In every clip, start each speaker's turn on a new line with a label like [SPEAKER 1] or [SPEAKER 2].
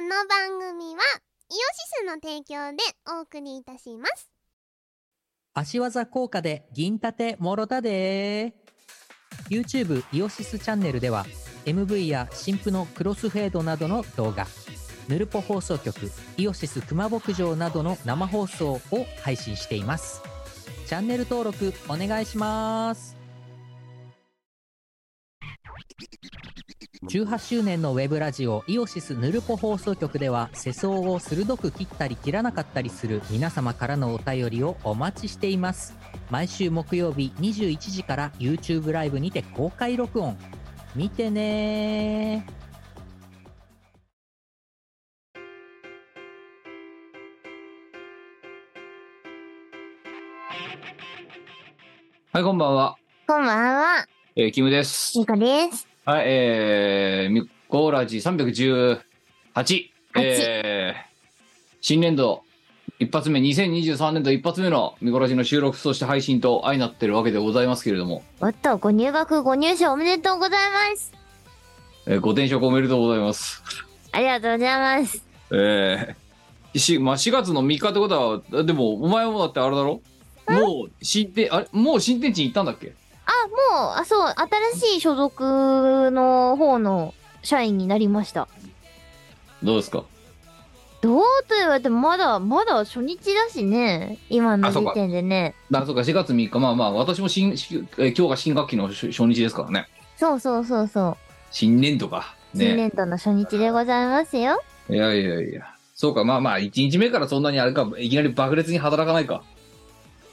[SPEAKER 1] の番組はイオシスの提供でお送りいたします
[SPEAKER 2] 足技効果で銀盾もろたで YouTube イオシスチャンネルでは MV や新婦のクロスフェードなどの動画ヌルポ放送局イオシス熊牧場などの生放送を配信していますチャンネル登録お願いします18周年のウェブラジオイオシスヌルポ放送局では世相を鋭く切ったり切らなかったりする皆様からのお便りをお待ちしています毎週木曜日21時から YouTube ライブにて公開録音見てねー
[SPEAKER 3] はい、こんばんは。
[SPEAKER 1] こんばんは
[SPEAKER 3] えー、キムです。
[SPEAKER 1] みこです
[SPEAKER 3] はい、えー、ミコーラジ318。えー、新年度、一発目、2023年度一発目のミコラジの収録、そして配信と相なってるわけでございますけれども、
[SPEAKER 1] おっとご入学ご入賞おめでとうございます
[SPEAKER 3] えーご転職おめでとうございます。
[SPEAKER 1] ありがとうございます
[SPEAKER 3] えー、し、まあ、4月の3日ってことは、でも、お前もだってあれだろもう、新天、あれもう新天地に行ったんだっけ
[SPEAKER 1] あもうあそう新しい所属の方の社員になりました
[SPEAKER 3] どうですか
[SPEAKER 1] どうと言われてもまだまだ初日だしね今の
[SPEAKER 3] あそう
[SPEAKER 1] 時
[SPEAKER 3] か
[SPEAKER 1] 点でね
[SPEAKER 3] だそうか、4月3日、まあまあ、私も新、しえー今日が新学期の初初日ですからね。
[SPEAKER 1] そうそうそうそう
[SPEAKER 3] 新年度か。
[SPEAKER 1] 新
[SPEAKER 3] ね。
[SPEAKER 1] 年度の初日でございますよ。
[SPEAKER 3] いやいやいや。そうか、まあまあ、1日目からそんなにあれか、いきなり爆裂に働かないか。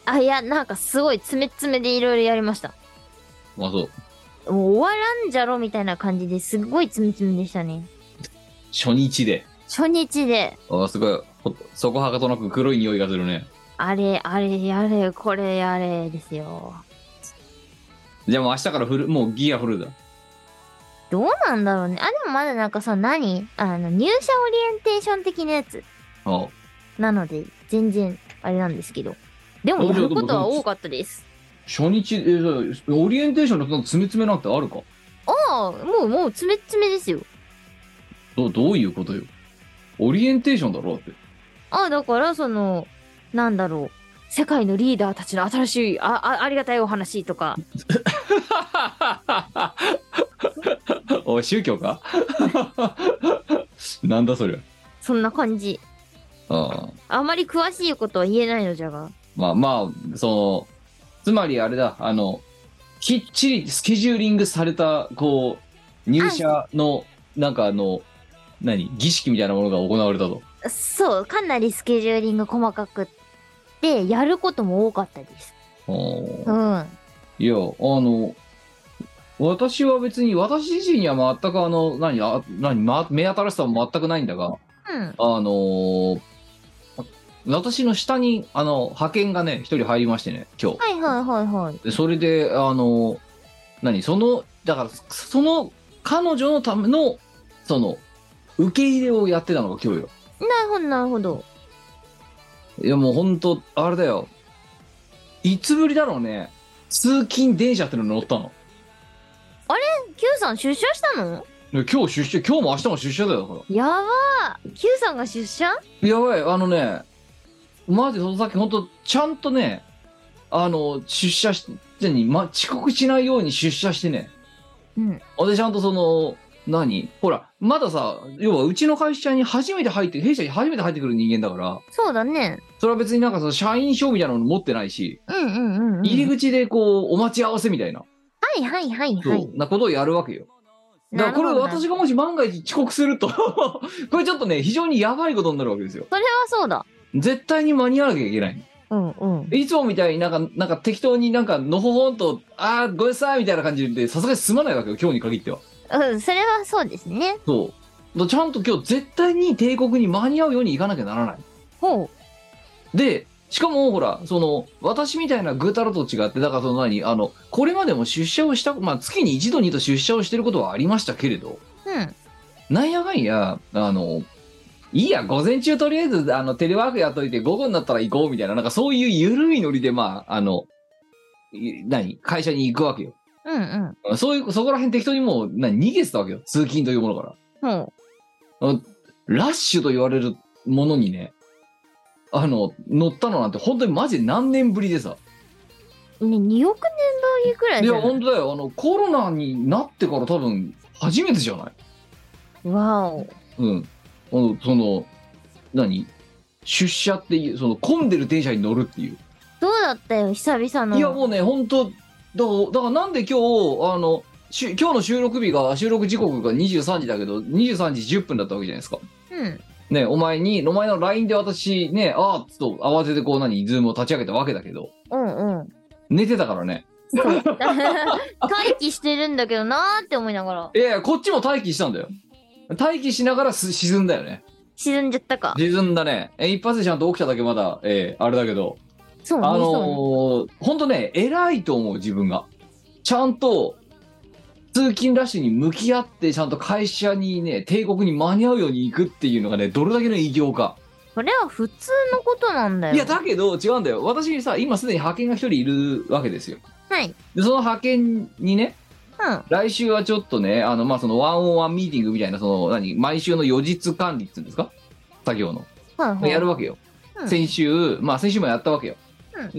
[SPEAKER 1] あ、いや、なんかすごい詰め詰めでいろいろやりました。
[SPEAKER 3] まあそう。
[SPEAKER 1] もう終わらんじゃろみたいな感じですごい詰め詰めでしたね。
[SPEAKER 3] 初日で。
[SPEAKER 1] 初日で、
[SPEAKER 3] ああ、すごい。ほそこはかとなく黒い匂いがするね。
[SPEAKER 1] あれ、あれ、やれ、これやれですよ。
[SPEAKER 3] じゃあもう明日からフル、もうギアフルだ。
[SPEAKER 1] どうなんだろうね。あ、でもまだなんかさ、何あの、入社オリエンテーション的なやつ。
[SPEAKER 3] ああ
[SPEAKER 1] なので、全然、あれなんですけど。でも、やることは多かったです。
[SPEAKER 3] 初日、えーそうオリエンテーションのその詰め詰めなんてあるか
[SPEAKER 1] ああ、もう、もう、詰め詰めですよ。
[SPEAKER 3] どうどういうことよ。オリエンテーションだろだって。
[SPEAKER 1] ああ、だから、その、なんだろう。世界のリーダーたちの新しい、あ、あありがたいお話とか、
[SPEAKER 3] おい、宗教か なんだそりゃ。
[SPEAKER 1] そんな感じ。
[SPEAKER 3] ああ。
[SPEAKER 1] あまり詳しいことは言えないのじゃが。
[SPEAKER 3] まあまあ、その、つまりあれだ、あの、きっちりスケジューリングされた、こう、入社の、なんかあの、何儀式みたいなものが行われたと。
[SPEAKER 1] そう、かなりスケジューリング細かくって、やることも多かったです。
[SPEAKER 3] お
[SPEAKER 1] う
[SPEAKER 3] ー
[SPEAKER 1] ん。
[SPEAKER 3] いや、あの、私は別に、私自身には全くあの、何、あ何、ま、目新しさも全くないんだが、
[SPEAKER 1] うん。
[SPEAKER 3] あのー私の下に、あの、派遣がね、一人入りましてね、今日。
[SPEAKER 1] はいはいはいはい。
[SPEAKER 3] でそれであの何そのだからその彼女のためのその受け入れをやってたのが今日よ
[SPEAKER 1] なるほどなるほど。
[SPEAKER 3] いやもう本当あれだよいつぶりだろうね通勤電車ってのに乗ったの
[SPEAKER 1] Q さん出社したの
[SPEAKER 3] で今日出社今日も明日も出社だよだか
[SPEAKER 1] やばー !Q さんが出社
[SPEAKER 3] らやばいあのねマジでそのさっき本当ちゃんとねあの出社してに、ま、遅刻しないように出社してね
[SPEAKER 1] うん。
[SPEAKER 3] 俺ちゃんとその、何ほら、まださ、要はうちの会社に初めて入って、弊社に初めて入ってくる人間だから、
[SPEAKER 1] そうだね。
[SPEAKER 3] それは別になんかその社員証みたいなの持ってないし、
[SPEAKER 1] うんうんうん、うん。
[SPEAKER 3] 入り口でこう、お待ち合わせみたいな、
[SPEAKER 1] はいはいはい
[SPEAKER 3] そう
[SPEAKER 1] はい。
[SPEAKER 3] なことをやるわけよ。だからこれ
[SPEAKER 1] なるほどな
[SPEAKER 3] 私がもし万が一遅刻すると、 これちょっとね、非常にやばいことになるわけですよ。
[SPEAKER 1] それはそうだ。
[SPEAKER 3] 絶対に間に合わなきゃいけない。
[SPEAKER 1] うんうん。
[SPEAKER 3] いつもみたいになんか、なんか適当になんか、のほほんと、あー、ごめんなさいみたいな感じで、さすがに済まないわけよ、今日に限っては。
[SPEAKER 1] うん、それはそうですね。
[SPEAKER 3] そう。だちゃんと今日絶対に帝国に間に合うように行かなきゃならない。
[SPEAKER 1] ほ
[SPEAKER 3] で、しかもほら、その、私みたいなぐうたらと違って、だからその何、あの、これまでも出社をした、まあ月に一度二度出社をしてることはありましたけれど、
[SPEAKER 1] う。うん。
[SPEAKER 3] なんやかんや、あの、いいや、午前中とりあえず、あの、テレワークやっといて、午後になったら行こうみたいな、なんかそういう緩いノリで、まあ、あの、い何会社に行くわけよ。
[SPEAKER 1] うんうん。
[SPEAKER 3] そういう、そこら辺適当にもう、何逃げてたわけよ。通勤というものから。
[SPEAKER 1] ほう。
[SPEAKER 3] ラッシュと言われるものにね、あの、乗ったのなんて本当にマジで何年ぶりでさ。
[SPEAKER 1] ね、2億年代ぐらい
[SPEAKER 3] い
[SPEAKER 1] じゃ
[SPEAKER 3] や、
[SPEAKER 1] ない
[SPEAKER 3] 本当だよ。あの、コロナになってから多分、初めてじゃない
[SPEAKER 1] わお。
[SPEAKER 3] うん。あのその、何出社っていう、その、混んでる電車に乗るっていう。
[SPEAKER 1] どうだったよ、久々の。
[SPEAKER 3] いやもうね本当だからだからなんで今日あのし今日の収録日が収録時刻が23時だけど23時10分だったわけじゃないですか。
[SPEAKER 1] うん。
[SPEAKER 3] ねお前にお前の LINE で私ねあーっと慌ててこう何ズームを立ち上げたわけだけど
[SPEAKER 1] うんうん。
[SPEAKER 3] 寝てたからね
[SPEAKER 1] そう待機してるんだけどなーって思いながら。
[SPEAKER 3] いやいやこっちも待機したんだよ待機しながらす沈んだよね
[SPEAKER 1] 沈んじゃったか。
[SPEAKER 3] 沈んだねえ一発でちゃんと起きただけまだ、えーあれだけど
[SPEAKER 1] そうね、
[SPEAKER 3] あ
[SPEAKER 1] そうね。
[SPEAKER 3] のー、ほんとね、偉いと思う、自分が。ちゃんと、通勤ラッシュに向き合って、ちゃんと会社にね、帝国に間に合うように行くっていうのがね、どれだけの偉業か。
[SPEAKER 1] これは普通のことなんだよ。
[SPEAKER 3] いや、だけど、違うんだよ。私にさ、今すでに派遣が一人いるわけですよ。
[SPEAKER 1] はい。
[SPEAKER 3] で、その派遣にね、
[SPEAKER 1] うん。
[SPEAKER 3] 来週はちょっとね、あの、まあ、そのワンオンワンミーティングみたいな、その、何、毎週の予実管理って言うんですか作業の。
[SPEAKER 1] はいはい。
[SPEAKER 3] やるわけよ、
[SPEAKER 1] うん
[SPEAKER 3] 先週まあ先週もやったわけよ、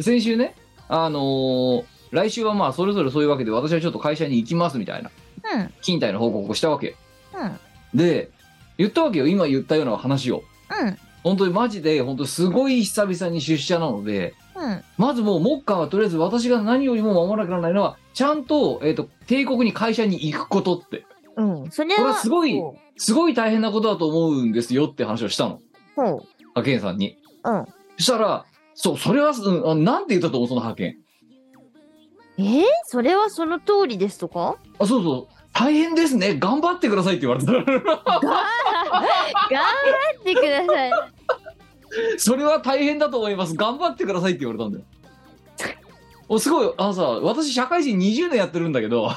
[SPEAKER 3] 先週ねあのー来週はまあそれぞれそういうわけで私はちょっと会社に行きますみたいな
[SPEAKER 1] うん。うん。
[SPEAKER 3] 勤怠の報告をしたわけで言ったわけよ今言ったような話を
[SPEAKER 1] うん。
[SPEAKER 3] 本当にマジで本当すごい久々に出社なので
[SPEAKER 1] うん。
[SPEAKER 3] まずもう目下はとりあえず私が何よりも守らなきゃならないのはちゃんと,、えー、と帝国に会社に行くことって
[SPEAKER 1] うん。うん。それは。
[SPEAKER 3] これはすごい
[SPEAKER 1] ほ
[SPEAKER 3] すごい大変なことだと思うんですよって話をしたの
[SPEAKER 1] う。ほ
[SPEAKER 3] 派遣さんに
[SPEAKER 1] う。うん。
[SPEAKER 3] そしたらそうそれは、うんあ、なんて言ったと思うその派遣
[SPEAKER 1] えー、それはその通りですとか
[SPEAKER 3] あ、そうそう。大変ですね。頑張ってくださいって言われた。
[SPEAKER 1] 頑張ってください。
[SPEAKER 3] それは大変だと思います。頑張ってくださいって言われたんだよ。おすごい、あのさ、私社会人20年やってるんだけど、
[SPEAKER 1] うん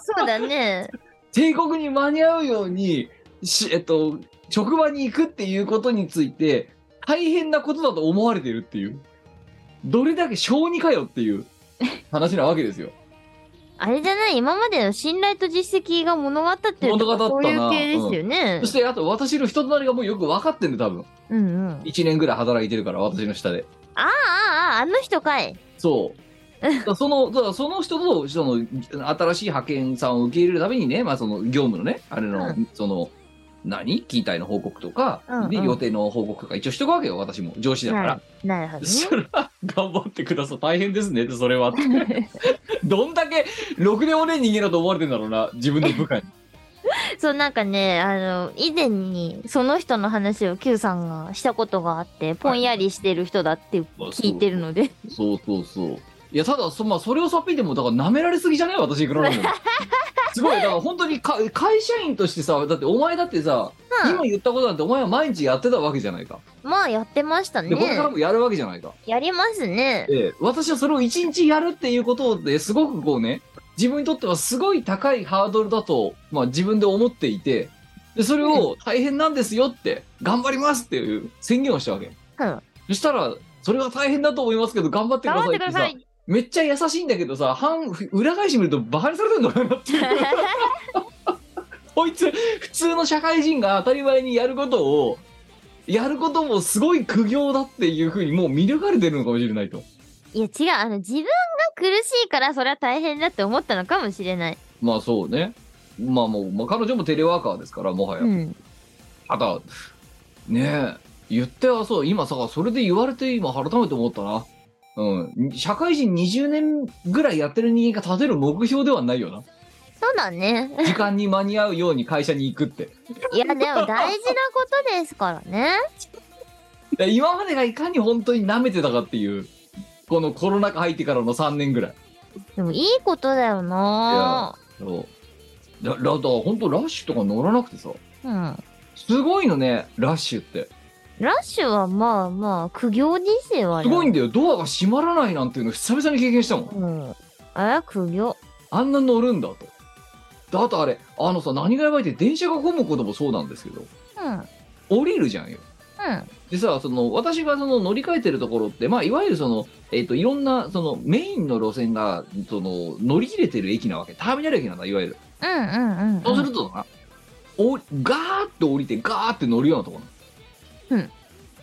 [SPEAKER 1] そうだね。
[SPEAKER 3] 帝国に間に合うように、しえっと、職場に行くっていうことについて、大変なことだと思われてるっていう。どれだけ小児かよっていう話なわけですよ。
[SPEAKER 1] あれじゃない今までの信頼と実績が物語ってるとか
[SPEAKER 3] 物語ったな
[SPEAKER 1] そう いう系ですよね
[SPEAKER 3] そし。て、あと私の人となりがもうよく分かってんで、多分。
[SPEAKER 1] うんうん。
[SPEAKER 3] 1年ぐらい働いてるから、私の下で。
[SPEAKER 1] あああああの人かい。
[SPEAKER 3] そう。だからそのだからその人とその新しい派遣さんを受け入れるためにね、まあ、その業務のねあれの、
[SPEAKER 1] う
[SPEAKER 3] その何勤怠の報告とか、
[SPEAKER 1] うんうん
[SPEAKER 3] ね、予定の報告とか一応しとくわけよ私も上司だから、
[SPEAKER 1] なるなるほどね。
[SPEAKER 3] それは頑張ってください大変ですねってそれはって どんだけろくでもねえ人間だと思われてんだろうな自分の部下に
[SPEAKER 1] そうなんかねあの以前にその人の話を Q さんがしたことがあってぽんやりしてる人だって聞いてるので、
[SPEAKER 3] そうそうそういやただそ,、まあ、それをさっぴいてもだから舐められすぎじゃない私いくらなんでもすごいだから本当にか会社員としてさだってお前だってさ 今言ったことなんてお前は毎日やってたわけじゃないか。
[SPEAKER 1] うん、まあやってました
[SPEAKER 3] で、これから
[SPEAKER 1] ね
[SPEAKER 3] もやるわけじゃないか。
[SPEAKER 1] やりますね
[SPEAKER 3] で、私はそれを一日やるっていうことですごくこうね、自分にとってはすごい高いハードルだと、まあ自分で思っていて、で、それを大変なんですよって、頑張りますっていう宣言をしたわけ。
[SPEAKER 1] うん
[SPEAKER 3] そしたら、それは大変だと思いますけど、頑張ってく
[SPEAKER 1] 頑張
[SPEAKER 3] ださ
[SPEAKER 1] っ
[SPEAKER 3] いってて
[SPEAKER 1] くだ
[SPEAKER 3] さ
[SPEAKER 1] さ、い
[SPEAKER 3] めっちゃ優しいんだけどさ、半、裏返してみるとバカにされてんのかなって。こいつ普通の社会人が当たり前にやることをやることもすごい苦行だっていうふうにもう見抜かれてるのかもしれないと
[SPEAKER 1] いや違うあの自分が苦しいからそれは大変だって思ったのかもしれない
[SPEAKER 3] まあそうねまあもう、まあ、彼女もテレワーカーですからもはや、
[SPEAKER 1] うん
[SPEAKER 3] ただねえ言ってはそう今さそれで言われて今改めて思ったなうん社会人20年ぐらいやってる人間が立てる目標ではないよな
[SPEAKER 1] そうだね
[SPEAKER 3] 時間に間に合うように会社に行くって
[SPEAKER 1] いやでも大事なことですからね
[SPEAKER 3] で今までがいかに本当に舐めてたかっていうこのコロナ禍入ってからの3年ぐらい
[SPEAKER 1] でもいいことだよな
[SPEAKER 3] そうだだだから本当ラッシュとか乗らなくてさ
[SPEAKER 1] うん
[SPEAKER 3] すごいのねラッシュって
[SPEAKER 1] ラッシュはまあまあ苦行ですよあ
[SPEAKER 3] す
[SPEAKER 1] れは
[SPEAKER 3] ごいんだよドアが閉まらないなんていうの久々に経験したもん
[SPEAKER 1] うんあれは苦行
[SPEAKER 3] あんな乗るんだとであとあれあのさ何がやばいって電車が混むこともそうなんですけど
[SPEAKER 1] うんうん
[SPEAKER 3] 降りるじゃんよでさその私がその乗り換えてるところってまあいわゆるそのえっ、といろんなそのメインの路線がその乗り入れてる駅なわけターミナル駅なんだいわゆる
[SPEAKER 1] うんうんうん
[SPEAKER 3] そうするとな、おガーッと降りてガーって乗るようなところ
[SPEAKER 1] うん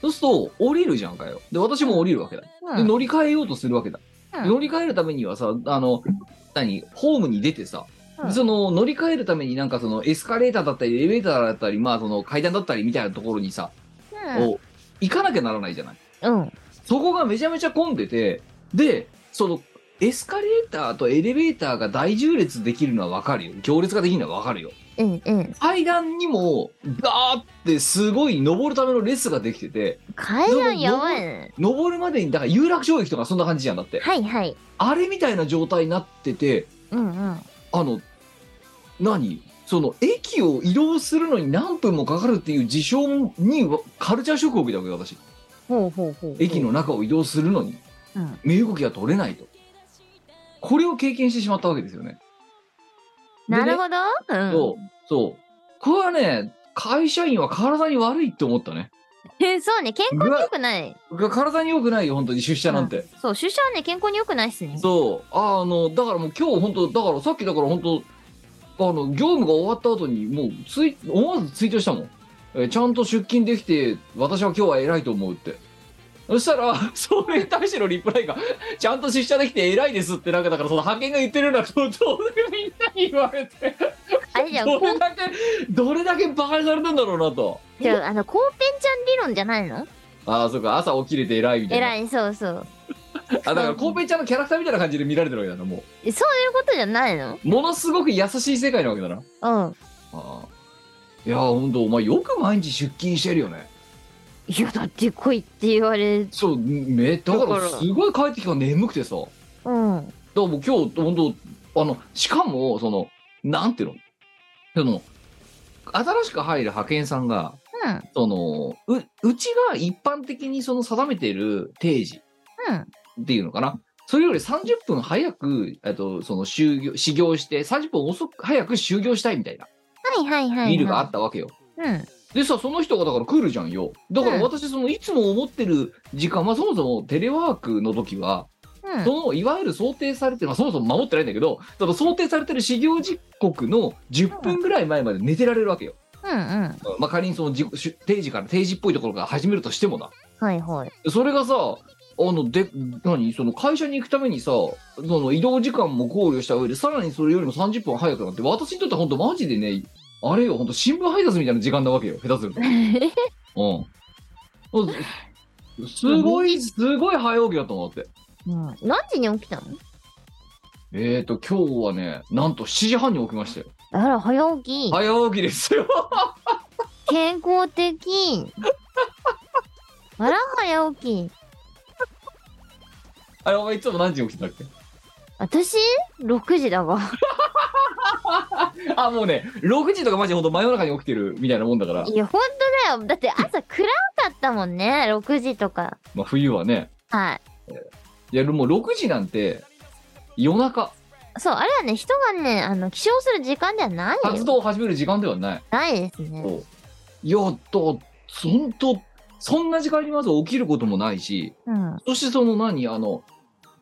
[SPEAKER 3] そうすると降りるじゃんかよで私も降りるわけだ、
[SPEAKER 1] う
[SPEAKER 3] で
[SPEAKER 1] ん。
[SPEAKER 3] 乗り換えようとするわけだ、
[SPEAKER 1] うん
[SPEAKER 3] で乗り換えるためにはさあの何ホームに出てさ、
[SPEAKER 1] うん
[SPEAKER 3] その乗り換えるためになんかそのエスカレーターだったりエレベーターだったりまあその階段だったりみたいなところにさ、を行かなきゃならないじゃない
[SPEAKER 1] うん。うん。
[SPEAKER 3] そこがめちゃめちゃ混んでて、で、その、エスカレーターとエレベーターが大縦列できるのはわかるよ。行列ができるのはわかるよ。
[SPEAKER 1] うん。うん。
[SPEAKER 3] 階段にも、ガーってすごい登るための列ができてて、
[SPEAKER 1] 階段やばいね。
[SPEAKER 3] 登るまでに、だから有楽町駅とかそんな感じじゃんだって。
[SPEAKER 1] はいはい。
[SPEAKER 3] あれみたいな状態になってて、
[SPEAKER 1] うんうん。
[SPEAKER 3] あの、何その、駅を移動するのに何分もかかるっていう事象に、カルチャーショックを受けたわけよ、私。
[SPEAKER 1] ほうほうほう。
[SPEAKER 3] 駅の。中を移動するのに。
[SPEAKER 1] うん。
[SPEAKER 3] 身動きが取れないと。これを経験してしまったわけですよね。で
[SPEAKER 1] な
[SPEAKER 3] ね
[SPEAKER 1] るほど。う
[SPEAKER 3] そう。そう。これはね、会社員は体に悪いって思ったね。
[SPEAKER 1] ん。え、そうね。健康に良くない。
[SPEAKER 3] が体に良くないよ、本当に出社なんて。
[SPEAKER 1] そう、出社はね、健康に良くないっすね。
[SPEAKER 3] そう。ああの、だからもう今日本当、だからさっきだから本当、あの、業務が終わった後に、もうツイ、思わずツイートしたもん。えーちゃんと出勤できて、私は今日は偉いと思うって。そしたら、 それに対してのリプライが、 ちゃんと出社できて偉いですって、なんかだからその派遣が言ってるようなことをみんなに言われて。
[SPEAKER 1] あれじゃん、
[SPEAKER 3] ど
[SPEAKER 1] こ
[SPEAKER 3] れ
[SPEAKER 1] う
[SPEAKER 3] だけ、どれだけ馬鹿にされたんだろうなと。
[SPEAKER 1] じゃあ、あの、コーペンちゃん理論じゃないの
[SPEAKER 3] ああ、そうか、朝起きれて偉いみたいな。
[SPEAKER 1] 偉い、そうそう。
[SPEAKER 3] あ、だから、コウペイちゃんのキャラクターみたいな感じで見られてるわけだな、も
[SPEAKER 1] えそういうことじゃないの
[SPEAKER 3] う。ものすごく優しい世界なわけだな。
[SPEAKER 1] うん。
[SPEAKER 3] ああ。いやー、ほんと、お前よく毎日出勤してるよね。
[SPEAKER 1] いや、だって来いって言われる。
[SPEAKER 3] そう、め、だか、
[SPEAKER 1] だからら
[SPEAKER 3] すごい帰ってきたら眠くてさ。だか
[SPEAKER 1] うん。
[SPEAKER 3] らもう今日、ほんと、あの、しかも、その、なんていうのその、新しく入る派遣さんが、
[SPEAKER 1] うん。
[SPEAKER 3] その、う、うちが一般的にその定めてる定時
[SPEAKER 1] うん。
[SPEAKER 3] っていうのかな。それより30分早く、えっと、その、就業、始業して、30分遅く、早く就業したいみたいな、
[SPEAKER 1] はいはいはい、はい。
[SPEAKER 3] ビールがあったわけよ。
[SPEAKER 1] うん。
[SPEAKER 3] でさ、その人がだから来るじゃんよ。だから私、その、いつも思ってる時間、まあそもそもテレワークの時は、
[SPEAKER 1] うん。
[SPEAKER 3] その、いわゆる想定されてる、まあそもそも守ってないんだけど、その想定されてる始業時刻の10分ぐらい前まで寝てられるわけよ。
[SPEAKER 1] うんうん。
[SPEAKER 3] まあ仮にその時、し定時から定時っぽいところから始めるとしてもな。
[SPEAKER 1] はいはい。
[SPEAKER 3] それがさ、あの、で、何その会社に行くためにさ、その移動時間も考慮した上で、さらにそれよりも30分早くなって、私にとっては本当マジでね、あれよ、本当新聞配達みたいな時間なわけよ、下手すると。うん。あすすごい、すごい早起きだと思って。
[SPEAKER 1] うん、何時に起きたの
[SPEAKER 3] えーと、今日はね、なんと7時半に起きましたよ。
[SPEAKER 1] あら、早起き。
[SPEAKER 3] 早起きですよ。
[SPEAKER 1] 健康的。 あら、早起き。
[SPEAKER 3] あれ、お前いつも何時に起きてたっ
[SPEAKER 1] 私 ?6 時だが。
[SPEAKER 3] けあ、もうね、6時とかマジで本当真夜中に起きてるみたいなもんだから
[SPEAKER 1] い、や、ほんとだよ。だって朝暗かったもんね。6時とか。
[SPEAKER 3] まあ冬はね、
[SPEAKER 1] はい
[SPEAKER 3] や、もう6時なんて、夜中。
[SPEAKER 1] い。そう、あれはね、人がね、あの、起床する時間ではない
[SPEAKER 3] 活
[SPEAKER 1] よ。
[SPEAKER 3] 動を始める時間ではない。
[SPEAKER 1] ないですね。
[SPEAKER 3] いや、だ、本当そんな時間にまず起きることもないし、
[SPEAKER 1] うん。
[SPEAKER 3] そしてその何、あの、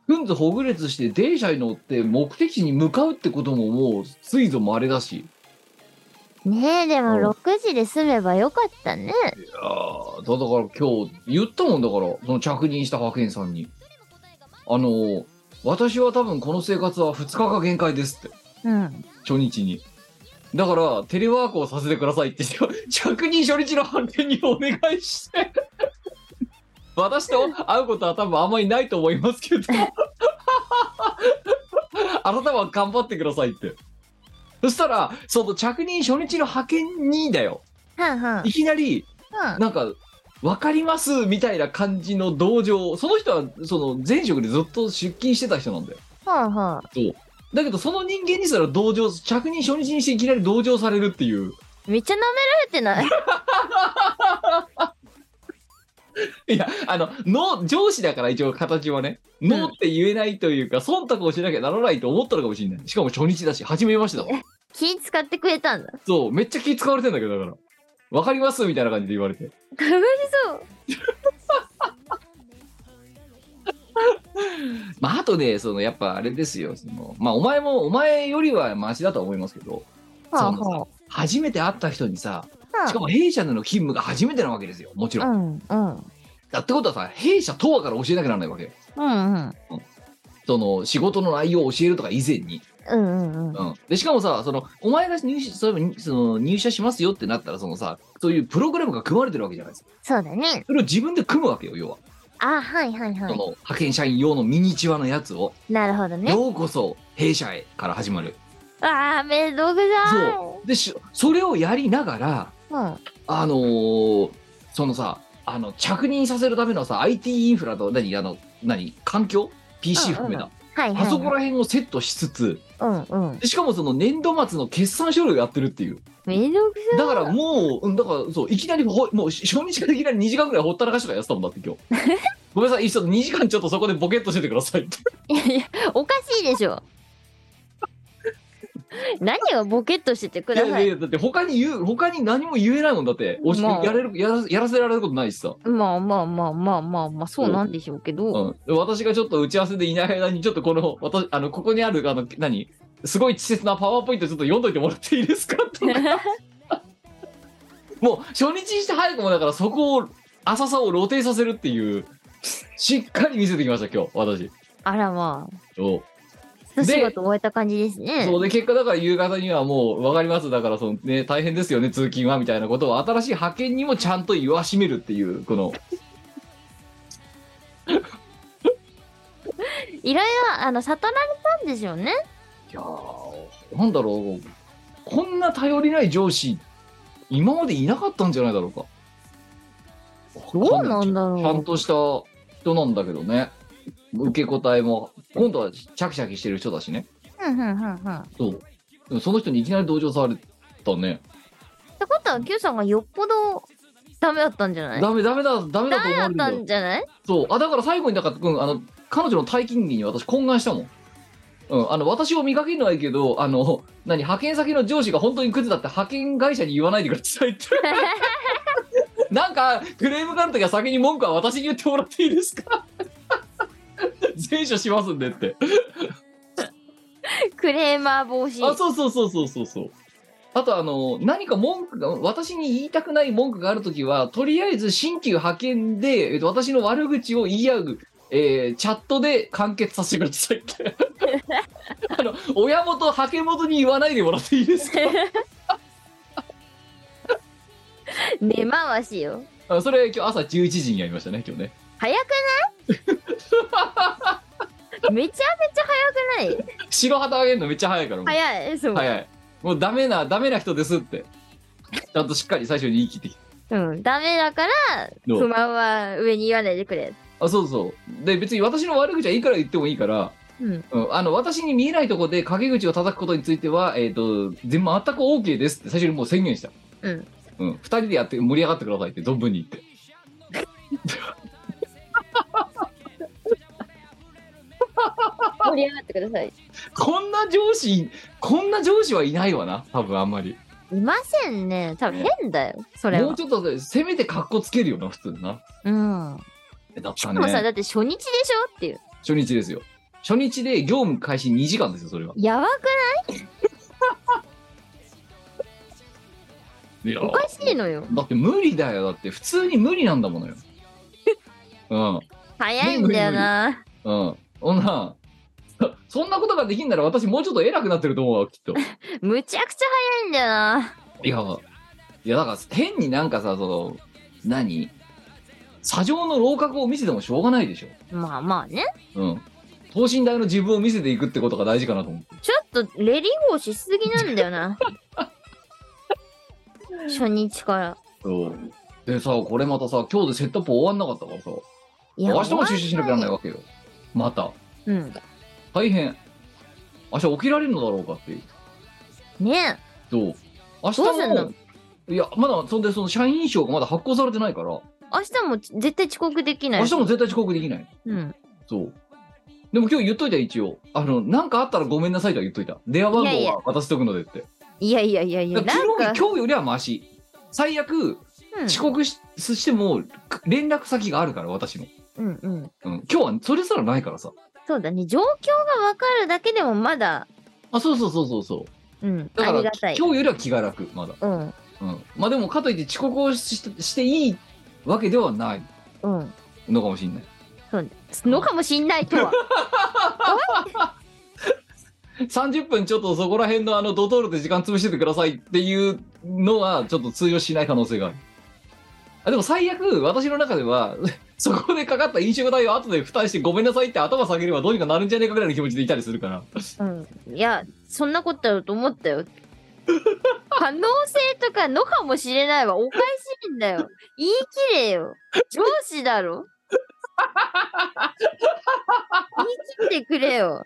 [SPEAKER 3] ふんずほぐれつして電車に乗って目的地に向かうってことももう、ついぞ稀だし。
[SPEAKER 1] ねえ、でも
[SPEAKER 3] うん
[SPEAKER 1] 6時で済めばよかったね。
[SPEAKER 3] いやーだだから今日言ったもんだから、その着任した派遣さんに。あのー、私は多分この生活は2日が限界ですって。
[SPEAKER 1] うん。
[SPEAKER 3] 初日に。だから、テレワークをさせてくださいって、 着任初日の判定にお願いして、私と会うことは多分あんまりないと思いますけど、 あなたは頑張ってくださいって。そしたら、その着任初日の派遣にだよ、
[SPEAKER 1] はんはん。
[SPEAKER 3] いきなり、
[SPEAKER 1] うん。
[SPEAKER 3] なんか、わかりますみたいな感じの同情、その人は、その前職でずっと出勤してた人なんだよ。
[SPEAKER 1] はんは
[SPEAKER 3] そう。だけど、その人間にすら同情、着任初日にしていきなり同情されるっていう。
[SPEAKER 1] ん。めっちゃ舐められて ない。
[SPEAKER 3] いや、あの、の、上司だから一応形はね、ノーって言えないというか、忖度をしなきゃならないと思ったのかもしれない。しかも初日だし、初めましてだもん。
[SPEAKER 1] 気使ってくれたんだ。
[SPEAKER 3] そう、めっちゃ気使われてんだけど、だから。わかりますみたいな感じで言われて。
[SPEAKER 1] かわいそう。
[SPEAKER 3] まあ、あとね、その、やっぱあれですよ、その、まあ、お前も、お前よりはマシだとは思いますけど、
[SPEAKER 1] はあ
[SPEAKER 3] その
[SPEAKER 1] は
[SPEAKER 3] 初めて会った人にさ、しかも弊社での勤務が初めてなわけですよ。もちろん。
[SPEAKER 1] うんうん
[SPEAKER 3] だってことはさ、弊社とはから教えなきゃならないわけよ。
[SPEAKER 1] うんうん
[SPEAKER 3] その、仕事の内容を教えるとか以前に。
[SPEAKER 1] うんうん
[SPEAKER 3] うん。で、しかもさ、その、お前が入社、そういえばにその入社しますよってなったら、そのさ、そういうプログラムが組まれてるわけじゃないですか。
[SPEAKER 1] そうだね
[SPEAKER 3] それを自分で組むわけよ、要は。
[SPEAKER 1] あはいはいは
[SPEAKER 3] そ
[SPEAKER 1] い
[SPEAKER 3] の、派遣社員用のミニチュアのやつを、
[SPEAKER 1] なるほどね
[SPEAKER 3] ようこそ弊社へから始まる。
[SPEAKER 1] ああめんどくさい
[SPEAKER 3] そう。で、しそれをやりながら、
[SPEAKER 1] うん
[SPEAKER 3] あのーそのさ、あの、着任させるためのさ、IT インフラと、何、あの、何、環境 ?PC 含めた。
[SPEAKER 1] はいはい
[SPEAKER 3] あそこら辺をセットしつつ、
[SPEAKER 1] うんうん
[SPEAKER 3] でしかもその年度末の決算書類をやってるっていう。
[SPEAKER 1] めんどく
[SPEAKER 3] だからもう、うん、だからそう、いきなりほ、もう初日からいきなり2時間ぐらいほったらかしとかやってたもんだって今日。 ごめんなさい、ちょっと2時間ちょっとそこでボケっとしててくださいって。
[SPEAKER 1] さいいやおかしいでしょ何をボケっとしててく
[SPEAKER 3] いや
[SPEAKER 1] だ
[SPEAKER 3] い
[SPEAKER 1] さ
[SPEAKER 3] やい
[SPEAKER 1] い
[SPEAKER 3] や、だって他に言う、他に何も言えないもんだって、おし
[SPEAKER 1] まあ
[SPEAKER 3] やれるやらやらせられることないしさ。
[SPEAKER 1] まあまあまあまあまあまあそうなんでしょうけど、
[SPEAKER 3] うん、で私がちょっと打ち合わせでいない間に、ちょっとこの、私、あの、ここにある、あの、何、すごい稚拙なパワーポイントちょっと読んどいてもらっていい ですかとかもう、初日にして早くもだから、そこを、浅さを露呈させるっていう、しっかり見せてきました、今日、私。
[SPEAKER 1] あらまあ
[SPEAKER 3] そう
[SPEAKER 1] 一仕
[SPEAKER 3] で
[SPEAKER 1] 事終えた感じですね
[SPEAKER 3] そうで、結果だから夕方にはもう、わかります。だから、そのね、大変ですよね、通勤は、みたいなことを、新しい派遣にもちゃんと言わしめるっていう、この、
[SPEAKER 1] いろいろあの悟られたんでしょうね
[SPEAKER 3] いやーなんだろうこんな頼りない上司今までいなかったんじゃないだろうか
[SPEAKER 1] どうなんだろう
[SPEAKER 3] ちゃんとした人なんだけどね受け答えも今度はシャキシャキしてる人だしね
[SPEAKER 1] うんうんうんうんって
[SPEAKER 3] そうでもその人にいきなり同情されたね
[SPEAKER 1] ことは Q さんがよっぽどダメだったんじゃない
[SPEAKER 3] ダメダメだダメだ
[SPEAKER 1] ダ
[SPEAKER 3] と
[SPEAKER 1] メ
[SPEAKER 3] 思
[SPEAKER 1] だ
[SPEAKER 3] わ
[SPEAKER 1] っ
[SPEAKER 3] れるん
[SPEAKER 1] た
[SPEAKER 3] だ
[SPEAKER 1] ん
[SPEAKER 3] よ
[SPEAKER 1] じゃない
[SPEAKER 3] そうあだから最後にだから、うん、あの彼女の退勤日に私懇願したもんうん、あの私を見かけるのはいいけどあの何派遣先の上司が本当にクズだって派遣会社に言わないでくださいってなんか、クレームがあるときは先に文句は私に言ってもらっていいですか 全処しますんでって。
[SPEAKER 1] クレーマー防
[SPEAKER 3] あ、
[SPEAKER 1] 止
[SPEAKER 3] そうそうそうそうそうそう。あとあの、何か文句が、私に言いたくない文句があるときは、とりあえず新旧派遣で、えっと、私の悪口を言い合う、えーチャットで完結させてください って。あの、親元、派遣元に言わないでもらっていいですか
[SPEAKER 1] 根回しよ
[SPEAKER 3] あそれ今日朝11時にやりましたね、今日ね。
[SPEAKER 1] 早く ないめちゃめちゃ早くない
[SPEAKER 3] 白旗あげるのめっちゃ早いから。もう
[SPEAKER 1] 早いそう、
[SPEAKER 3] 早い。もうダメな、ダメな人ですって。ちゃんとしっかり最初に言い切ってきた。
[SPEAKER 1] うん、ダメだから
[SPEAKER 3] ど
[SPEAKER 1] 不
[SPEAKER 3] う
[SPEAKER 1] 満は上に言わないでくれ
[SPEAKER 3] あそうそう。で、別に私の悪口はいくら言ってもいいから、
[SPEAKER 1] うん
[SPEAKER 3] うん、あの、私に見えないところで陰口を叩くことについては、えっ、と、全全く OK ですって最初にもう宣言した。
[SPEAKER 1] うん
[SPEAKER 3] うん。二人でやって盛り上がってくださいって存分に言って。
[SPEAKER 1] 盛り上がってください
[SPEAKER 3] こんな上司、こんな上司はいないわな。多分あんまり。
[SPEAKER 1] いませんね多分変だよそれ
[SPEAKER 3] も
[SPEAKER 1] は
[SPEAKER 3] うちょっとで、せめて格好つけるよな、普通な。
[SPEAKER 1] うん
[SPEAKER 3] だっ
[SPEAKER 1] したかもさ、
[SPEAKER 3] ね。
[SPEAKER 1] だって初日でしょっていう。
[SPEAKER 3] 初日ですよ。初日で業務開始2時間ですよ、それは。
[SPEAKER 1] やばく
[SPEAKER 3] いや
[SPEAKER 1] おかしいのよ。
[SPEAKER 3] だって無理だよだって普通に無理なんだも のよ
[SPEAKER 1] 早いんだよな。
[SPEAKER 3] うんうんほんなそそんなことができんなら私もうちょっと偉くなってると思うわきっと
[SPEAKER 1] むちゃくちゃ早いんだよな。
[SPEAKER 3] いやいやだから変になんかさその何砂上の楼閣を見せてもしょうがないでしょ
[SPEAKER 1] まあまあね。
[SPEAKER 3] うん等身大の自分を見せていくってことが大事かなと思う
[SPEAKER 1] ちょっとレリゴーしすぎなんだよ な。初日から。
[SPEAKER 3] うんでさこれまたさ今日でセットアップ終わんなかったからさ
[SPEAKER 1] い
[SPEAKER 3] 明日も出社しなきゃならないわけよまた
[SPEAKER 1] うん。
[SPEAKER 3] 大変明日起きられるのだろうかっていう
[SPEAKER 1] ね
[SPEAKER 3] どう明日
[SPEAKER 1] どうすんの
[SPEAKER 3] もいやまだそんでその社員証がまだ発行されてないから
[SPEAKER 1] え明日も絶対遅刻できない。
[SPEAKER 3] 明日も絶対遅刻できない
[SPEAKER 1] うん。
[SPEAKER 3] そうでも今日言っといた一応あの何かあったらごめんなさいとは言っといた電話番
[SPEAKER 1] いやい
[SPEAKER 3] 号
[SPEAKER 1] や
[SPEAKER 3] は渡しとくのでって
[SPEAKER 1] いやいやいやいや、
[SPEAKER 3] だか
[SPEAKER 1] な
[SPEAKER 3] ら
[SPEAKER 1] ん
[SPEAKER 3] 昨
[SPEAKER 1] か
[SPEAKER 3] 日、今日よりはマシ最悪
[SPEAKER 1] うん
[SPEAKER 3] 遅刻し,、してもく連絡先があるから私の、
[SPEAKER 1] うんうん。
[SPEAKER 3] うん、今日はそれすらないからさ
[SPEAKER 1] そうだね。状況がわかるだけでもまだ
[SPEAKER 3] あそうそうそうそうそう
[SPEAKER 1] うん。
[SPEAKER 3] だか
[SPEAKER 1] ありが
[SPEAKER 3] ら
[SPEAKER 1] たい。
[SPEAKER 3] 今日よりは気が楽まだ、
[SPEAKER 1] うん。
[SPEAKER 3] うん、まあでもかといって遅刻をししていいわけではない
[SPEAKER 1] うん。
[SPEAKER 3] のかもしれない
[SPEAKER 1] そうですのかもしんないとは。
[SPEAKER 3] 30分ちょっとそこら辺のあのドトールで時間潰しててくださいっていうのはちょっと通用しない可能性があるあでも最悪私の中では そこでかかった飲食代を後で負担してごめんなさいって頭下げればどうにかなるんじゃねえかぐらいの気持ちでいたりするから
[SPEAKER 1] うん。いや、そんなことだと思った よ。可能性とかのかもしれないはおかしいんだよ。言い切れよ。上司だろ。言い切ってくれよ。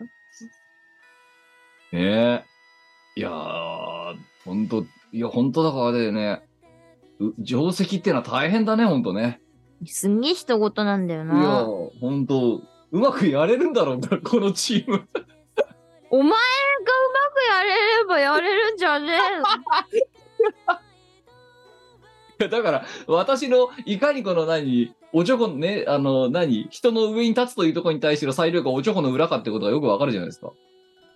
[SPEAKER 3] ねえいやーほんといやほんとだからあれだよねう定石ってのは大変だねほんとね
[SPEAKER 1] すんげえ人事なんだよ
[SPEAKER 3] いや
[SPEAKER 1] な。
[SPEAKER 3] ほんとうまくやれるんだろうなこのチーム
[SPEAKER 1] お前がうまくやれればやれるんじゃねえの
[SPEAKER 3] いやだから私のいかにこの何おちょこねあの何人の上に立つというところに対しての裁量がおちょこの裏かってことがよくわかるじゃないですか。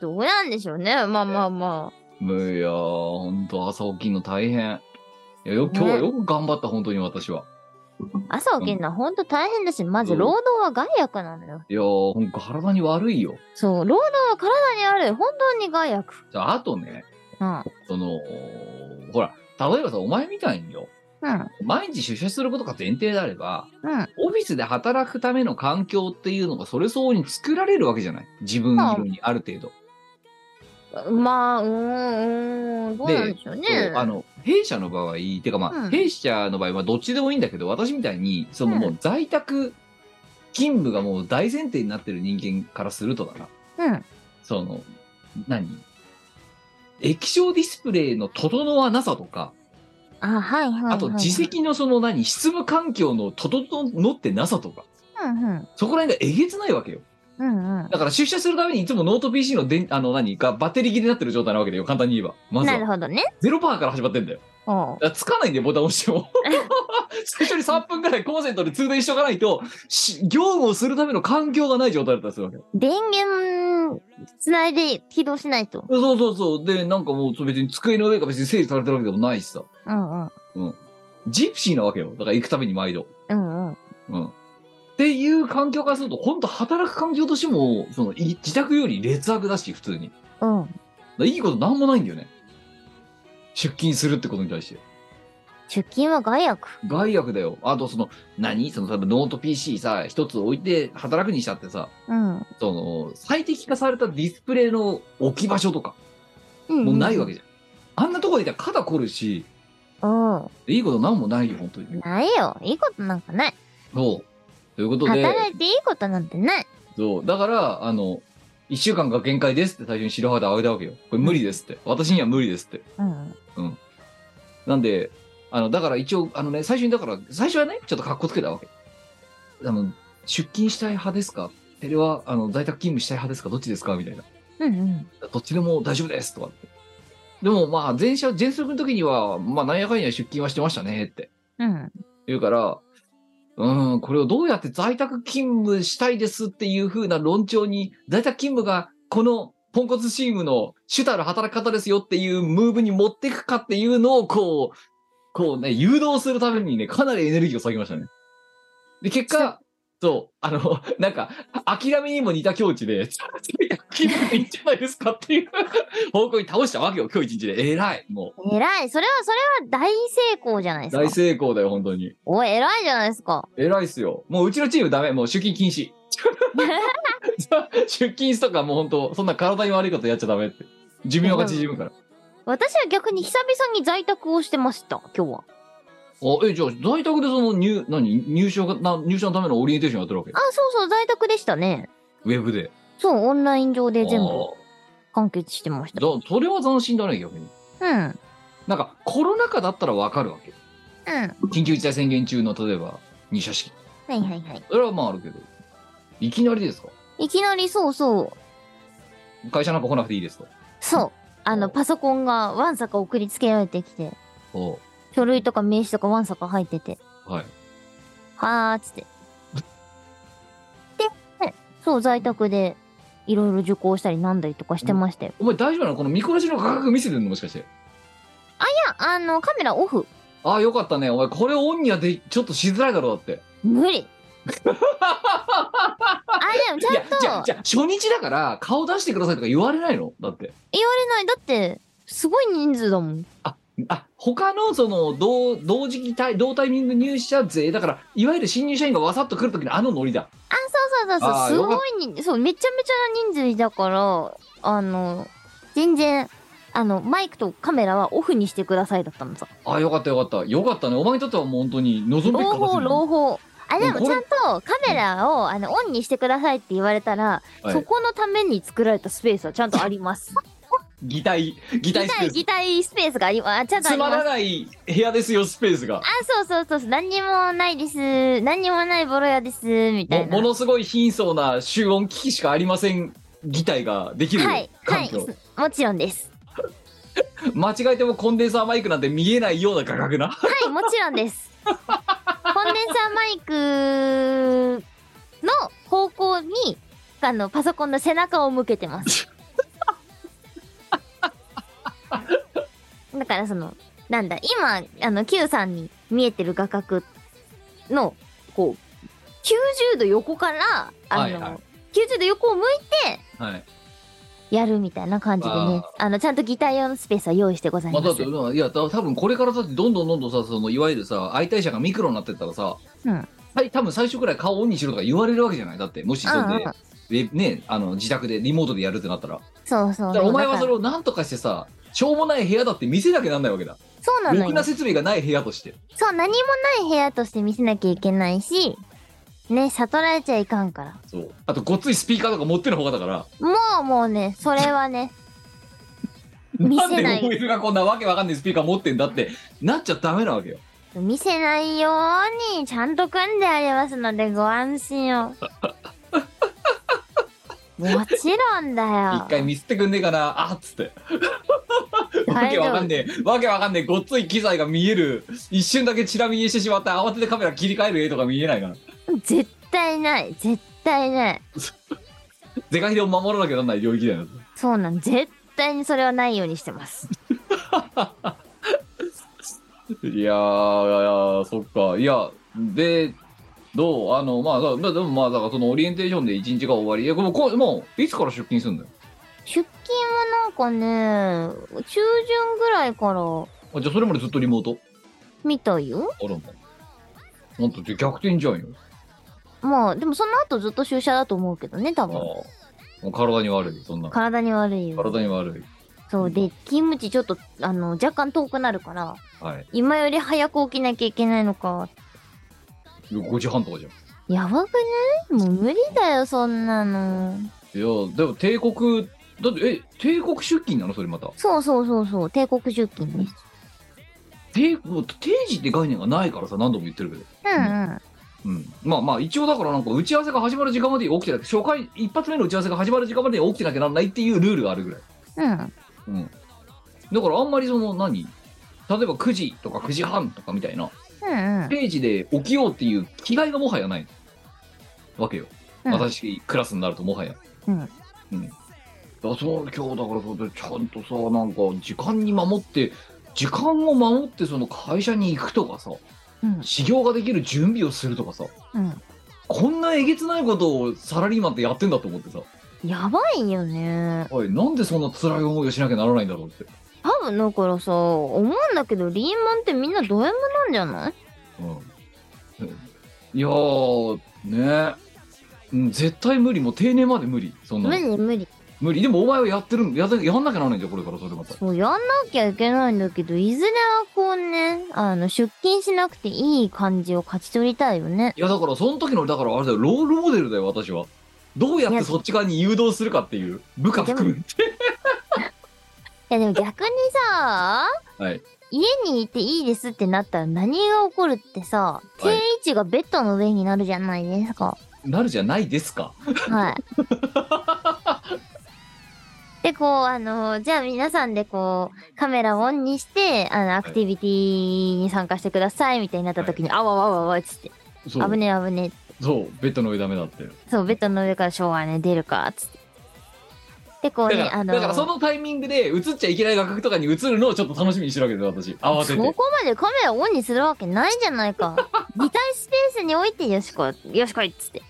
[SPEAKER 1] どうなんでしょうね。まあまあま
[SPEAKER 3] いやーほんと朝起きるの大変。いやよ今日はよく頑張った本当に私は。
[SPEAKER 1] あ。朝起きるのはほんと大変だし、まず
[SPEAKER 3] うん
[SPEAKER 1] 労働は害悪なのよ。
[SPEAKER 3] いやーほんと体に悪いよ。
[SPEAKER 1] そう、労働は体にある。本当に害悪。
[SPEAKER 3] じゃああとね
[SPEAKER 1] うん。
[SPEAKER 3] そのほら例えばさお前みたいによ
[SPEAKER 1] うん。
[SPEAKER 3] 毎日出社することが前提であれば
[SPEAKER 1] うん。
[SPEAKER 3] オフィスで働くための環境っていうのがそれ相応に作られるわけじゃない自分色にある程度。
[SPEAKER 1] まあ、うーん、うーん、どうなんでしょうね
[SPEAKER 3] そう。あの弊社の場合てかまあ、
[SPEAKER 1] うん
[SPEAKER 3] 弊社の場合はどっちでもいいんだけど私みたいにその
[SPEAKER 1] うん
[SPEAKER 3] もう在宅勤務がもう大前提になってる人間からするとだな
[SPEAKER 1] うん。
[SPEAKER 3] その何液晶ディスプレイの整わなさとか、
[SPEAKER 1] あ、はいはいはい。
[SPEAKER 3] あと自。責のその何、執務環境の整ってなさとか、
[SPEAKER 1] うんうん。
[SPEAKER 3] そこら辺がえげつないわけよ。
[SPEAKER 1] うん
[SPEAKER 3] だから出社するためにいつもノート PC のでんあの何がバッテリー切れになってる状態なわけだよ、簡単に言え
[SPEAKER 1] う
[SPEAKER 3] ば。ま
[SPEAKER 1] ん。
[SPEAKER 3] ず
[SPEAKER 1] なる
[SPEAKER 3] は。
[SPEAKER 1] ほどね。
[SPEAKER 3] ゼロパーから始まってんだよ。
[SPEAKER 1] おう
[SPEAKER 3] あつかないんでボタン押しても最初に3分ぐらいコンセントで通電しとかないとし業務をするための環境がない状態だったりするわけ
[SPEAKER 1] 電源つないで起動しないと。
[SPEAKER 3] そうそうそうでなんかもう別に机の上が別に整理されてるわけでもないしさ
[SPEAKER 1] うんうん。
[SPEAKER 3] ジプシーなわけよだから行くために毎度
[SPEAKER 1] うんうん。
[SPEAKER 3] うんっていう環境からすると本当働く環境としてもそのい自宅より劣悪だし普通にだか
[SPEAKER 1] うん。
[SPEAKER 3] らいいことなんもないんだよね出勤するってことに対して
[SPEAKER 1] 出勤は害悪。
[SPEAKER 3] 害悪だよあとその何その多分ノート PC さ一つ置いて働くにしたってさ
[SPEAKER 1] うん。うん
[SPEAKER 3] その最適化されたディスプレイの置き場所とか
[SPEAKER 1] うん。
[SPEAKER 3] もうないわけじゃん、あんなとこでいたら肩凝るし
[SPEAKER 1] うん。
[SPEAKER 3] いいことなんもないよ本当に
[SPEAKER 1] ないよ。いいことなんかない。
[SPEAKER 3] そうということで
[SPEAKER 1] 働いていいことなんてない。
[SPEAKER 3] そうだからあの1週間が限界ですって最初に白肌あげたわけよこれ無理ですって私には無理ですって
[SPEAKER 1] うん。
[SPEAKER 3] なんであのだから一応あのね最初にだから最初はねちょっとかっこつけたわけあの出勤したい派ですかテレはあの在宅勤務したい派ですかどっちですかみたいな
[SPEAKER 1] うんうん。
[SPEAKER 3] どっちでも大丈夫ですとかって。でもまあ前者、前職の時には、まあなんやかんや出勤はしてましたねって
[SPEAKER 1] うん。
[SPEAKER 3] 言うから、うーん、これをどうやって在宅勤務したいですっていう風な論調に、在宅勤務がこのポンコツチームの主たる働き方ですよっていうムーブに持っていくかっていうのをこう、こうね、誘導するためにね、かなりエネルギーを割きましたね。で、結果、そう、あの、なんか、諦めにも似た境地で、 在宅勤務でいいんじゃないですかっていう方向に倒したわけよ、今日一日で。偉い、も。
[SPEAKER 1] 偉い。それは、それは大成功じゃないうです
[SPEAKER 3] 大
[SPEAKER 1] か。
[SPEAKER 3] 成功だよ、本当に。
[SPEAKER 1] お、偉いじゃないですか。
[SPEAKER 3] 偉いっすよ。もううちのチームダメ。もう出勤禁 止。出勤とかもう本当そんな体に悪いことやっちゃダメって。寿命が縮むから。
[SPEAKER 1] 私は逆に久々に在宅をしてました、今日は。
[SPEAKER 3] あ、え、じゃあ在宅でその入、何入賞がな、入賞のためのオリエンテーションやってるわけ
[SPEAKER 1] あ、そうそう、在宅でしたね。
[SPEAKER 3] ウェブで。
[SPEAKER 1] そう、オンライン上で全部
[SPEAKER 3] あ
[SPEAKER 1] 完結してました。
[SPEAKER 3] ーだそれは斬新だね、逆に。
[SPEAKER 1] うん。うん。
[SPEAKER 3] なんか、コロナ禍だったらわかるわけ。緊急事態宣言中の、例えば、入社式。
[SPEAKER 1] はいはいはい。
[SPEAKER 3] それはまああるけど。いきなりですか
[SPEAKER 1] いきなりそうそう、
[SPEAKER 3] 会社なんか来なくていいですと。
[SPEAKER 1] そう。あの、パソコンがワンサカ送りつけられてきて、
[SPEAKER 3] お
[SPEAKER 1] 書類とか名刺とかワンサカ入ってて、
[SPEAKER 3] はい。
[SPEAKER 1] はーっつって。で、そう、在宅でいろいろ受講したりなんだりとかしてましたよ。
[SPEAKER 3] お前大丈夫なのこの見殺しの価格見せてるのもしかして。
[SPEAKER 1] いや、あの、カメラオフ。
[SPEAKER 3] ああ、よかったね。お前、これオンにはでちょっとしづらいだろう、だって。
[SPEAKER 1] 無 理。あ、でもち
[SPEAKER 3] い
[SPEAKER 1] ゃ
[SPEAKER 3] や
[SPEAKER 1] ん、
[SPEAKER 3] じゃあ、
[SPEAKER 1] と
[SPEAKER 3] じゃあ初日だから、顔出してくださいとか言われないのだって。
[SPEAKER 1] 言われない。だって、すごい人数だもん。
[SPEAKER 3] あ、他の、その、同、同時期帯、同タイミング入社勢、だから、いわゆる新入社員がわさっと来るときのあのノリだ。
[SPEAKER 1] あ、そうそうそうそ
[SPEAKER 3] あー
[SPEAKER 1] う、す
[SPEAKER 3] よかっ
[SPEAKER 1] ごい人、そう、めちゃめちゃな人数だから、あの、全然、あの、マイクとカメラはオフにしてくださいだったのさ。
[SPEAKER 3] ああ、よかったよかった。よかったね。お前にとってはもう本当に望むべき
[SPEAKER 1] 朗
[SPEAKER 3] 形
[SPEAKER 1] 報、
[SPEAKER 3] になる
[SPEAKER 1] 朗報。あ、で
[SPEAKER 3] う
[SPEAKER 1] も
[SPEAKER 3] んこ
[SPEAKER 1] ち
[SPEAKER 3] れ
[SPEAKER 1] ゃんとカメラを、あの、オンにしてくださいって言われたら、
[SPEAKER 3] はい
[SPEAKER 1] そこのために作られたスペースはちゃんとあり ます。
[SPEAKER 3] 擬態、擬
[SPEAKER 1] 擬
[SPEAKER 3] 態スペ
[SPEAKER 1] 態、
[SPEAKER 3] ース
[SPEAKER 1] 擬。態スペースがあります。あちゃんとあ
[SPEAKER 3] つ
[SPEAKER 1] り
[SPEAKER 3] ま
[SPEAKER 1] ま
[SPEAKER 3] ら
[SPEAKER 1] す。
[SPEAKER 3] ない部屋ですよ、スペースが
[SPEAKER 1] あ。、そうそうそうそう、何にもないです。何にもないボロ屋です。みた
[SPEAKER 3] も
[SPEAKER 1] いな。
[SPEAKER 3] ものすごい貧相な集音機器しかありません。擬態ができる
[SPEAKER 1] はい、は
[SPEAKER 3] 環
[SPEAKER 1] い
[SPEAKER 3] 境、、
[SPEAKER 1] もちろんです。
[SPEAKER 3] 間違えてもコンデンサーマイクなんて見えないような画角 な
[SPEAKER 1] はい、もちろんです。コンデンサーマイクの方向に、あの、パソコンの背中を向けて ます。だからその、なんだ、今、あの、Q さんに見えてる画角の、こう、90度横から、あの、
[SPEAKER 3] はいはい
[SPEAKER 1] 90度横を向いて、
[SPEAKER 3] はい、
[SPEAKER 1] やるみたいな感じでね、あの、ちゃんとギター用のスペースは用意してござい
[SPEAKER 3] ま
[SPEAKER 1] ま
[SPEAKER 3] あ、
[SPEAKER 1] す。
[SPEAKER 3] だっていやだ多分これからだってどんどんどんどんさそのいわゆるさ相対者がミクロになってったらさ、
[SPEAKER 1] うん
[SPEAKER 3] はい、多分最初くらい顔オンにしろとか言われるわけじゃないだってもしそれ
[SPEAKER 1] うんう
[SPEAKER 3] で
[SPEAKER 1] んうん、
[SPEAKER 3] でね、あの自宅でリモートでやるってなったら
[SPEAKER 1] そうそう。
[SPEAKER 3] だからお前はそれ
[SPEAKER 1] だか
[SPEAKER 3] をなんとかしてさしょうもない部屋だって見せなきゃなんないわけだ
[SPEAKER 1] らそうな
[SPEAKER 3] ろ
[SPEAKER 1] の
[SPEAKER 3] く
[SPEAKER 1] よ
[SPEAKER 3] な。設備がない部屋として
[SPEAKER 1] そう、何もない部屋として見せなきゃいけないし、ね、悟られちゃいかんから。
[SPEAKER 3] そうあとごっついスピーカーとか持ってる方がだから
[SPEAKER 1] もうもうね、それはね、 見
[SPEAKER 3] なん
[SPEAKER 1] せ
[SPEAKER 3] で
[SPEAKER 1] ない
[SPEAKER 3] OL がこんなわけわかんないスピーカー持ってんだってなっちゃダメなわけよ
[SPEAKER 1] 見せないようにちゃんと組んでありますのでご安心 を。もちろんだ
[SPEAKER 3] 一
[SPEAKER 1] よ。
[SPEAKER 3] 回見せてくんねえかなあっつってわ
[SPEAKER 1] 大
[SPEAKER 3] け
[SPEAKER 1] 丈夫
[SPEAKER 3] わかんねえわけわかんねえごっつい機材が見える一瞬だけチラ見えしてしまって慌ててカメラ切り替える絵とか見えないから
[SPEAKER 1] 絶対ない、絶対ない。
[SPEAKER 3] 是が非でを守らなきゃなんない領域だよ
[SPEAKER 1] そうなん、絶対にそれはないようにしてます。
[SPEAKER 3] いやーそっかいやでどうあのまあだだでもまあだからそのオリエンテーションで一日が終わりえこうこうもういつから出勤するんだよ
[SPEAKER 1] 出勤はなんかね、中旬ぐらいから
[SPEAKER 3] あじゃあそれまでずっとリモート
[SPEAKER 1] 見たいよ。
[SPEAKER 3] あらまほんとじゃあ逆転じゃんよ
[SPEAKER 1] まあ、でもその後ずっと注射だと思うけどね、多
[SPEAKER 3] ああ
[SPEAKER 1] 分。
[SPEAKER 3] もう体に悪いそんな
[SPEAKER 1] 体に悪いよ。
[SPEAKER 3] 体に悪い
[SPEAKER 1] そう。で、勤務地ちょっと、あの、若干遠くなるから、
[SPEAKER 3] はい
[SPEAKER 1] 今より早く起きなきゃいけないのか。
[SPEAKER 3] 5時半とかじゃん
[SPEAKER 1] やばくないもう無理だよ、そんなの。
[SPEAKER 3] いやでも帝国だってえ帝国出勤なのそれまた
[SPEAKER 1] そうそうそうそう、帝国出勤です。
[SPEAKER 3] 帝もう定時って概念がないからさ何度も言ってるけど、
[SPEAKER 1] うんうん。
[SPEAKER 3] うん、まあまあ一応だからなんか打ち合わせが始まる時間まで起きてなきゃ初回一発目の打ち合わせが始まる時間まで起きてなきゃならないっていうルールがあるぐらい、
[SPEAKER 1] うん。
[SPEAKER 3] うん、だからあんまりその何例えば9時とか9時半とかみたいな
[SPEAKER 1] うんうん。
[SPEAKER 3] 定時で起きようっていう気概がもはやないわけよ、
[SPEAKER 1] うん
[SPEAKER 3] 私クラスになるともはや
[SPEAKER 1] うん
[SPEAKER 3] うんだからそう今日だからそうでちゃんとさなんか時間に守って時間を守ってその会社に行くとかさ
[SPEAKER 1] うん。
[SPEAKER 3] 修行ができる準備をするとかさ
[SPEAKER 1] うん。
[SPEAKER 3] こんなえげつないことをサラリーマンってやってんだと思ってさ、
[SPEAKER 1] やばいよね。
[SPEAKER 3] おい、なんでそんな辛い思いをしなきゃならないんだろうって、
[SPEAKER 1] 多分だからさ、思うんだけど、リーマンってみんなド M なんじゃない
[SPEAKER 3] うん、いやーねうん絶対無理もう定年まで無理そんな
[SPEAKER 1] 無理
[SPEAKER 3] の
[SPEAKER 1] 無理。
[SPEAKER 3] 無理でもお前はやってるんやってやんなきゃならないんだよこれからそれまた
[SPEAKER 1] そうやんなきゃいけないんだけどいずれはこうねあの出勤しなくていい感じを勝ち取りたいよね
[SPEAKER 3] いやだからその時のだからあれだよロールモデルだよ私はどうやっ
[SPEAKER 1] い
[SPEAKER 3] て
[SPEAKER 1] や
[SPEAKER 3] そっち側に誘導するかっていう部下含めて
[SPEAKER 1] いやでも逆にさ
[SPEAKER 3] はい
[SPEAKER 1] 家にいていいですってなったら何が起こるってさ
[SPEAKER 3] い
[SPEAKER 1] 定位置がベッドの上になるじゃないですか
[SPEAKER 3] なるじゃないですか
[SPEAKER 1] はいでこうあのじゃあ皆さんでこうカメラをオンにしてあのアクティビティに参加してくださいみたいになった時に、あわわわわっつって
[SPEAKER 3] そ
[SPEAKER 1] 危
[SPEAKER 3] う
[SPEAKER 1] ねえ危ねえ
[SPEAKER 3] そうベッドの上ダメだって
[SPEAKER 1] そう、ベッドの上からショーはね、出るか、つって。で、こう
[SPEAKER 3] だ
[SPEAKER 1] ね、
[SPEAKER 3] か
[SPEAKER 1] あ
[SPEAKER 3] ら、
[SPEAKER 1] の
[SPEAKER 3] だからそのタイミングで映っちゃいけない画角とかに映るのをちょっと楽しみにしてるわけですよ、私。慌て
[SPEAKER 1] そ
[SPEAKER 3] て。
[SPEAKER 1] こまでカメラオンにするわけないじゃない か。擬態スペースにおいてよしこ、よしこいっつって。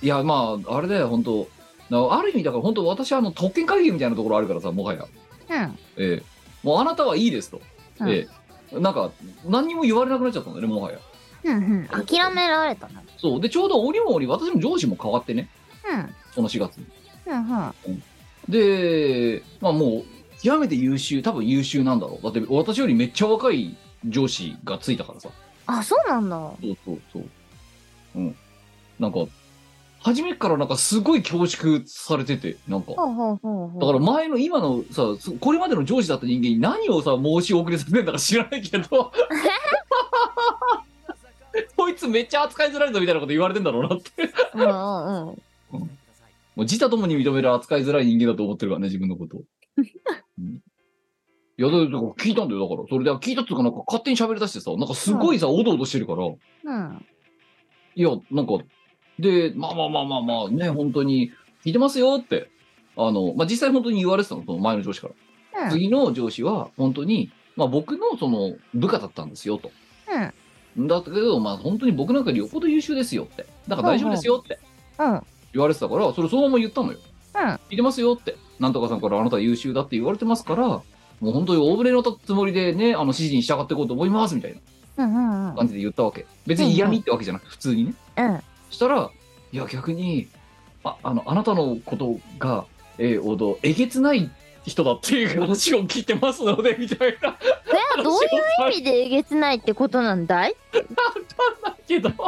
[SPEAKER 3] いや、まあ、あれだよ、本当なある意味、だから本当私はあの特権会議みたいなところあるからさ、もはや。
[SPEAKER 1] うん。
[SPEAKER 3] ええもうあなたはいいですと。
[SPEAKER 1] うん
[SPEAKER 3] ええなんか、何にも言われなくなっちゃったんだよね、もはや。
[SPEAKER 1] うんうん。諦められたな。
[SPEAKER 3] そう。で、ちょうど折も折、私の上司も変わってね、
[SPEAKER 1] うん。
[SPEAKER 3] この4月に。
[SPEAKER 1] うんうん。
[SPEAKER 3] で、まあもう、極めて優秀、多分優秀なんだろう。だって、私よりめっちゃ若い上司がついたからさ。
[SPEAKER 1] あ、そうなんだ。
[SPEAKER 3] そうそうそう。うん。なんか、初めからなんかすごい恐縮されてて、なんか。
[SPEAKER 1] ほうほうほうほう。
[SPEAKER 3] だから前の今のさ、そこれまでの上司だった人間に何をさ、申し遅れさせてんだか知らないけ ど。こいつめっちゃ扱いづらいぞみたいなこと言われてんだろうなって。
[SPEAKER 1] うんうんうん。
[SPEAKER 3] もう自他ともに認める扱いづらい人間だと思ってるからね、自分のことを。うんいや、だから聞いたんだよ、だから。それで聞いたっていうか、なんか勝手に喋り出してさ、なんかすごいさ、おどおどしてるから。
[SPEAKER 1] うん。
[SPEAKER 3] いや、なんか、で、まあまあまあまあまあ、ね、本当に、聞いてますよって、あの、まあ実際本当に言われてたの、その前の上司から。
[SPEAKER 1] うん。
[SPEAKER 3] 次の上司は、本当に、まあ僕のその、部下だったんですよ、と。
[SPEAKER 1] うん。
[SPEAKER 3] だけど、まあ本当に僕なんかよりよっぽど優秀ですよって。だから大丈夫ですよって
[SPEAKER 1] うん。うん。
[SPEAKER 3] 言われてたから、それそのまま言ったのよ。
[SPEAKER 1] うん。
[SPEAKER 3] 聞いてますよって。なんとかさんからあなた優秀だって言われてますから、もう本当に大船に乗ったつもりでね、あの指示に従っていこうと思います、みたい
[SPEAKER 1] うん。うん
[SPEAKER 3] な。感じで言ったわけ。別に嫌味ってわけじゃなくて、普通にね。
[SPEAKER 1] うん。
[SPEAKER 3] したら、いや、逆に、ああのあなたのことが、えー、おどえげつない人だっていう話を聞いてますので、み たいな。
[SPEAKER 1] それはどういう意味でえげつないってことなんだい
[SPEAKER 3] けど、
[SPEAKER 1] ヒュー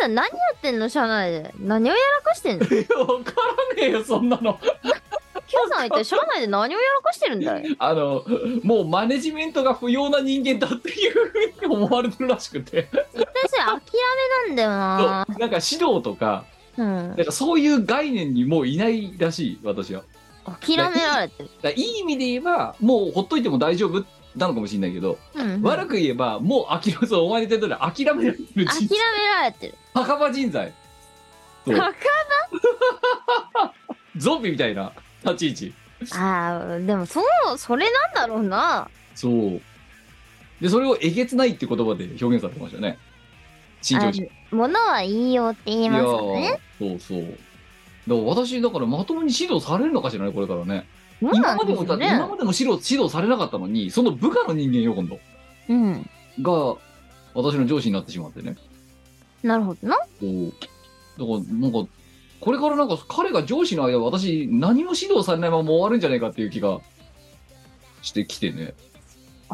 [SPEAKER 1] さん何やってんの社内で。何をやらかしてんのヒュー
[SPEAKER 3] わからねえよ、そんなの。
[SPEAKER 1] さん一体社内で何をやらかしてるんだい
[SPEAKER 3] あの、もうマネジメントが不要な人間だっていうふうに思われてるらしくて、
[SPEAKER 1] 絶対それ諦めなんだよ
[SPEAKER 3] そう
[SPEAKER 1] な
[SPEAKER 3] なんか指導とか、
[SPEAKER 1] うん。
[SPEAKER 3] なんかそういう概念にもういないらしい、私は。
[SPEAKER 1] 諦められてる。
[SPEAKER 3] だからいい意味で言えば、もうほっといても大丈夫なのかもしれないけど、
[SPEAKER 1] うん。
[SPEAKER 3] 悪
[SPEAKER 1] 諦
[SPEAKER 3] く言えば、もう諦め、そうお前の言ってたら諦められてる人
[SPEAKER 1] められてる。
[SPEAKER 3] 墓場人材そう
[SPEAKER 1] バ
[SPEAKER 3] ゾンビみたいな立ち位置
[SPEAKER 1] カあーでもそう、それなんだろうな。
[SPEAKER 3] そうでそれをえげつないって言葉で表現されてましたね新
[SPEAKER 1] あ
[SPEAKER 3] 庄氏
[SPEAKER 1] ものは言いようって言いますからね。
[SPEAKER 3] そうそうだから私だからまともに指導されるのかしらねこれからね
[SPEAKER 1] そうな
[SPEAKER 3] 今
[SPEAKER 1] ん
[SPEAKER 3] までも
[SPEAKER 1] すよ
[SPEAKER 3] だって今までも指導指導されなかったのにその部下の人間よ今度
[SPEAKER 1] うん。
[SPEAKER 3] が私の上司になってしまってね
[SPEAKER 1] なるほどな。
[SPEAKER 3] こうだからなんかこれからなんか彼が上司の間私何も指導されないまま終わるんじゃないかっていう気がしてきてね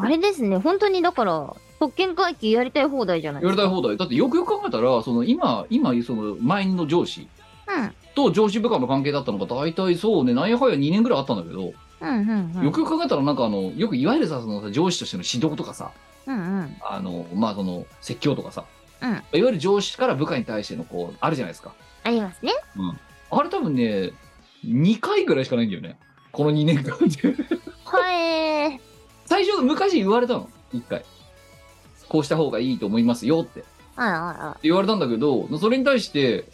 [SPEAKER 1] あれですね、本当にだから、特権階級やりたい放題じゃない
[SPEAKER 3] やりたい放題だってよくよく考えたらその今今その前の上司
[SPEAKER 1] うん。
[SPEAKER 3] と上司部下の関係だったのが大体そうねなんやかんや2年ぐらいあったんだけど、
[SPEAKER 1] うんうんうん。
[SPEAKER 3] よくよく考えたらなんかあのよくいわゆるさそのさ上司としての指導とかさ
[SPEAKER 1] うんうん。
[SPEAKER 3] あのまあその説教とかさ、
[SPEAKER 1] うん
[SPEAKER 3] いわゆる上司から部下に対してのこうあるじゃないですか
[SPEAKER 1] ありますね。
[SPEAKER 3] あれ多分ね2回ぐらいしかないんだよねこの2年間で
[SPEAKER 1] はい。
[SPEAKER 3] 最初昔言われたの1回こうした方がいいと思いますよって
[SPEAKER 1] あらあら。
[SPEAKER 3] って言われたんだけど、それに対して、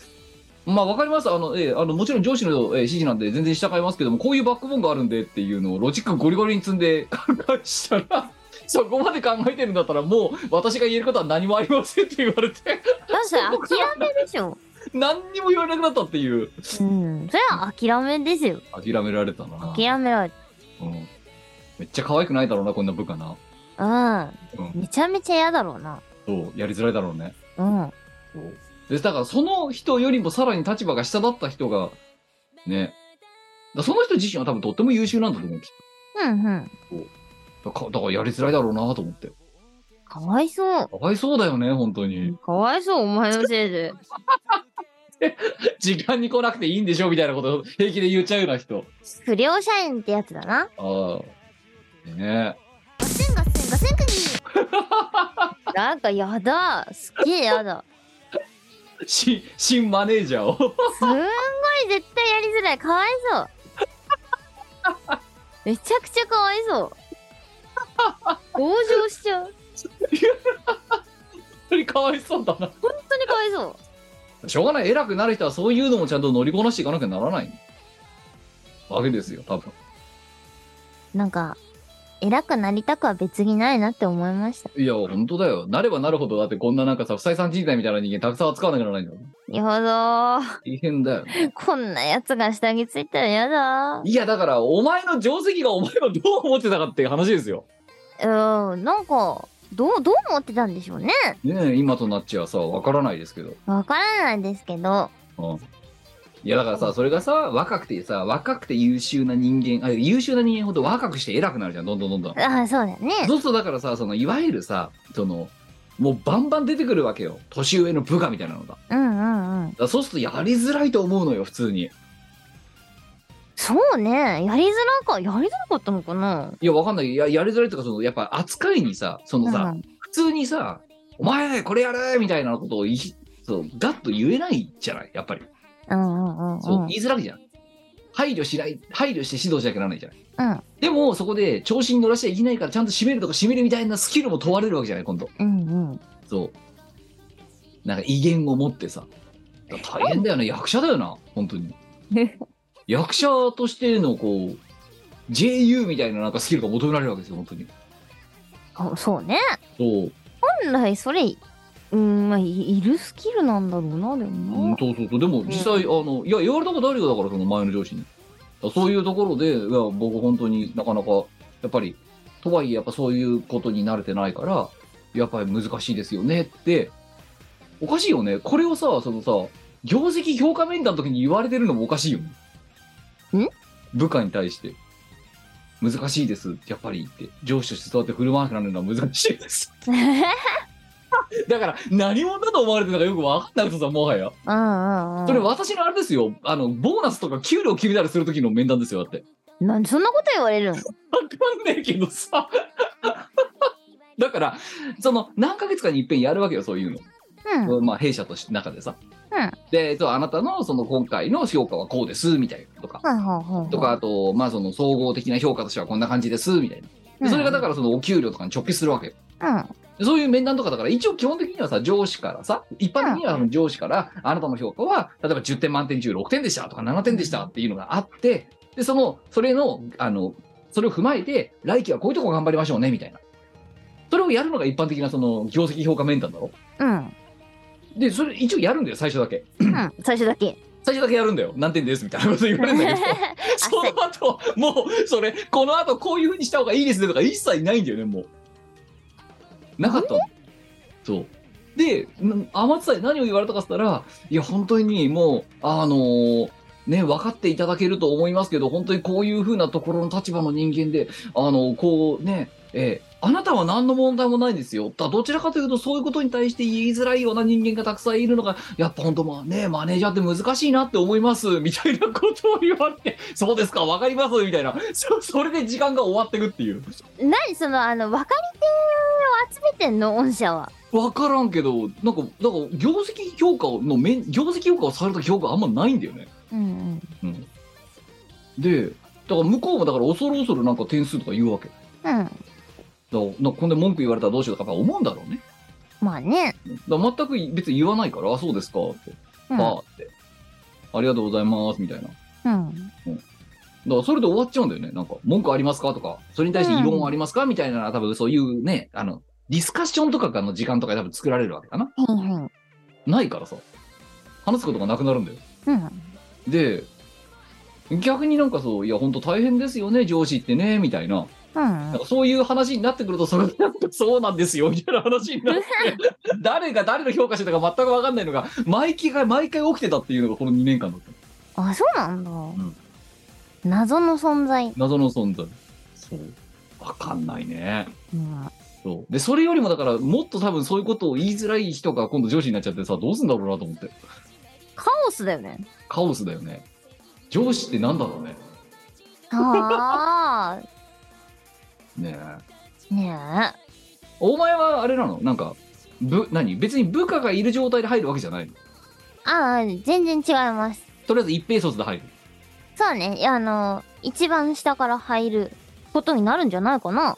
[SPEAKER 3] まあ、わかります。あの、ええあの、もちろん上司の、ええ指示なんで全然従いますけども、こういうバックボーンがあるんでっていうのをロジックゴリゴリに積んで 考えしたら、そこまで考えてるんだったら、もう私が言えることは何もありませんって言われて、
[SPEAKER 1] だってそれ諦めでしょ。
[SPEAKER 3] 何にも言われなくなったっていう。
[SPEAKER 1] うん。それは諦めですよ。
[SPEAKER 3] 諦められたな。
[SPEAKER 1] 諦められ
[SPEAKER 3] うん。めっちゃ可愛くないだろうな、こんな部下な。
[SPEAKER 1] た。
[SPEAKER 3] う
[SPEAKER 1] うん。
[SPEAKER 3] ん。
[SPEAKER 1] めちゃめちゃ嫌だろうな。
[SPEAKER 3] そう、やりづらいだろうね。
[SPEAKER 1] うん。
[SPEAKER 3] で、だからその人よりもさらに立場が下だった人が、ね、だからその人自身は多分とっても優秀なんだと思う。
[SPEAKER 1] うんうん。
[SPEAKER 3] だかだからやりづらいだろうなと思って。
[SPEAKER 1] かわいそ
[SPEAKER 3] かわいそうだよね、本当に
[SPEAKER 1] う。。かわいそう、お前のせいで。
[SPEAKER 3] 時間に来なくていいんでしょみたいなことを平気で言っちゃうような人。
[SPEAKER 1] 不良社員ってやつだな。
[SPEAKER 3] ああ。ね
[SPEAKER 1] ガセンガセンガセンクニなんかやだ。すっげえやだ。
[SPEAKER 3] え。し新マネージャーを。
[SPEAKER 1] すんごい絶対やりづらい。かわいそう。めちゃくちゃかわいそう。往生しちゃう。
[SPEAKER 3] 本当にかわいそうだな。
[SPEAKER 1] 本当にかわいそう。
[SPEAKER 3] しょうがない。偉くなる人はそういうのもちゃんと乗りこなしていかなきゃならないわけですよ、多分。
[SPEAKER 1] なんか、偉くなりたくは別にないなって思いました。
[SPEAKER 3] いや、本当だよ。なればなるほど、だってこんななんかさ、不採算人材みたいな人間たくさん扱わなきゃならないんだよ。
[SPEAKER 1] やだ
[SPEAKER 3] 大変だよ。
[SPEAKER 1] ー。こんなやつが下着ついたらやだ
[SPEAKER 3] いや、だから、お前の定石がお前をどう思ってたかっていう話ですよ。
[SPEAKER 1] ー。うん、なんか、どう、どう思ってたんでしょうね。
[SPEAKER 3] ねえ、今となっちゃさ、わからないですけど。
[SPEAKER 1] わからないですけど。
[SPEAKER 3] うん。いや、だからさ、それがさ、若くてさ、若くて優秀な人間、あ、優秀な人間ほど若くして偉くなるじゃん、どんどんどんどん。
[SPEAKER 1] ああ、そうだよね。
[SPEAKER 3] そうするとだからさそのいわゆるさそのもうバンバン出てくるわけよ年上の部下みたいなのがだか
[SPEAKER 1] うんうんうん。
[SPEAKER 3] らそうするとやりづらいと思うのよ普通に
[SPEAKER 1] そうね。やりづらか、やりづらかったのかない
[SPEAKER 3] やわかんないいややりづらいとかそのやっぱ扱いにさそのさ、
[SPEAKER 1] うん
[SPEAKER 3] 普通にさ「お前これやれ!」みたいなことをいそうガッと言えないじゃないやっぱり
[SPEAKER 1] うんうんうん。
[SPEAKER 3] そううん言いづらいじゃん配慮しない配慮して指導しなきゃならないじゃな
[SPEAKER 1] う
[SPEAKER 3] い
[SPEAKER 1] ん
[SPEAKER 3] でもそこで調子に乗らしちゃいけないからちゃんと締めるとか締めるみたいなスキルも問われるわけじゃない今度
[SPEAKER 1] うんうん。
[SPEAKER 3] そう。なんか威厳を持ってさ。大変だよね、役者だよな、本当に。役者としてのこう、JU みたいななんかスキルが求められるわけですよ、本当に。
[SPEAKER 1] あそうね。
[SPEAKER 3] そう。
[SPEAKER 1] 本来それ、うん、まあ、いいるスキルなんだろうな、で
[SPEAKER 3] う
[SPEAKER 1] も
[SPEAKER 3] ん、
[SPEAKER 1] な。
[SPEAKER 3] そうそうそう。でも実際、あの、いや、言われたことあるよ、だからその前の上司に。だからそういうところで、いや、僕本当になかなか、やっぱり、とはいえやっぱそういうことに慣れてないから、やっぱり難しいですよねって、おかしいよね。これをさ、そのさ、業績評価面談の時に言われてるのもおかしいよね。
[SPEAKER 1] ん
[SPEAKER 3] 部下に対して。難しいです、やっぱりって。上司としてそうやって振る舞わなくなるのは難しいです。 だから、何者だと思われてるのかよくわかんなくてさ、もはや。
[SPEAKER 1] うんうんうん。
[SPEAKER 3] それ私のあれですよあのボーナスとか給料決めたりする時の面談ですよだって
[SPEAKER 1] なんでそんなこと言われるん
[SPEAKER 3] 分かんねえけどさ だからその何ヶ月かに一遍やるわけよそういう
[SPEAKER 1] うん。
[SPEAKER 3] の、まあ弊社として中でさ、
[SPEAKER 1] うん
[SPEAKER 3] でえっとあなたのその今回の評価はこうですみたいなとか、
[SPEAKER 1] はいはいはいはい。
[SPEAKER 3] とかあとまあその総合的な評価としてはこんな感じですみたいな
[SPEAKER 1] う
[SPEAKER 3] で
[SPEAKER 1] ん、
[SPEAKER 3] それがだからそのお給料とかに直結するわけよ
[SPEAKER 1] うん。
[SPEAKER 3] でそういう面談とかだから、一応基本的にはさ、上司からさ、一般的にはその上司から、あなたの評価は、例えば10点満点中6点でしたとか7点でしたっていうのがあって、で、その、それの、あの、それを踏まえて、来期はこういうとこ頑張りましょうね、みたいな。それをやるのが一般的なその、業績評価面談だろ
[SPEAKER 1] うん。
[SPEAKER 3] で、それ一応やるんだよ、最初だけ。
[SPEAKER 1] うん。最初だけ。
[SPEAKER 3] 最初だけやるんだよ。何点ですみたいなこと言われるんだけど、 その後、もう、それ、この後こういう風にした方がいいですねとか一切ないんだよね、もう。なかったのそう。で、な天津さんに何を言われたかって言ったら、いや、本当にもう、あのーね、分かっていただけると思いますけど、本当にこういう風なところの立場の人間で、あの、こうね、えーあなたは何の問題もないんですよ。だどちらかというと、そういうことに対して言いづらいような人間がたくさんいるのが、やっぱ本当まあね、マネージャーって難しいなって思います、みたいなことを言われて、そうですか、わかります、みたいな。そそれで時間が終わってくっていう。
[SPEAKER 1] 何その、あの、分かり手を集めてんの御社は。
[SPEAKER 3] わからんけど、なんか、なんか、業績評価の面、業績評価をされた評価あんまないんだよね。
[SPEAKER 1] うん
[SPEAKER 3] うん。で、だから向こうもだから恐る恐るなんか点数とか言うわけ。だか
[SPEAKER 1] うん。うん。
[SPEAKER 3] らなんかこんで文句言われたらどうしようとかやっぱ思うんだろうね。
[SPEAKER 1] まあね。
[SPEAKER 3] だから全く別に言わないから、あ、そうですかって、
[SPEAKER 1] うん。
[SPEAKER 3] ああって、ありがとうございますみたいな。だか
[SPEAKER 1] うん。
[SPEAKER 3] らそれで終わっちゃうんだよね。なんか、文句ありますかとか、それに対して異論はありますか、みたいな、多分そういうね、あの、ディスカッションとかの時間とかで多分作られるわけかな。
[SPEAKER 1] はいはい。
[SPEAKER 3] ないからさ、話すことがなくなるんだよ。
[SPEAKER 1] うん。
[SPEAKER 3] で、逆になんかそう、いや、本当大変ですよね、上司ってね、みたいな。
[SPEAKER 1] うん
[SPEAKER 3] なん。かそういう話になってくると、それなんかそうなんですよ、みたいな話になって、誰が誰の評価してたか全く分かんないのが、毎回が毎回起きてたっていうのがこの2年間だった。
[SPEAKER 1] あ、そうなんだ。
[SPEAKER 3] ん
[SPEAKER 1] 謎の存在。
[SPEAKER 3] 謎の存在。そう。分かんないね。
[SPEAKER 1] うん。
[SPEAKER 3] そう。で、それよりもだから、もっと多分そういうことを言いづらい人が今度上司になっちゃってさ、どうすんだろうなと思って。
[SPEAKER 1] カオスだよね。
[SPEAKER 3] カオスだよね。上司ってなんだろうね。
[SPEAKER 1] あ
[SPEAKER 3] ねえ。
[SPEAKER 1] あ。ね
[SPEAKER 3] お前はあれなのなんか、ぶ、何別に部下がいる状態で入るわけじゃないの
[SPEAKER 1] え。ああ、全然違います。
[SPEAKER 3] とりあえず一平卒で入る。
[SPEAKER 1] そうね。いやあの、一番下から入ることになるんじゃないかな。
[SPEAKER 3] ああ、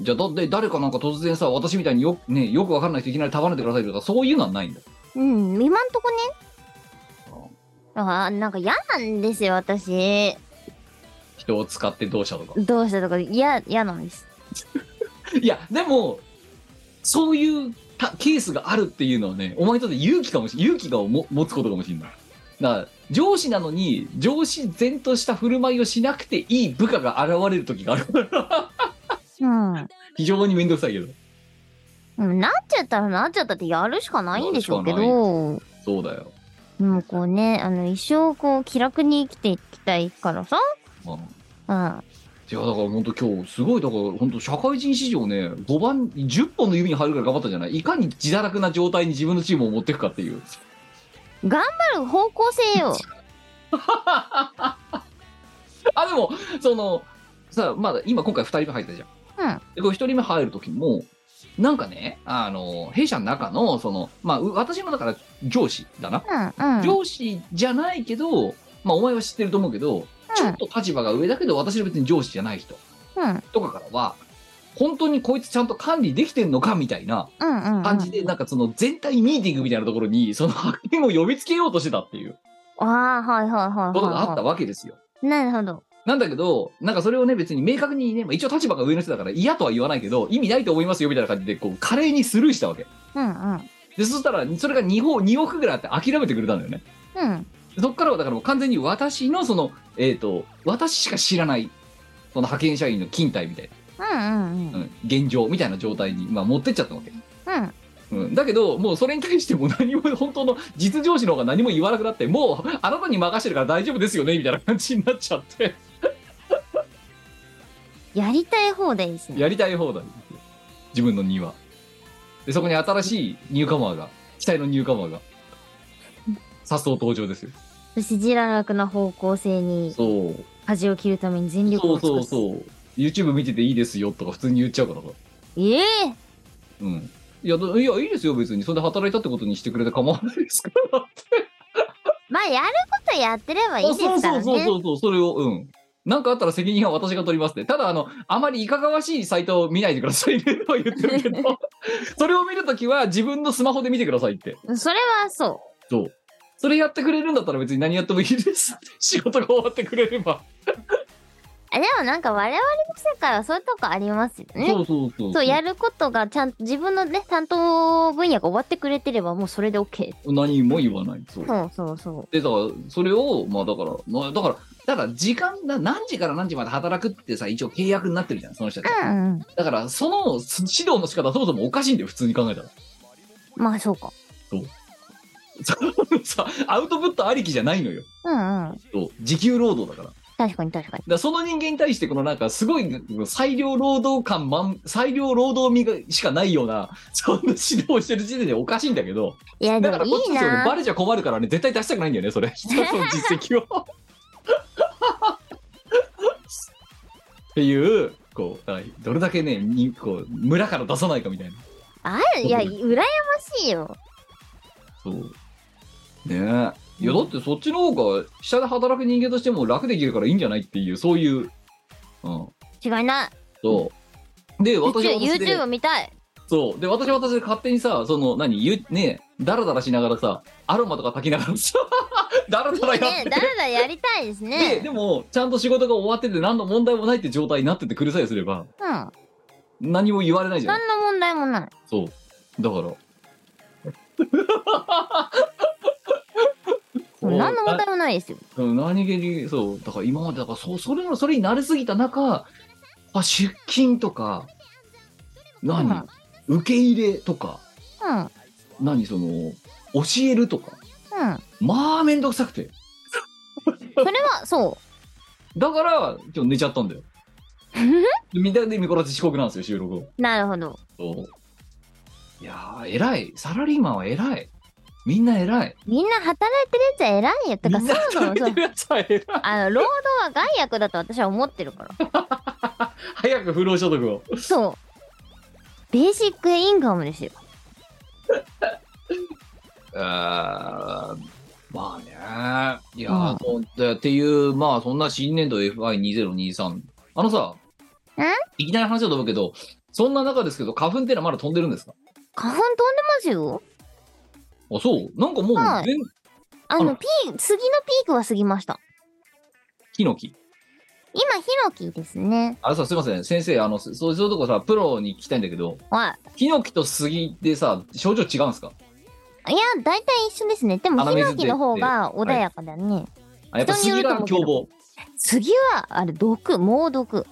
[SPEAKER 3] じゃあだって誰かなんか突然さ、私みたいによ,、ね、よくわかんない人いきなり束ねてくださいとか、そういうのはないんだ。
[SPEAKER 1] うん、今んとこね。あーなんか嫌なんですよ、私。
[SPEAKER 3] 人を使ってどうしたとか
[SPEAKER 1] どうしたとか嫌、嫌なんです。
[SPEAKER 3] いやでもそういうたケースがあるっていうのはねお前にとって勇気かもし勇気がも持つことかもしれないだから上司なのに上司前とした振る舞いをしなくていい部下が現れる時がある か
[SPEAKER 1] う
[SPEAKER 3] ら
[SPEAKER 1] ん。
[SPEAKER 3] 非常に面倒くさいけど
[SPEAKER 1] うんなっちゃったらなっちゃったってやるしかないんでしょうけ
[SPEAKER 3] やるしか
[SPEAKER 1] ど、
[SPEAKER 3] そうだよ、
[SPEAKER 1] もうこうね、あの、一生こう気楽に生きていきたいからさ。
[SPEAKER 3] まあ、
[SPEAKER 1] うん。
[SPEAKER 3] いやだから本当今日すごいだから本当社会人史上ね5番10本の指に入るからい頑張ったじゃないいかに自堕落な状態に自分のチームを持っていくかっていう
[SPEAKER 1] 頑張る方向性よ。
[SPEAKER 3] あでもそのさまだ今今回2人目入ったじゃん。
[SPEAKER 1] うん
[SPEAKER 3] でこれ1人目入る時もなんかねあの弊社の中のそのまあう私もだから上司だな、
[SPEAKER 1] うん、うん。
[SPEAKER 3] 上司じゃないけどまあお前は知ってると思うけど、ちょっと立場が上だけど私は別に上司じゃない人
[SPEAKER 1] うん、うん、
[SPEAKER 3] とかからは本当にこいつちゃんと管理できてんのかみたいな
[SPEAKER 1] うんうん、うん。
[SPEAKER 3] 感じで、なんかその全体ミーティングみたいなところにその 発見を呼びつけようとしてたっていう
[SPEAKER 1] ああ、はいはいはいはい、はい。
[SPEAKER 3] ことがあったわけですよ。
[SPEAKER 1] なるほど。
[SPEAKER 3] なんだけど、なんかそれをね、別に明確にね、まあ、一応立場が上の人だから嫌とは言わないけど、意味ないと思いますよみたいな感じで、こう、華麗にスルーしたわけ。
[SPEAKER 1] うん、うん。
[SPEAKER 3] で、そしたら、それが2方、2億ぐらいあって諦めてくれたんだよね。
[SPEAKER 1] うん、
[SPEAKER 3] でそっからは、だからもう完全に私の、その、えっ、と、私しか知らない、その派遣社員の勤怠みたい
[SPEAKER 1] うん、うん、う。
[SPEAKER 3] な、うんん、現状みたいな状態に、まあ、持ってっちゃったわけ。
[SPEAKER 1] うん、
[SPEAKER 3] うん、だけど、もうそれに対しても何も、本当の実上司の方が何も言わなくなって、もうあなたに任してるから大丈夫ですよね、みたいな感じになっちゃって、
[SPEAKER 1] やりたい放題ですね。
[SPEAKER 3] やりたい放題自分の庭でそこに新しいニューカマーが期待のニューカマーがさっそう登場ですよ
[SPEAKER 1] そして、自堕落な方向性に
[SPEAKER 3] そう
[SPEAKER 1] 舵を切るために全力
[SPEAKER 3] そ
[SPEAKER 1] を
[SPEAKER 3] う
[SPEAKER 1] 尽
[SPEAKER 3] そう
[SPEAKER 1] くす。うそう
[SPEAKER 3] そう YouTube 見てていいですよとか普通に言っちゃうからさ
[SPEAKER 1] ええ
[SPEAKER 3] うんいやどいやいいですよ別にそれで働いたってことにしてくれて構わないですから
[SPEAKER 1] まあ、やることやってればいいです
[SPEAKER 3] そう
[SPEAKER 1] か
[SPEAKER 3] そ
[SPEAKER 1] ら
[SPEAKER 3] うそうそ
[SPEAKER 1] ね。
[SPEAKER 3] うそうそれをうんなんかあったら責任は私が取りますって。ただ、あの、あまりいかがわしいサイトを見ないでくださいねとは言ってるけ ど、それを見るときは自分のスマホで見てくださいって。
[SPEAKER 1] それはそ
[SPEAKER 3] そう。それやってくれるんだったら別に何やってもいい です。仕事が終わってくれれば。
[SPEAKER 1] う。あでもなんか我々の世界はそういうとこありますよね。
[SPEAKER 3] そうそうそう。
[SPEAKER 1] そうやることがちゃんと自分のね担当分野が終わってくれてればもうそれで OK。
[SPEAKER 3] 何も言わない。そう。
[SPEAKER 1] そうそうそ
[SPEAKER 3] で、だから、それを、まあだから、まあだから、だから時間が何時から何時まで働くってさ、一応契約になってるじゃん、その人たち。
[SPEAKER 1] う。うんうん。
[SPEAKER 3] だから、そのす指導の仕方はそもそもおかしいんだよ、普通に考えたら。
[SPEAKER 1] まあそうか。
[SPEAKER 3] さ、アウトプットありきじゃないのよ。
[SPEAKER 1] うんうん。
[SPEAKER 3] そう。時給労働だから。
[SPEAKER 1] 確かに確かに。
[SPEAKER 3] だからその人間に対してこのなんかすごい裁量労働感満裁量労働味がしかないようなそんな指導をしてる時点でおかしいんだけど
[SPEAKER 1] いやで
[SPEAKER 3] だから
[SPEAKER 1] もい
[SPEAKER 3] こっち
[SPEAKER 1] い
[SPEAKER 3] ですよね
[SPEAKER 1] な
[SPEAKER 3] バ。レちゃ困るからね絶対出したくないんだよね それその実績を。っていうこうだからどれだけねにこう村から出さないかみたいな
[SPEAKER 1] あいや羨ましいよ。
[SPEAKER 3] そうねえいやだってそっちの方が下で働く人間としても楽できるからいいんじゃないっていうそういううん
[SPEAKER 1] 違いない。
[SPEAKER 3] そうで私は私で
[SPEAKER 1] YouTube 見 たい。
[SPEAKER 3] そう。で、私は私で勝手にさ、その、何、ゆ、ねえ、だらだらしながらさ、アロマとか炊きながらさ、 だら
[SPEAKER 1] いい
[SPEAKER 3] だら
[SPEAKER 1] ね
[SPEAKER 3] やっ。て。
[SPEAKER 1] だらだらやりたいです
[SPEAKER 3] で、
[SPEAKER 1] ね。
[SPEAKER 3] でも、ちゃんと仕事が終わってて何の問題もないって状態になっててくれさえすれば、
[SPEAKER 1] うん。何
[SPEAKER 3] 何も言われないじゃん。
[SPEAKER 1] の問題もない。
[SPEAKER 3] そう。 だから。こう
[SPEAKER 1] 何の問題もないですよ。
[SPEAKER 3] うん何気に、そう。だから今まで、だから、そう、それの、それに慣れすぎた中、あ出勤とか、何、受け入れとか、
[SPEAKER 1] うん。うん。
[SPEAKER 3] 何その、教えるとか。まあめんどくさくて。
[SPEAKER 1] それはそ
[SPEAKER 3] だから、今日寝ちゃっ たんだよ。でみんなで見殺し遅刻なんですよ、収録を。
[SPEAKER 1] う。なるほど。
[SPEAKER 3] いやー、偉い。サラリーマンは偉い。みんな偉い。
[SPEAKER 1] みんな働いてるやつは偉いよ。てか、
[SPEAKER 3] み
[SPEAKER 1] そ
[SPEAKER 3] んな
[SPEAKER 1] もそも
[SPEAKER 3] 働
[SPEAKER 1] そ
[SPEAKER 3] いう てるやつは偉い。
[SPEAKER 1] あの、労働は害悪だと私は思ってるから。
[SPEAKER 3] 早く不労所得を。
[SPEAKER 1] そう。ベーシックインカムですよ。
[SPEAKER 3] あーまあね。いや
[SPEAKER 1] うん
[SPEAKER 3] ー、そうだっていう、まあそんな新年度 FI2023。あのさ、
[SPEAKER 1] ん
[SPEAKER 3] いきなり話を飛ぶけど、そんな中ですけど、花粉ってのはまだ飛んでるんですか
[SPEAKER 1] 花粉飛んでますよ。
[SPEAKER 3] あ、そうなんかもう
[SPEAKER 1] はい
[SPEAKER 3] 全、
[SPEAKER 1] あ
[SPEAKER 3] あ
[SPEAKER 1] の、
[SPEAKER 3] ら
[SPEAKER 1] ピー、杉のピークは過ぎました。
[SPEAKER 3] ヒノキ。
[SPEAKER 1] 今、ヒノキですね。
[SPEAKER 3] あれさ、すいません。先生、あの、そそういうとこさ、プロに聞きたいんだけど、
[SPEAKER 1] は
[SPEAKER 3] ヒノキと杉ってさ、症状違うんですか
[SPEAKER 1] い。いや、大体一緒ですね。でも、
[SPEAKER 3] 鼻
[SPEAKER 1] ヒ
[SPEAKER 3] 水
[SPEAKER 1] ノキの方が穏やかだね。
[SPEAKER 3] あやっぱ
[SPEAKER 1] 人に
[SPEAKER 3] 杉
[SPEAKER 1] よる
[SPEAKER 3] が
[SPEAKER 1] と
[SPEAKER 3] 凶
[SPEAKER 1] 思
[SPEAKER 3] 暴。
[SPEAKER 1] 杉は、あれ、毒、猛毒。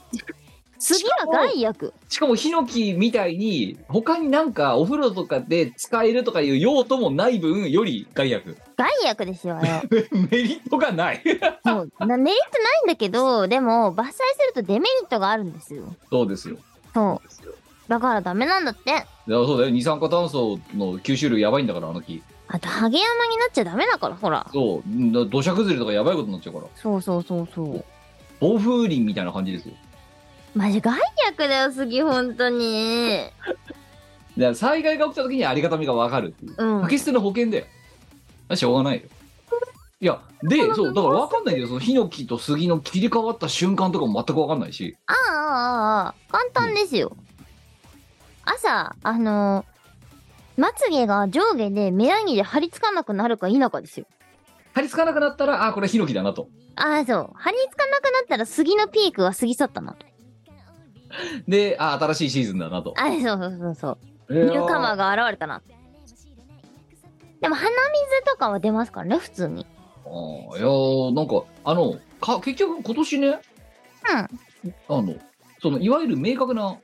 [SPEAKER 1] 杉は害薬。
[SPEAKER 3] しかもヒノキみたいに、他になんかお風呂とかで使えるとかいう用途もない分より害悪。
[SPEAKER 1] 害薬ですよ、あれ。
[SPEAKER 3] メリットがない。
[SPEAKER 1] そうなメリットないんだけど、でも、伐採するとデメリットがあるんですよ。
[SPEAKER 3] そうですよ。
[SPEAKER 1] そう
[SPEAKER 3] そうですよ。
[SPEAKER 1] う。だからダメなんだって。
[SPEAKER 3] いやそうだよ。二酸化炭素の吸収量やばいんだから、あの木。
[SPEAKER 1] あと、ハゲ山になっちゃダメだから、ほら。
[SPEAKER 3] そう。んだ土砂崩れとかやばいことになっちゃうから。
[SPEAKER 1] そうそうそうそう。
[SPEAKER 3] 暴風林みたいな感じですよ。
[SPEAKER 1] マジ害薬だよ、杉、本当に。
[SPEAKER 3] だから災害が起きた時にありがたみがわかるっていう。
[SPEAKER 1] うん。
[SPEAKER 3] 竹捨ての保険だよ。あしょうがないよ。いや、で、そう、だからわかんないんだよ。そのヒノキと杉の切り替わった瞬間とかも全くわかんないし。
[SPEAKER 1] ああああああ簡単ですよ。朝、あのーまつげが上下で目やにで張り付かなくなるか否かですよ。
[SPEAKER 3] 張り付かなくなったら、あ、これヒノキだなと。
[SPEAKER 1] ああ、そう。張り付かなくなったら杉のピークが過ぎ去ったなと。
[SPEAKER 3] で、あ、新しいシーズンだなと。
[SPEAKER 1] ああ、そうそうそうそう。
[SPEAKER 3] ニ
[SPEAKER 1] ニューカマーが現れたな。でも鼻水とかは出ますからね、普通に。
[SPEAKER 3] あーいやーなんかあのか結局今年ねあのそのいわゆる明確な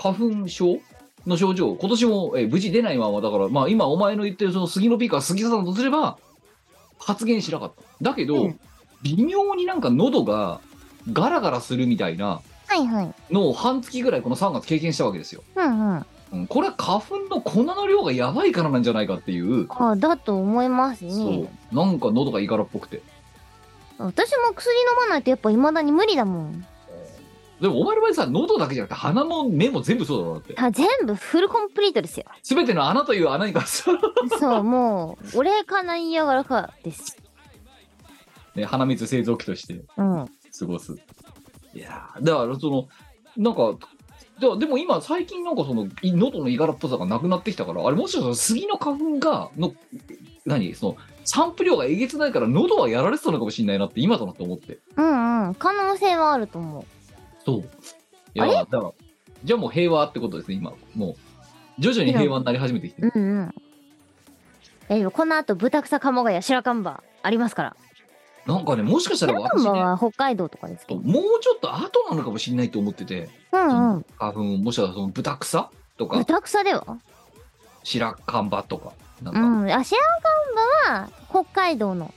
[SPEAKER 3] 花粉症の症状今年も、えー無事出ないままだからまあ今お前の言ってるその杉のピーカー杉田さんとすれば発言しなかっただけど、
[SPEAKER 1] うん
[SPEAKER 3] 微妙になんか喉がガラガラするみたいな
[SPEAKER 1] はいはい。
[SPEAKER 3] のを半月ぐらいこの3月経験したわけですよ、
[SPEAKER 1] うんうん。
[SPEAKER 3] うん、これは花粉の粉の量がやばいからなんじゃないかっていう、
[SPEAKER 1] ああ、だと思います
[SPEAKER 3] そ
[SPEAKER 1] ね。
[SPEAKER 3] うなんか喉がいからっぽくて
[SPEAKER 1] 私も薬飲まないとやっぱ未だに無理だもん。
[SPEAKER 3] でもお前の場合さ喉だけじゃなくて鼻も目も全部そうだろだって
[SPEAKER 1] あ全部フルコンプリートですよ。
[SPEAKER 3] 全ての穴という穴に関しては
[SPEAKER 1] そう、もう、お礼かな言いやがらかです。
[SPEAKER 3] ね、鼻水製造機として
[SPEAKER 1] うん。うん。
[SPEAKER 3] 過ごす。いやーだからその、なんか、ででも今最近なんかその、い喉のいがらっぽさがなくなってきたから、あれもしかしたら杉の花粉が、の、何その、散布量がえげつないから喉はやられてたのかもしれないなって今となって思って。
[SPEAKER 1] うん可能性はあると思う。
[SPEAKER 3] そう。いや
[SPEAKER 1] あ
[SPEAKER 3] ー
[SPEAKER 1] れ
[SPEAKER 3] だから、じゃあもう平和ってことですね、今。もう、徐々に平和になり始めてきて
[SPEAKER 1] う
[SPEAKER 3] る。
[SPEAKER 1] んうん。え、でもこの後、ブタクサカモガヤ、白カンバありますから。
[SPEAKER 3] なんかね、もしかしたら
[SPEAKER 1] カン
[SPEAKER 3] 私
[SPEAKER 1] バ
[SPEAKER 3] ね、
[SPEAKER 1] は北海道とかですけど。
[SPEAKER 3] もうちょっと後なのかもしれないと思ってて。
[SPEAKER 1] うんうん。
[SPEAKER 3] 花粉もしくはその豚草と
[SPEAKER 1] ブ
[SPEAKER 3] か
[SPEAKER 1] タクサでは
[SPEAKER 3] 白樺とかなん
[SPEAKER 1] う
[SPEAKER 3] か、
[SPEAKER 1] ん。あ、白カンバは北海道の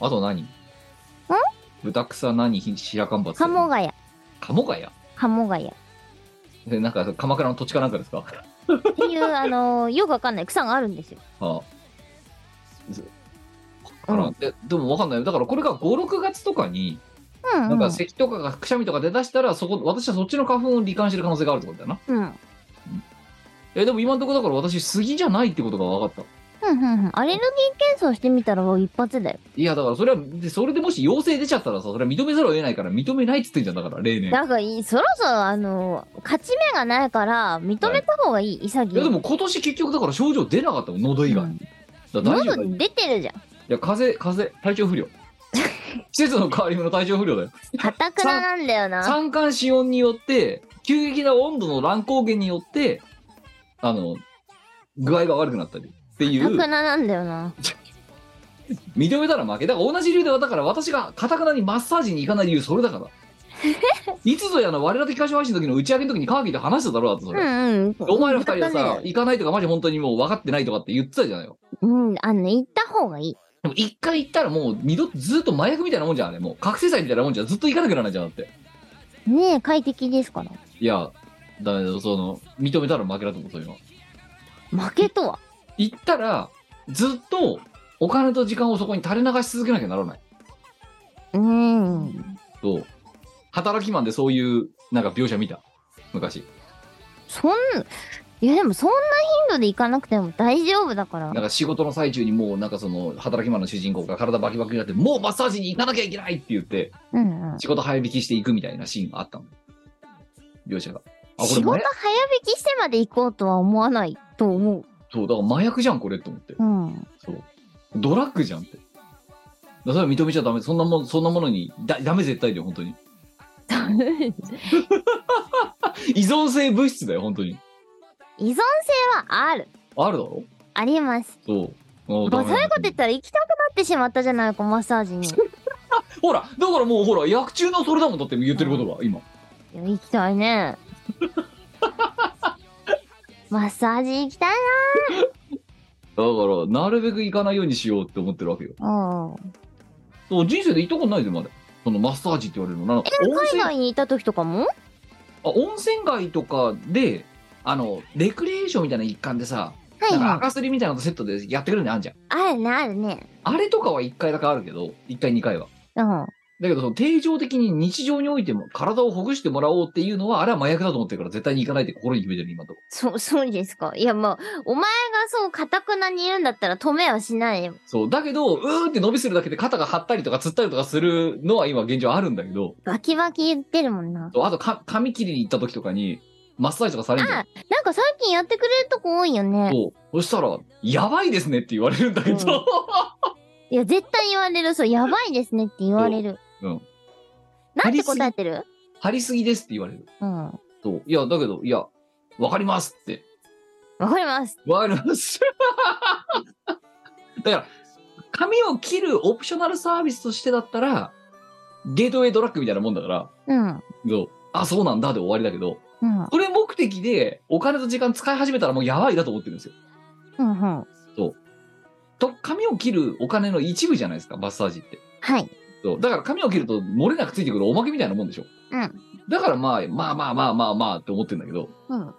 [SPEAKER 3] あと何豚草何白樺って
[SPEAKER 1] カモ ガヤ、
[SPEAKER 3] 鴨ヶ谷
[SPEAKER 1] カモガヤ。
[SPEAKER 3] でなんか鎌倉の土地かなんかですか
[SPEAKER 1] っていう、あ のーよくわかんない草があるんですよ。
[SPEAKER 3] ああずから、
[SPEAKER 1] う
[SPEAKER 3] ででもわかんないだからこれが56月とかに
[SPEAKER 1] うん、
[SPEAKER 3] な
[SPEAKER 1] うんん。
[SPEAKER 3] か咳とかがくしゃみとか出だしたらそこ私はそっちの花粉を罹患してる可能性があるってことだよな
[SPEAKER 1] うん。うん
[SPEAKER 3] えでも今のところだから私杉じゃないってことが分かった
[SPEAKER 1] うんうん。アレルギー検査をしてみたら一発だよ。
[SPEAKER 3] いやだからそれはでそれでもし陽性出ちゃったらさそれは認めざるを得ないから認めないっつってんじゃんだから例年
[SPEAKER 1] なんかいいそろそろあの勝ち目がないから認めた方がいい潔い
[SPEAKER 3] いやでも今年結局だから症状出なかったもん喉以外、
[SPEAKER 1] うん
[SPEAKER 3] だから大丈
[SPEAKER 1] 喉
[SPEAKER 3] 夫い
[SPEAKER 1] に出てるじゃん
[SPEAKER 3] や風邪風邪体調 不良季節の変わり目の体調不良だよ
[SPEAKER 1] かたくななんだよな
[SPEAKER 3] 三寒四温によって急激な温度の乱高下によってあの具合が悪くなったりってい
[SPEAKER 1] かたくな
[SPEAKER 3] う
[SPEAKER 1] なんだよな
[SPEAKER 3] 認めたら負けだから同じ理由ではだから私がかたくなにマッサージに行かない理由それだ からいつぞやの我ら的歌唱配信の時の打ち上げの時にカーキーと話しただろうだってそれ、
[SPEAKER 1] うんうん
[SPEAKER 3] お前ら二人で
[SPEAKER 1] 本
[SPEAKER 3] さ
[SPEAKER 1] 当ね
[SPEAKER 3] 行かないとかマジ本当にもう分かってないとかって言ってたじゃないよ
[SPEAKER 1] うんあのね行った方がいい
[SPEAKER 3] でも一回行ったらもう二度とずっと麻薬みたいなもんじゃんあれもう覚醒剤みたいなもんじゃんずっと行かなくならないじゃんだって
[SPEAKER 1] ねえ快適ですから
[SPEAKER 3] いやだめだよその認めたら負けだと思うそういうのは
[SPEAKER 1] 負けとは
[SPEAKER 3] 行ったらずっとお金と時間をそこに垂れ流し続けなきゃならない
[SPEAKER 1] うん
[SPEAKER 3] と働きマンでそういうなんか描写見た昔
[SPEAKER 1] そんいやでもそんな頻度で行かなくても大丈夫だから
[SPEAKER 3] なんか仕事の最中にもうなんかその働きマンの主人公が体バキバキになってもうマッサージに行かなきゃいけないって言って
[SPEAKER 1] うんうん
[SPEAKER 3] 仕事早引きしていくみたいなシーンがあったの描写があこれ
[SPEAKER 1] 仕事
[SPEAKER 3] 麻
[SPEAKER 1] 早
[SPEAKER 3] 薬
[SPEAKER 1] 引きしてまで行こうとは思わないと思う
[SPEAKER 3] そう、だから麻薬じゃん、これって思って。
[SPEAKER 4] うん。
[SPEAKER 3] そう。ドラッグじゃんって。だからそれは認めちゃダメ。そんなもん、そんなものに、だ、ダメ絶対だよ、本当に。依存性物質だよ、本当に。
[SPEAKER 1] 依存性はある。
[SPEAKER 3] あるだろ
[SPEAKER 1] あります。
[SPEAKER 3] そう。も
[SPEAKER 1] もうそういうこと言ったら行きたくなってしまったじゃないか、マッサージ に。い
[SPEAKER 3] ほら、だからもうほら、薬中のそれだもんだって言ってることが、今。
[SPEAKER 1] や行きたいね。 マッサージ行きたい
[SPEAKER 3] だから、なるべく行かないようにしようって思ってるわけよ。
[SPEAKER 1] な。うん。
[SPEAKER 3] そう、人生で行ったことないで、まだ。そのマッサージって言われるの。なんか温
[SPEAKER 1] 海
[SPEAKER 3] 泉あ
[SPEAKER 1] 外にいた時とかも
[SPEAKER 3] 温泉街とかで、あの、レクリエーションみたいな一環でさ、
[SPEAKER 1] はい
[SPEAKER 3] なんか
[SPEAKER 1] はい。
[SPEAKER 3] 赤すりみたいなのとセットでやってくれるのあんじゃん。
[SPEAKER 1] あるね、あるね。
[SPEAKER 3] あれとかは1回だけあるけど、1回2回は。
[SPEAKER 1] うん。
[SPEAKER 3] だけど、その定常的に日常においても体をほぐしてもらおうっていうのは、あれは麻薬だと思ってるから絶対に行かないって心に決めてる、今のとこ。
[SPEAKER 1] そ、そう ですか。いや、まあ、お前がそう、かたくなに言うんだったら止めはしないよ。
[SPEAKER 3] そう。だけど、うーんって伸びするだけで肩が張ったりとかつったりとかするのは今現状あるんだけど、
[SPEAKER 1] バキバキ言ってるもんな。
[SPEAKER 3] そうあとか、髪切りに行った時とかに、マッサージとかされるんだ
[SPEAKER 1] あ
[SPEAKER 3] よ。、
[SPEAKER 1] なんか最近やってくれるとこ多いよね。
[SPEAKER 3] そう。そしたら、やばいですねって言われるんだけど、
[SPEAKER 1] うんいや、絶対言われる。そう、やばいですねって言われる。
[SPEAKER 3] そううん。
[SPEAKER 1] なんて答えてる
[SPEAKER 3] 張りすぎですって言われる。
[SPEAKER 1] うん。わ
[SPEAKER 3] そう。いや、だけど、いや、わかりますって。
[SPEAKER 1] かります。
[SPEAKER 3] わかります。 だから、髪を切るオプショナルサービスとしてだったら、ゲートウェイドラッグみたいなもんだから、
[SPEAKER 1] うん。
[SPEAKER 3] そうあ、そうなんだで終わりだけど、
[SPEAKER 1] うん。うん
[SPEAKER 3] それ目的でお金と時間使い始めたらもうやばいだと思ってるんですよ。
[SPEAKER 1] うん。
[SPEAKER 3] と、髪を切るお金の一部じゃないですか、マッサージって。
[SPEAKER 1] はい。
[SPEAKER 3] そう。だから髪を切ると漏れなくついてくるおまけみたいなもんでしょ。
[SPEAKER 1] うん。
[SPEAKER 3] だからまあ、まあまあまあまあまあって思ってるんだけど、
[SPEAKER 1] うん。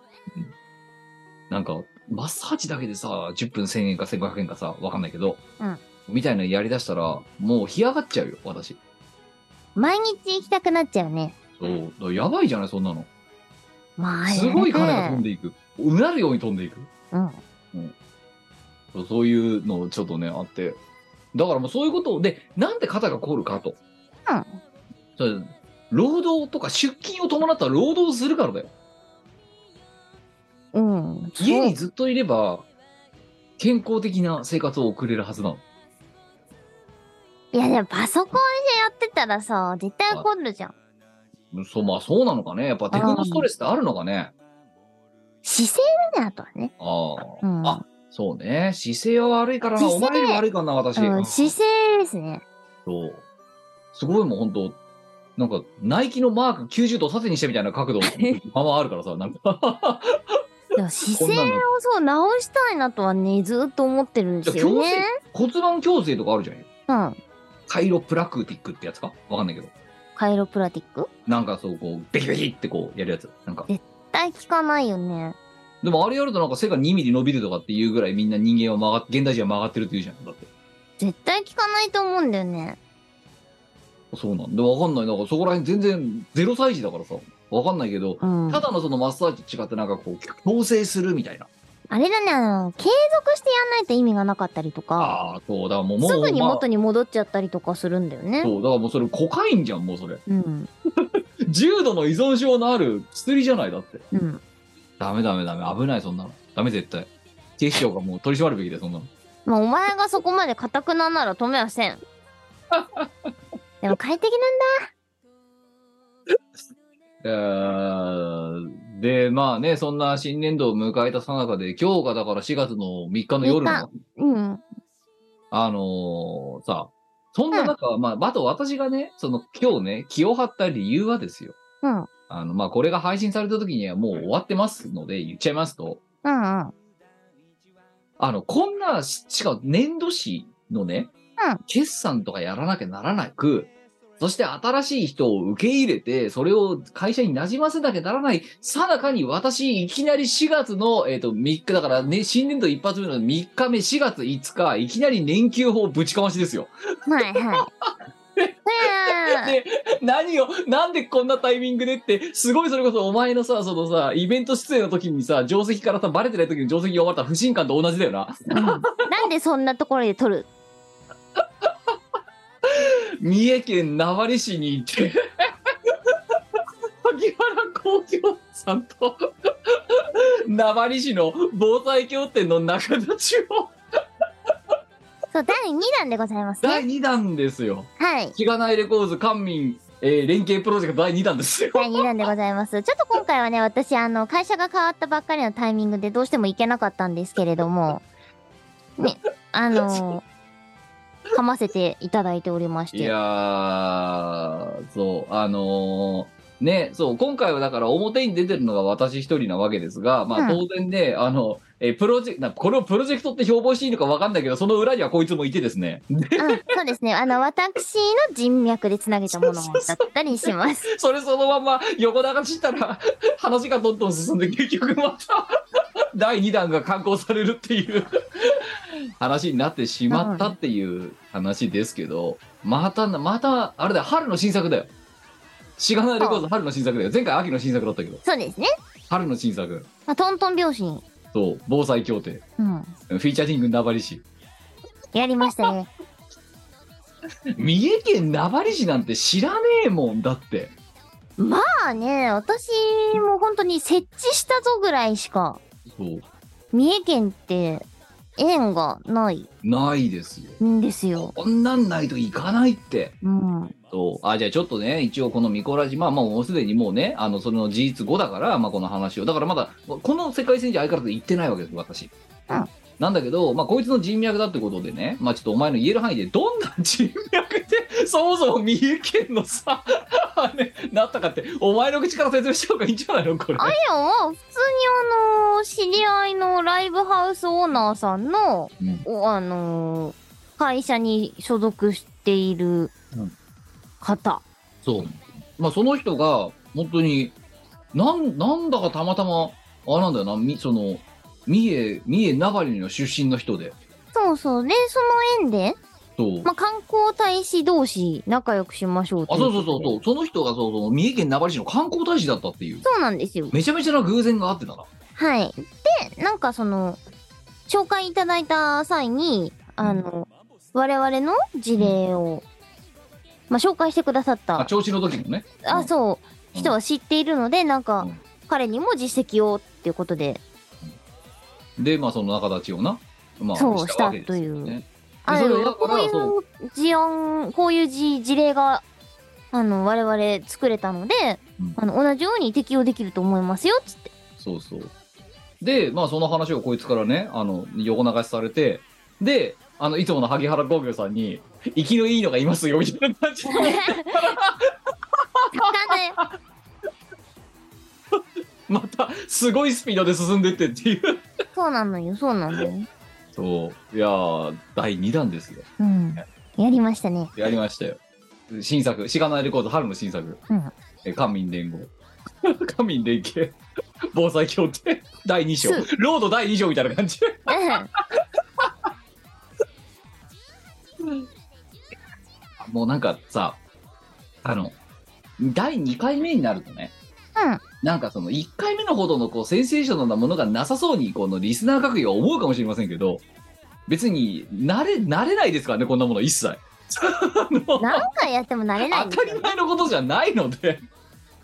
[SPEAKER 3] なんか、マッサージだけでさ、10分1000円か1500円かさ、わかんないけど、
[SPEAKER 1] うん
[SPEAKER 3] みたいなのやりだしたら、もう干上がっちゃうよ、私。
[SPEAKER 1] 毎日行きたくなっちゃうね。
[SPEAKER 3] そう。だからやばいじゃない、そんなの。
[SPEAKER 1] まあ、あれ
[SPEAKER 3] すごい金が飛ん
[SPEAKER 1] ね。
[SPEAKER 3] でいく。うなるように飛んでいく。
[SPEAKER 1] うん。
[SPEAKER 3] そうそういうのちょっとね、あって。だからもうそういうことをで、なんで肩が凝るかと。
[SPEAKER 1] うん
[SPEAKER 3] そう労働とか出勤を伴った労働をするからだよ。
[SPEAKER 1] うん。
[SPEAKER 3] 家
[SPEAKER 1] そう
[SPEAKER 3] にずっといれば、健康的な生活を送れるはずなの。
[SPEAKER 1] いや、でもパソコンでやってたらさ、絶対怒るじゃん。
[SPEAKER 3] そう、まあそうなのかね。やっぱテクノストレスってあるのかね。
[SPEAKER 1] 姿勢だね、あとはね。
[SPEAKER 3] ああ。
[SPEAKER 1] うん。
[SPEAKER 3] あそうね。姿勢は悪いからな。
[SPEAKER 1] 姿
[SPEAKER 3] お
[SPEAKER 1] 勢
[SPEAKER 3] 前より悪いからな、私。
[SPEAKER 1] うん、姿勢ですね。
[SPEAKER 3] そう。すごいもう本当なんか、ナイキのマーク90度縦にしてみたい な角度、ままあるからさ、なんか、
[SPEAKER 1] いや姿
[SPEAKER 3] こんな
[SPEAKER 1] 勢
[SPEAKER 3] の。
[SPEAKER 1] をそう直したいなとはねずっと思ってるんですよね。
[SPEAKER 3] 骨盤矯正とかあるじゃんよ。
[SPEAKER 1] うん。
[SPEAKER 3] カイロプラクティックってやつかわかんないけど。
[SPEAKER 1] カイロプラティック
[SPEAKER 3] なんかそう、こう、ベキベキってこう、やるやつ。なんか。
[SPEAKER 1] 絶対効かないよね。
[SPEAKER 3] でもあれやるとなんか背が2ミリ伸びるとかっていうぐらいみんな人間は曲がっ、現代人は曲がってるって言うじゃん。だって。
[SPEAKER 1] 絶対効かないと思うんだよね。
[SPEAKER 3] そうなんで、わかんない。なんかそこら辺全然ゼロ歳児だからさ、わかんないけ
[SPEAKER 1] う
[SPEAKER 3] ど、
[SPEAKER 1] ん。
[SPEAKER 3] た
[SPEAKER 1] あ
[SPEAKER 3] だのそのマッサージと違ってなんかこう、強制するみたいな。
[SPEAKER 1] れだね、あの、継続してやんないと意味がなかったりとか、
[SPEAKER 3] ああ、そうだ、もう、もう、
[SPEAKER 1] すぐに
[SPEAKER 3] まあ
[SPEAKER 1] 元に戻っちゃったりとかするんだよね。
[SPEAKER 3] そう、だからもうそれコカインじゃん、もうそれ。
[SPEAKER 1] うん。
[SPEAKER 3] 重度の依存症のある薬じゃない、だって。
[SPEAKER 1] うん。
[SPEAKER 3] ダメダメダメ、危ない、そんなの。ダメ、絶対。警視庁がもう取り締まるべきだよ、そんなの。
[SPEAKER 1] まあ、お前がそこまで固くなんなら止めはせん。でも快適なんだ。
[SPEAKER 3] えー、で、まあね、そんな新年度を迎えたさなかで、今日がだから4月の3日の夜
[SPEAKER 1] 3
[SPEAKER 3] の、
[SPEAKER 1] うん。
[SPEAKER 3] あのーさ、そんな中、まあ、あと私がね、その今日ね、気を張った理由はですよ。
[SPEAKER 1] うん。うん
[SPEAKER 3] あの、まあ、これが配信された時にはもう終わってますので、言っちゃいますと、
[SPEAKER 1] うん。
[SPEAKER 3] あの、こんな、ししかも年度誌のね、
[SPEAKER 1] うん
[SPEAKER 3] 決算とかやらなきゃならなく、そして新しい人を受け入れて、それを会社になじませなきゃならない、さなかに私、いきなり4月の、えっ、と、3日、だからね、新年度一発目の3日目、4月5日、いきなり年休法ぶちかましですよ。
[SPEAKER 1] はいはい。そりゃあ
[SPEAKER 3] で何を、なんでこんなタイミングでって、すごいそれこそお前のさ、そのさ、イベント出演の時にさ、定石からさ、バレてない時に定石読まれた不信感と同じだよな。
[SPEAKER 1] なんでそんなところで撮る
[SPEAKER 3] 三重県名張市に行って、萩原工業さんと名張市の防災協定の仲立ちを
[SPEAKER 1] そう、第2弾でございます
[SPEAKER 3] 第
[SPEAKER 1] ね。
[SPEAKER 3] 2弾ですよ。
[SPEAKER 1] はい。
[SPEAKER 3] しがないレコーズ官民、えー連携プロジェクト第2弾ですよ。
[SPEAKER 1] 第2弾でございます。ちょっと今回はね、私、あの、会社が変わったばっかりのタイミングでどうしても行けなかったんですけれども、ね、あの噛ませていただいておりまし
[SPEAKER 3] い
[SPEAKER 1] て。
[SPEAKER 3] やー、そう、あのーね、そう、今回はだから表に出てるのが私一人なわけですが、まあ
[SPEAKER 1] う
[SPEAKER 3] 当然ね、あの、えープロジェクト、なこれをプロジェクトって標榜していいのかわかんないけど、その裏にはこいつもいてですね、
[SPEAKER 1] うん、そうですね。あの、私の人脈でつなげたものだったりします。
[SPEAKER 3] それそのまま横流ししたら、話がどんどん進んで、結局また、第2弾が刊行されるっていう話になってしまったっていう話ですけど、またな、また、あれだよ、春の新作だよ。しがないレコード春の新作だよ。前回秋の新作だったけど、
[SPEAKER 1] そうですね。
[SPEAKER 3] 春の新作。
[SPEAKER 1] まあ、トントン拍子に、
[SPEAKER 3] そう、防災協定。
[SPEAKER 1] うん、
[SPEAKER 3] フィーチャリング名張市。
[SPEAKER 1] やりましたね。
[SPEAKER 3] 三重県名張市なんて知らねえもんだって。
[SPEAKER 1] まあね、私も本当に設置したぞぐらいしか、
[SPEAKER 3] そう。
[SPEAKER 1] 三重県って縁がない
[SPEAKER 3] ないですよ。
[SPEAKER 1] んですよ。
[SPEAKER 3] こんなんないといかないって。
[SPEAKER 1] うん。
[SPEAKER 3] そうあじゃあちょっとね一応このミコラジまあまあもうすでにもうねあのその事実後だから、まあ、この話をだからまだこの世界戦じゃ相変わらず行ってないわけです私、
[SPEAKER 1] うん
[SPEAKER 3] なんだけど、まあ、こいつの人脈だってことでね、まあ、ちょっとお前の言える範囲でどんな人脈でそもそも三重県のさあれなったかってお前の口から説明した方がいいんじゃないのこれ
[SPEAKER 1] あれは、普通にあの、知り合いのライブハウスオーナーさんの、
[SPEAKER 3] うん
[SPEAKER 1] おあの、会社に所属している
[SPEAKER 3] うん
[SPEAKER 1] 方。
[SPEAKER 3] そうまあその人が本当になんなんだかたまたまあれなんだよなみその三重三重名張の出身の人で
[SPEAKER 1] そうそう。で、その縁で、
[SPEAKER 3] そう
[SPEAKER 1] まあ、観光大使同士仲良くしましょうと
[SPEAKER 3] あ、
[SPEAKER 1] いこ
[SPEAKER 3] そ
[SPEAKER 1] と
[SPEAKER 3] う
[SPEAKER 1] で
[SPEAKER 3] そうそうそう、その人がそうそう三重県名張市の観光大使だったっていう、
[SPEAKER 1] そうなんですよ。
[SPEAKER 3] めちゃめちゃな偶然があってたな。
[SPEAKER 1] はい。で、なんかその、紹介いただいた際に、あの、我々の事例を、まあ、紹介してくださっ
[SPEAKER 3] あ、
[SPEAKER 1] た、
[SPEAKER 3] 調子の時もね。
[SPEAKER 1] あ、そう、
[SPEAKER 3] うん
[SPEAKER 1] 人は知っているので、なん
[SPEAKER 3] う
[SPEAKER 1] か
[SPEAKER 3] ん、
[SPEAKER 1] 彼にも実績をっていうことで、
[SPEAKER 3] で、まあ、その仲立ちをな、まあ、
[SPEAKER 1] そう
[SPEAKER 3] わけですよ
[SPEAKER 1] したという
[SPEAKER 3] ね。
[SPEAKER 1] あ
[SPEAKER 3] それ
[SPEAKER 1] の
[SPEAKER 3] はだか
[SPEAKER 1] こう
[SPEAKER 3] ら
[SPEAKER 1] いう事案、こういう事事例が、あの、我々作れたので、
[SPEAKER 3] うん
[SPEAKER 1] あの、同じように適用できると思いますよ、つって。
[SPEAKER 3] そうそう。で、まあ、その話をこいつからね、あの、横流しされて、で、あの、いつもの萩原工業さんに、生きのいいのがいますよ、みたいな感じで。
[SPEAKER 1] 言ったんだよ。
[SPEAKER 3] また、すごいスピードで進んでってっていう。
[SPEAKER 1] そうなのよ、そうなのよ。
[SPEAKER 3] そう。いやー、第2弾ですよ。
[SPEAKER 1] うん。やりましたね。
[SPEAKER 3] やりましたよ。新作、しがないレコード春の新作。
[SPEAKER 1] うん
[SPEAKER 3] え官民連合。 官民連携。防災協定。第2章
[SPEAKER 1] そ。
[SPEAKER 3] ロード第2章みたいな感じ。もうなんかさ、あの、第2回目になるとね、
[SPEAKER 1] うん
[SPEAKER 3] なんかその1回目のほどのこうセンセーショナルなものがなさそうにこのリスナー各位は思うかもしれませんけど、別に慣れ、慣れないですからね、こんなもの一切。 あの
[SPEAKER 1] 何回やっても慣れないん
[SPEAKER 3] 当
[SPEAKER 1] です
[SPEAKER 3] た
[SPEAKER 1] よ
[SPEAKER 3] り前のことじゃないので。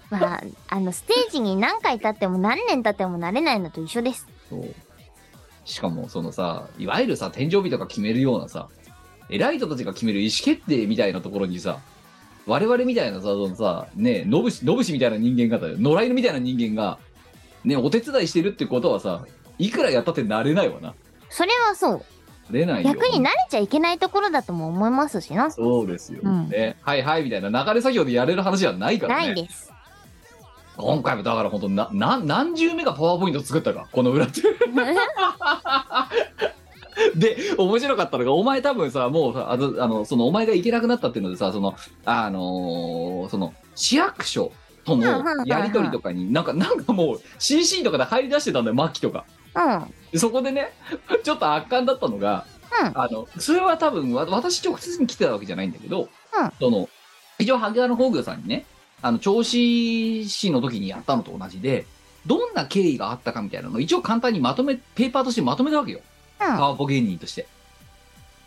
[SPEAKER 1] まあ、あの、ステージに何回経っても何年経っても慣れないのと一緒です。
[SPEAKER 3] そうしかもそのさいわゆるさ天井日とか決めるようなさ偉い人たちが決める意思決定みたいなところにさ我々みたいなさそのさね野武野武士みたいな人間がだよ野良犬みたいな人間がねお手伝いしてるってことはさいくらやったってなれないわな
[SPEAKER 1] それはそう。
[SPEAKER 3] なれないよ
[SPEAKER 1] 逆に慣れちゃいけないところだとも思いますしな。
[SPEAKER 3] そうですよ、
[SPEAKER 1] うん
[SPEAKER 3] ねはいはいみたいな流れ作業でやれる話じゃないから
[SPEAKER 1] な
[SPEAKER 3] ね
[SPEAKER 1] いです。
[SPEAKER 3] 今回もだから本当なな何十目がパワーポイント作ったかこの裏ってで面白かったのがお前多分さもうさあのあのそのお前が行けなくなったっていうのでさそのあのーその市役所とのやり取りとかになんかなんかもう CC とかで入り出してたんだよ末期とか
[SPEAKER 1] うん。
[SPEAKER 3] でそこでねちょっと圧巻だったのが、
[SPEAKER 1] うん
[SPEAKER 3] あのそれは多分わ私直接に来てたわけじゃないんだけど、
[SPEAKER 1] うん
[SPEAKER 3] その一応萩原の工業さんにねあの調子市の時にやったのと同じでどんな経緯があったかみたいなのを一応簡単にまとめペーパーとしてまとめたわけよ、
[SPEAKER 1] うん
[SPEAKER 3] パワポ芸人として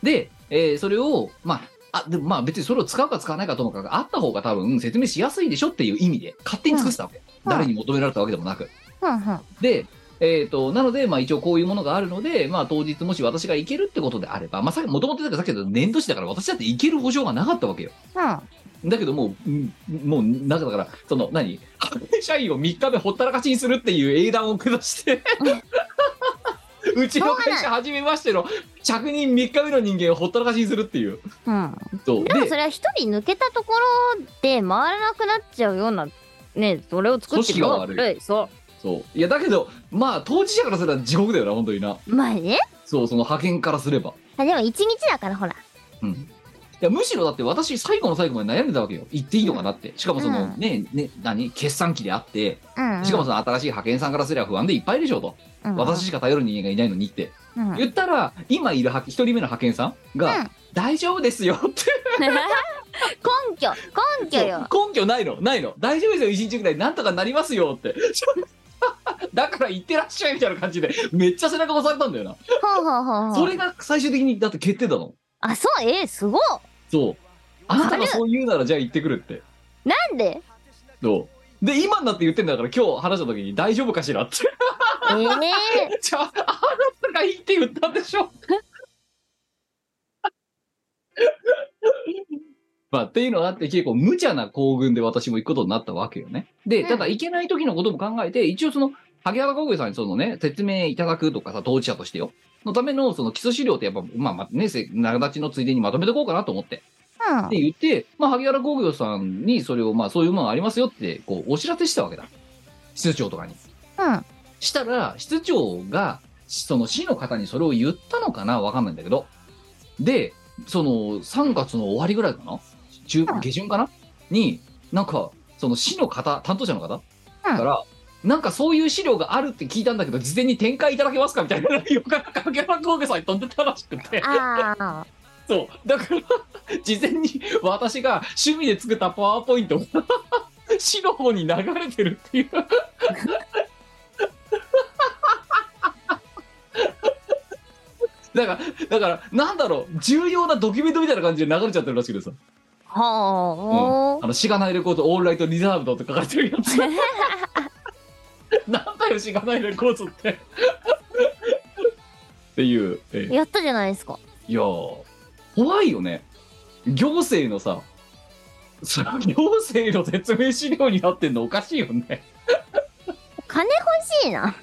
[SPEAKER 3] で、えーそれをまああ、でもまあ別にそれを使うか使わないかともかく、あった方が多分説明しやすいでしょっていう意味で、勝手に作ってたわけ。
[SPEAKER 1] うん
[SPEAKER 3] 誰に求められたわけでもなく。
[SPEAKER 1] ふんふん。
[SPEAKER 3] で、えっ、と、なので、まあ一応こういうものがあるので、まあ当日もし私が行けるってことであれば、まあさもともとだからさっき言った年度誌だから私だって行ける保証がなかったわけよ。
[SPEAKER 1] うん。
[SPEAKER 3] だけどもう、うんもう、なんかだから、その、何派遣社員を3日目ほったらかしにするっていう英断を下して、 うちの会社初めましての着任3日目の人間をほったらかしにするっていう。
[SPEAKER 1] うん。
[SPEAKER 3] そう
[SPEAKER 1] でも
[SPEAKER 3] で
[SPEAKER 1] それは一人抜けたところで回らなくなっちゃうような、ね、それを作ってるの
[SPEAKER 3] 組織が悪
[SPEAKER 1] い。そ
[SPEAKER 3] そういやだけどまあ当事者からすれば地獄だよな本当にな
[SPEAKER 1] う。まあね。
[SPEAKER 3] そうその派遣からすれば
[SPEAKER 1] あでも一日だからほら。
[SPEAKER 3] うんいやむしろだって私最後の最後まで悩んでたわけよ行っていいのかなってしかもその、
[SPEAKER 1] うん
[SPEAKER 3] ねね何決算期であって
[SPEAKER 1] うん、うん。
[SPEAKER 3] しかもその新しい派遣さんからすれば不安でいっぱいでしょうと、
[SPEAKER 1] うん、
[SPEAKER 3] 私しか頼る人間がいないのにって、
[SPEAKER 1] うん、
[SPEAKER 3] 言ったら今いる派一人目の派遣さんが、
[SPEAKER 1] うん
[SPEAKER 3] 大丈夫ですよって
[SPEAKER 1] 根拠根拠よ。
[SPEAKER 3] 根拠ないのないの大丈夫ですよ一日ぐらいなんとかなりますよって だから行ってらっしゃいみたいな感じでめっちゃ背中押されたんだよな
[SPEAKER 1] ほうほうほうほ。
[SPEAKER 3] そうれが最終的にだって決定だもん
[SPEAKER 1] あそうえー、すごい
[SPEAKER 3] そうあなたがそう言うならじゃあ行ってくるって
[SPEAKER 1] なんで
[SPEAKER 3] どうで今になって言ってんだから今日話した時に大丈夫かしらって
[SPEAKER 1] えー、
[SPEAKER 3] じゃああなたがいいって言ったんでしょ まあっていうのがあって結構無茶な行軍で私も行くことになったわけよねで
[SPEAKER 1] うん
[SPEAKER 3] ただ行けない時のことも考えて一応その萩原工業さんにそのね説明いただくとかさ当事者としてよのためのその基礎資料ってやっぱまあまあねせ長立ちのついでにまとめておこうかなと思って
[SPEAKER 1] うん
[SPEAKER 3] って言って、まあ、萩原工業さんにそれを、まあ、そういうものありますよって、こう、お知らせしたわけだ。室長とかに。
[SPEAKER 1] うん
[SPEAKER 3] したら、室長が、その市の方にそれを言ったのかなわかんないんだけど。で、その、3月の終わりぐらいかな中、
[SPEAKER 1] うん
[SPEAKER 3] 下旬かなに、なんか、その市の方、担当者の方、から、なんかそういう資料があるって聞いたんだけど、事前に展開いただけますかみたいな、よく影山工業さんに飛んでたらしくて。
[SPEAKER 1] ああ
[SPEAKER 3] そう。だから、事前に私が趣味で作ったパワーポイン トが、市の方に流れてるっていう。だから、だから、なんだろう、重要なドキュメントみたいな感じで流れちゃってるらしくてさ、
[SPEAKER 1] ほ
[SPEAKER 3] あの、しがないレコード、オールライトリザーブドって書かれてるやつ。なんだよ、しがないレコードって。っていう、えー
[SPEAKER 1] うやったじゃないですか
[SPEAKER 3] いやー怖いよね行政のさその行政の説明資料になってんのおかしいよね
[SPEAKER 1] 金欲しいな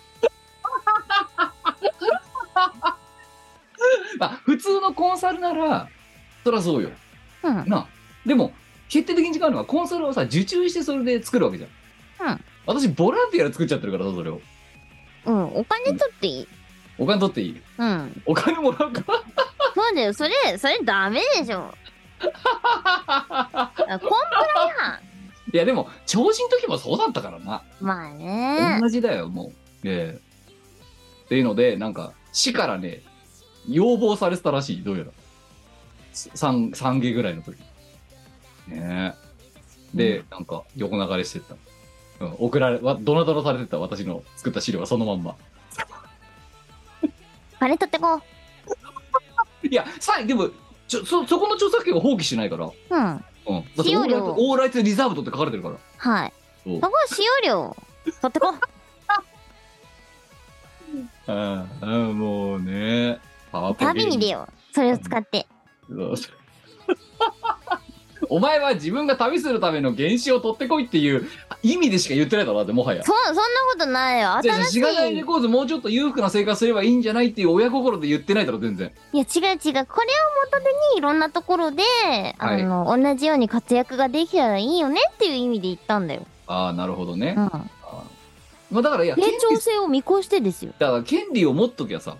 [SPEAKER 3] まあ普通のコンサルならそりゃそうよ
[SPEAKER 1] うん
[SPEAKER 3] なあでも決定的に違うのはコンサルをさ受注してそれで作るわけじゃん、
[SPEAKER 1] うん
[SPEAKER 3] 私ボランティアで作っちゃってるからさそれを
[SPEAKER 1] うんお金取っていい
[SPEAKER 3] お金取っていい
[SPEAKER 1] うん
[SPEAKER 3] お金もらうか
[SPEAKER 1] そうだよそれそれダメでしょあコンプラ違反
[SPEAKER 3] いやでも調子の時もそうだったからな
[SPEAKER 1] まあね
[SPEAKER 3] 同じだよもうええっていうのでなんか市からね要望されてたらしいどうやら3三下ぐらいの時ねえで、なんか横流れしてった、うん、送られわドナドナされてった私の作った資料はそのまんま
[SPEAKER 1] 金取ってこう
[SPEAKER 3] いやさでもちょそそこの著作権を放棄しないから、うん、
[SPEAKER 1] うん
[SPEAKER 3] だってオ
[SPEAKER 1] 使用
[SPEAKER 3] ールライ
[SPEAKER 1] 料
[SPEAKER 3] トオールライトリザーブドって書かれてるから
[SPEAKER 1] はい
[SPEAKER 3] そう
[SPEAKER 1] そこは使用料取ってこう
[SPEAKER 3] ああもうねパワポ
[SPEAKER 1] 旅に出ようそれを使って
[SPEAKER 3] そう お前は自分が旅するための原資を取ってこいっていう意味でしか言ってないだろだってもはや。
[SPEAKER 1] そそんなことないよ
[SPEAKER 3] じゃあ
[SPEAKER 1] 新しい
[SPEAKER 3] しがないレコーズもうちょっと裕福な生活すればいいんじゃないっていう親心で言ってないだろ全然。
[SPEAKER 1] いや違う違うこれを元手にいろんなところで、あの同じように活躍ができたらいいよねっていう意味で言ったんだよ。
[SPEAKER 3] ああなるほどね。
[SPEAKER 1] うん、
[SPEAKER 3] まあだからいや権
[SPEAKER 1] 成
[SPEAKER 3] 利
[SPEAKER 1] 長性を見越してですよ。
[SPEAKER 3] だから権利を持っときゃさ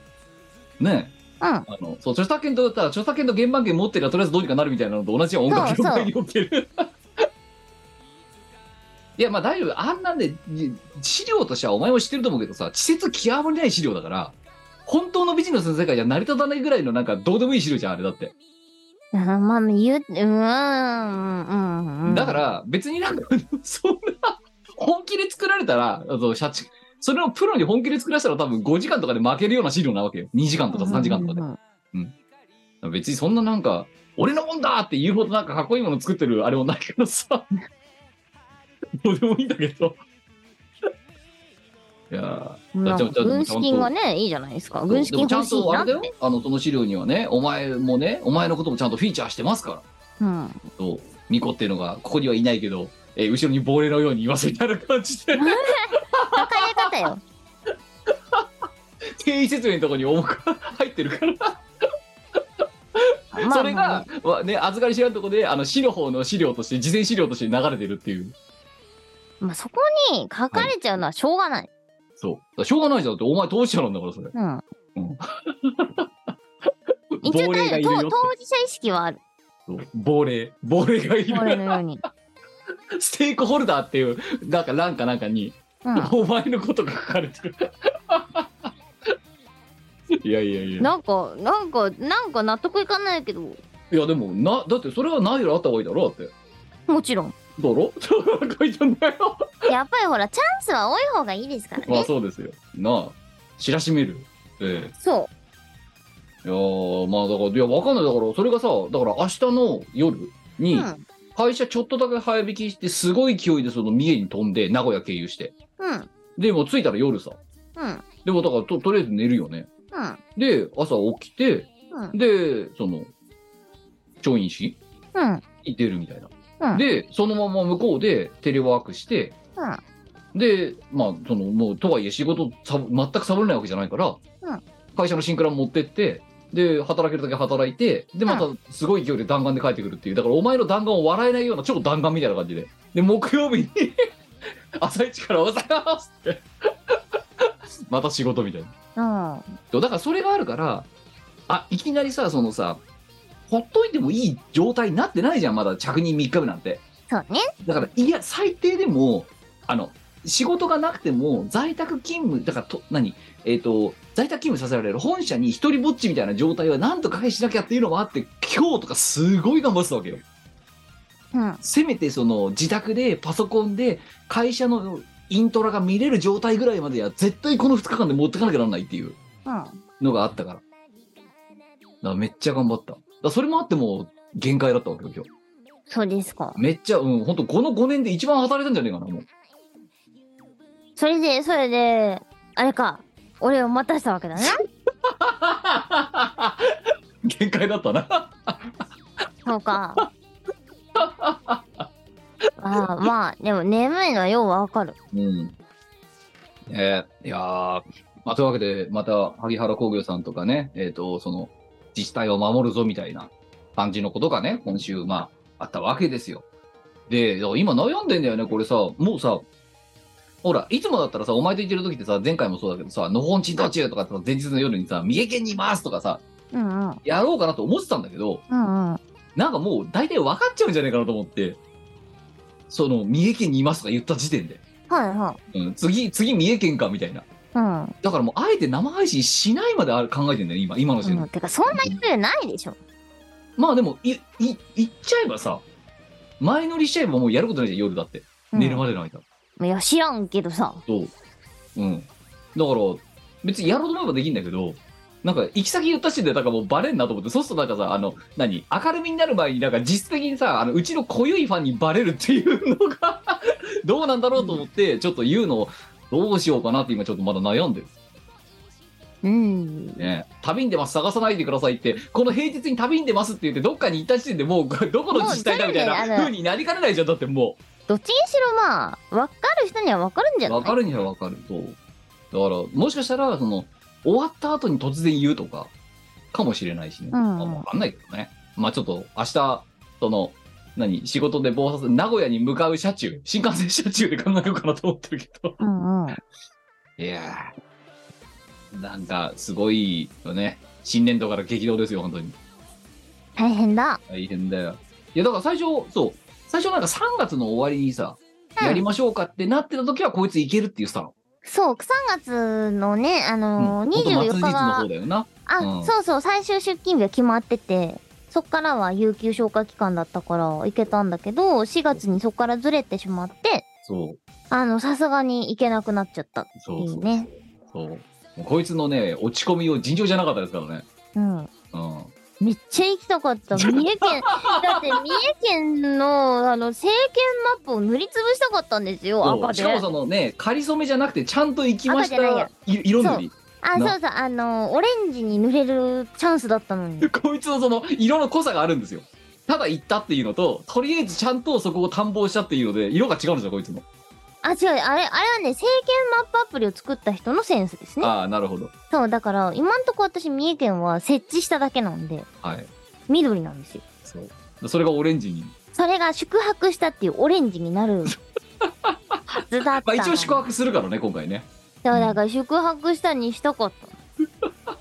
[SPEAKER 3] ねえ
[SPEAKER 1] うん、
[SPEAKER 3] あのそう著作権とただ著作権と原版権持ってりゃとりあえずどうにかなるみたいなのと同じような音楽業界における。 いやまあ大丈夫あんなんでじ資料としてはお前も知ってると思うけどさ稚拙極まりない資料だから本当のビジネスの世界じゃ成り立たないぐらいのなんかどうでもいい資料じゃんあれだって
[SPEAKER 1] あまあ言ううーんうんうん
[SPEAKER 3] だから別になんか そんな本気で作られたらあと社畜それをプロに本気で作らせたら多分5時間とかで負けるような資料なわけよ2時間とか3時間とかで
[SPEAKER 1] うんうんうん
[SPEAKER 3] 別にそんななんか俺のもんだって言うほどなんかかっこいいもの作ってるあれもないからさ どうでもいいんだけどいやー
[SPEAKER 1] まあ
[SPEAKER 3] ちゃんと
[SPEAKER 1] 軍資金がね、いいじゃないですか。軍資金
[SPEAKER 3] でも
[SPEAKER 1] 欲しい
[SPEAKER 3] ちゃ
[SPEAKER 1] なん
[SPEAKER 3] とあれだよあのその資料にはねお前もねお前のこともちゃんとフィーチャーしてますから
[SPEAKER 1] うん。
[SPEAKER 3] とミコっていうのがここにはいないけど、えー後ろに亡霊のようにいますみたいな感じ で
[SPEAKER 1] 抱え方よ。
[SPEAKER 3] 経緯説明のところに重く入ってるから、それが、まあね、預かり知らんとこであの市の方の資料として事前資料として流れてるっていう
[SPEAKER 1] まあそこに書かれちゃうのはしょうがない。
[SPEAKER 3] そうだからしょうがないじゃんだってお前当事者なんだからそれ
[SPEAKER 1] うん。一応
[SPEAKER 3] 亡霊が
[SPEAKER 1] 大
[SPEAKER 3] い
[SPEAKER 1] 丈
[SPEAKER 3] る
[SPEAKER 1] 夫
[SPEAKER 3] よ
[SPEAKER 1] 当当事者意識はある。
[SPEAKER 3] そう亡霊亡霊がい
[SPEAKER 1] これ
[SPEAKER 3] る
[SPEAKER 1] のように。
[SPEAKER 3] ステークホルダーっていうなんか欄かなんかに、
[SPEAKER 1] う
[SPEAKER 3] お前のことが書かれ てるいやいやいや
[SPEAKER 1] ん。なんか、なんか、なんか納得いかないけど、
[SPEAKER 3] いやでもなだってそれはないよあった方がいいだろだって
[SPEAKER 1] もちろん。
[SPEAKER 3] だろ書いてんだよ
[SPEAKER 1] やっぱりほら、チャンスは多い方がいいですから
[SPEAKER 3] まあ
[SPEAKER 1] ね。
[SPEAKER 3] そうですよなあ知らしめるえ
[SPEAKER 1] そ
[SPEAKER 3] えいやーまあだからいやわかんないだからそれがさだから明日の夜
[SPEAKER 1] う。う
[SPEAKER 3] に
[SPEAKER 1] ん。
[SPEAKER 3] 会社ちょっとだけ早引きしてすごい勢いでその三重に飛んで名古屋経由して
[SPEAKER 1] うん。
[SPEAKER 3] でもう着いたら夜さ
[SPEAKER 1] うん。
[SPEAKER 3] でもだからととりあえず寝るよね
[SPEAKER 1] うん。
[SPEAKER 3] で朝起きて
[SPEAKER 1] うん。
[SPEAKER 3] でその調印式
[SPEAKER 1] うん。
[SPEAKER 3] に出るみたいな、
[SPEAKER 1] うん
[SPEAKER 3] でそのまま向こうでテレワークして
[SPEAKER 1] うん。
[SPEAKER 3] で、まあ、その、もう、とはいえ仕事さ、全くサボれないわけじゃないから、
[SPEAKER 1] うん
[SPEAKER 3] 会社のシンクラ持ってって、で、働けるだけ働いて、で、また、すごい勢いで弾丸で帰ってくるっていう、だからお前の弾丸を笑えないような超弾丸みたいな感じで。で、木曜日に、 朝一からおはようございますって、 また仕事みたいな。
[SPEAKER 1] うん。
[SPEAKER 3] だからそれがあるから、あ、いきなりさ、そのさ、ほっといてもいい状態になってないじゃん、まだ着任3日目なんて。
[SPEAKER 1] そうね。
[SPEAKER 3] だから、いや、最低でも、あの、仕事がなくても、在宅勤務、だからと、何えっ、と、在宅勤務させられる本社に一人ぼっちみたいな状態はなんと回避しなきゃっていうのもあって、今日とかすごい頑張ってたわけよ。
[SPEAKER 1] うん。
[SPEAKER 3] せめてその自宅でパソコンで会社のイントラが見れる状態ぐらいまでは絶対この2日間で持ってかなきゃなんないっていう
[SPEAKER 1] うん。
[SPEAKER 3] のがあったから。だからめっちゃ頑張った。だからそれもあってもう限界だったわけよ、今日。
[SPEAKER 1] そうですか。
[SPEAKER 3] めっちゃ、うん、ほんとこの5年で一番働いたんじゃねえかな、もう。
[SPEAKER 1] それで、それで、あれか。俺を待たしたわけだね。
[SPEAKER 3] 限界だったな。
[SPEAKER 1] そうか。ああ、まあ、でも眠いのはようわかる。
[SPEAKER 3] うん。えーいやーまあ、というわけで、また、萩原工業さんとかね、えっ、と、その、自治体を守るぞみたいな感じのことがね、今週、まあ、あったわけですよ。で、だから今悩んでんだよね、これさ、もうさ、ほら、いつもだったらさ、お前と言ってる時ってさ、前回もそうだけどさ、のほんちんとちゅうとかってさ、前日の夜にさ、三重県にいますとかさ、
[SPEAKER 1] うんうん。
[SPEAKER 3] やろうかなと思ってたんだけど、
[SPEAKER 1] うんうん。
[SPEAKER 3] なんかもう大体分かっちゃうんじゃないかなと思って、その、三重県にいますとか言った時点で、
[SPEAKER 1] はいはい。
[SPEAKER 3] うん、次、次三重県かみたいな。
[SPEAKER 1] うん。
[SPEAKER 3] だからもうあえて生配信しないまである考えてんだよ、今、今の時点で。
[SPEAKER 1] うん、てかそんな余裕ないでしょ。
[SPEAKER 3] まあでも、い、い、言っちゃえばさ、前乗りしちゃえばもうやることないじゃん、夜だって。
[SPEAKER 1] うん
[SPEAKER 3] 寝るまでの間。
[SPEAKER 1] いや知らんけどさ。
[SPEAKER 3] そう。うん。だから、別にやろうと思えばできんだけど、なんか、行き先言った時点で、だからもうバレんなと思って、そうするとなんかさ、あの、何明るみになる前に、なんか実質的にさ、あの、うちの濃ゆいファンにバレるっていうのが、 どうなんだろうと思って、ちょっと言うのを、どうしようかなって今ちょっとまだ悩んでる。
[SPEAKER 1] うん。
[SPEAKER 3] ね旅に出ます探さないでくださいってこの平日に旅に出ますって言ってどっかに行った時点でもうこれどこの自治体だみたい
[SPEAKER 1] もう全部
[SPEAKER 3] な
[SPEAKER 1] あの
[SPEAKER 3] 風になりかねないじゃんだっても
[SPEAKER 1] どっちにしろまあ、わかる人にはわかるんじ
[SPEAKER 3] う
[SPEAKER 1] ゃない
[SPEAKER 3] 分かるには分かるとだからもしかしたらその終わった後に突然言うとかかもしれないしね、
[SPEAKER 1] うん
[SPEAKER 3] まあ分かんないけどねまあちょっと明日その何仕事で暴走する名古屋に向かう車中新幹線車中で考えようかなと思ってるけ ど
[SPEAKER 1] うんうん。
[SPEAKER 3] いやーなんかすごいよね新年度から激動ですよ本当に
[SPEAKER 1] 大変だ。
[SPEAKER 3] 大変だよ。いや、だから最初、そう、最初なんか3月の終わりにさ、
[SPEAKER 1] うん
[SPEAKER 3] やりましょうかってなってた時は、こいついけるって言ってたの。
[SPEAKER 1] そう、3月のね、あ
[SPEAKER 3] う
[SPEAKER 1] のー
[SPEAKER 3] ん、元
[SPEAKER 1] 24日
[SPEAKER 3] 末日の
[SPEAKER 1] が
[SPEAKER 3] 方、だよな。
[SPEAKER 1] あ、
[SPEAKER 3] うん
[SPEAKER 1] そうそう、最終出勤日は決まってて、そっからは有給消化期間だったから行けたんだけど、4月にそっからずれてしまって、
[SPEAKER 3] そう、
[SPEAKER 1] あの、さすがに行けなくなっちゃったって
[SPEAKER 3] そ
[SPEAKER 1] いうう
[SPEAKER 3] そう。
[SPEAKER 1] ね。
[SPEAKER 3] そうもうこいつのね、落ち込みを尋常じゃなかったですからね。
[SPEAKER 1] うん。
[SPEAKER 3] うん。
[SPEAKER 1] めっちゃ行きたか った。三重県、だって三重県の、あの、政権マップを塗りつぶしたかったんですよ、
[SPEAKER 3] そう
[SPEAKER 1] 赤で。
[SPEAKER 3] しかもそのね仮染めじゃなくてちゃんと行きました
[SPEAKER 1] 赤じゃないや
[SPEAKER 3] い色塗り
[SPEAKER 1] あ、
[SPEAKER 3] な
[SPEAKER 1] そうそう、あの、オレンジに塗れるチャンスだったのに。
[SPEAKER 3] こいつのその色の濃さがあるんですよただ行ったっていうのととりあえずちゃんとそこを探訪したっていうので色が違うんですよこいつの
[SPEAKER 1] あ、違う、あれ、あれはね、政権マップアプリを作った人のセンスですね。
[SPEAKER 3] ああなるほど
[SPEAKER 1] そう、だから、今んとこ私、三重県は設置しただけなんで、
[SPEAKER 3] はい
[SPEAKER 1] 緑なんですよ。
[SPEAKER 3] そうそれがオレンジに
[SPEAKER 1] それが宿泊したっていうオレンジになるはずだったの。
[SPEAKER 3] まあ一応宿泊するからね今回ね
[SPEAKER 1] そう、だから宿泊したにしたかった。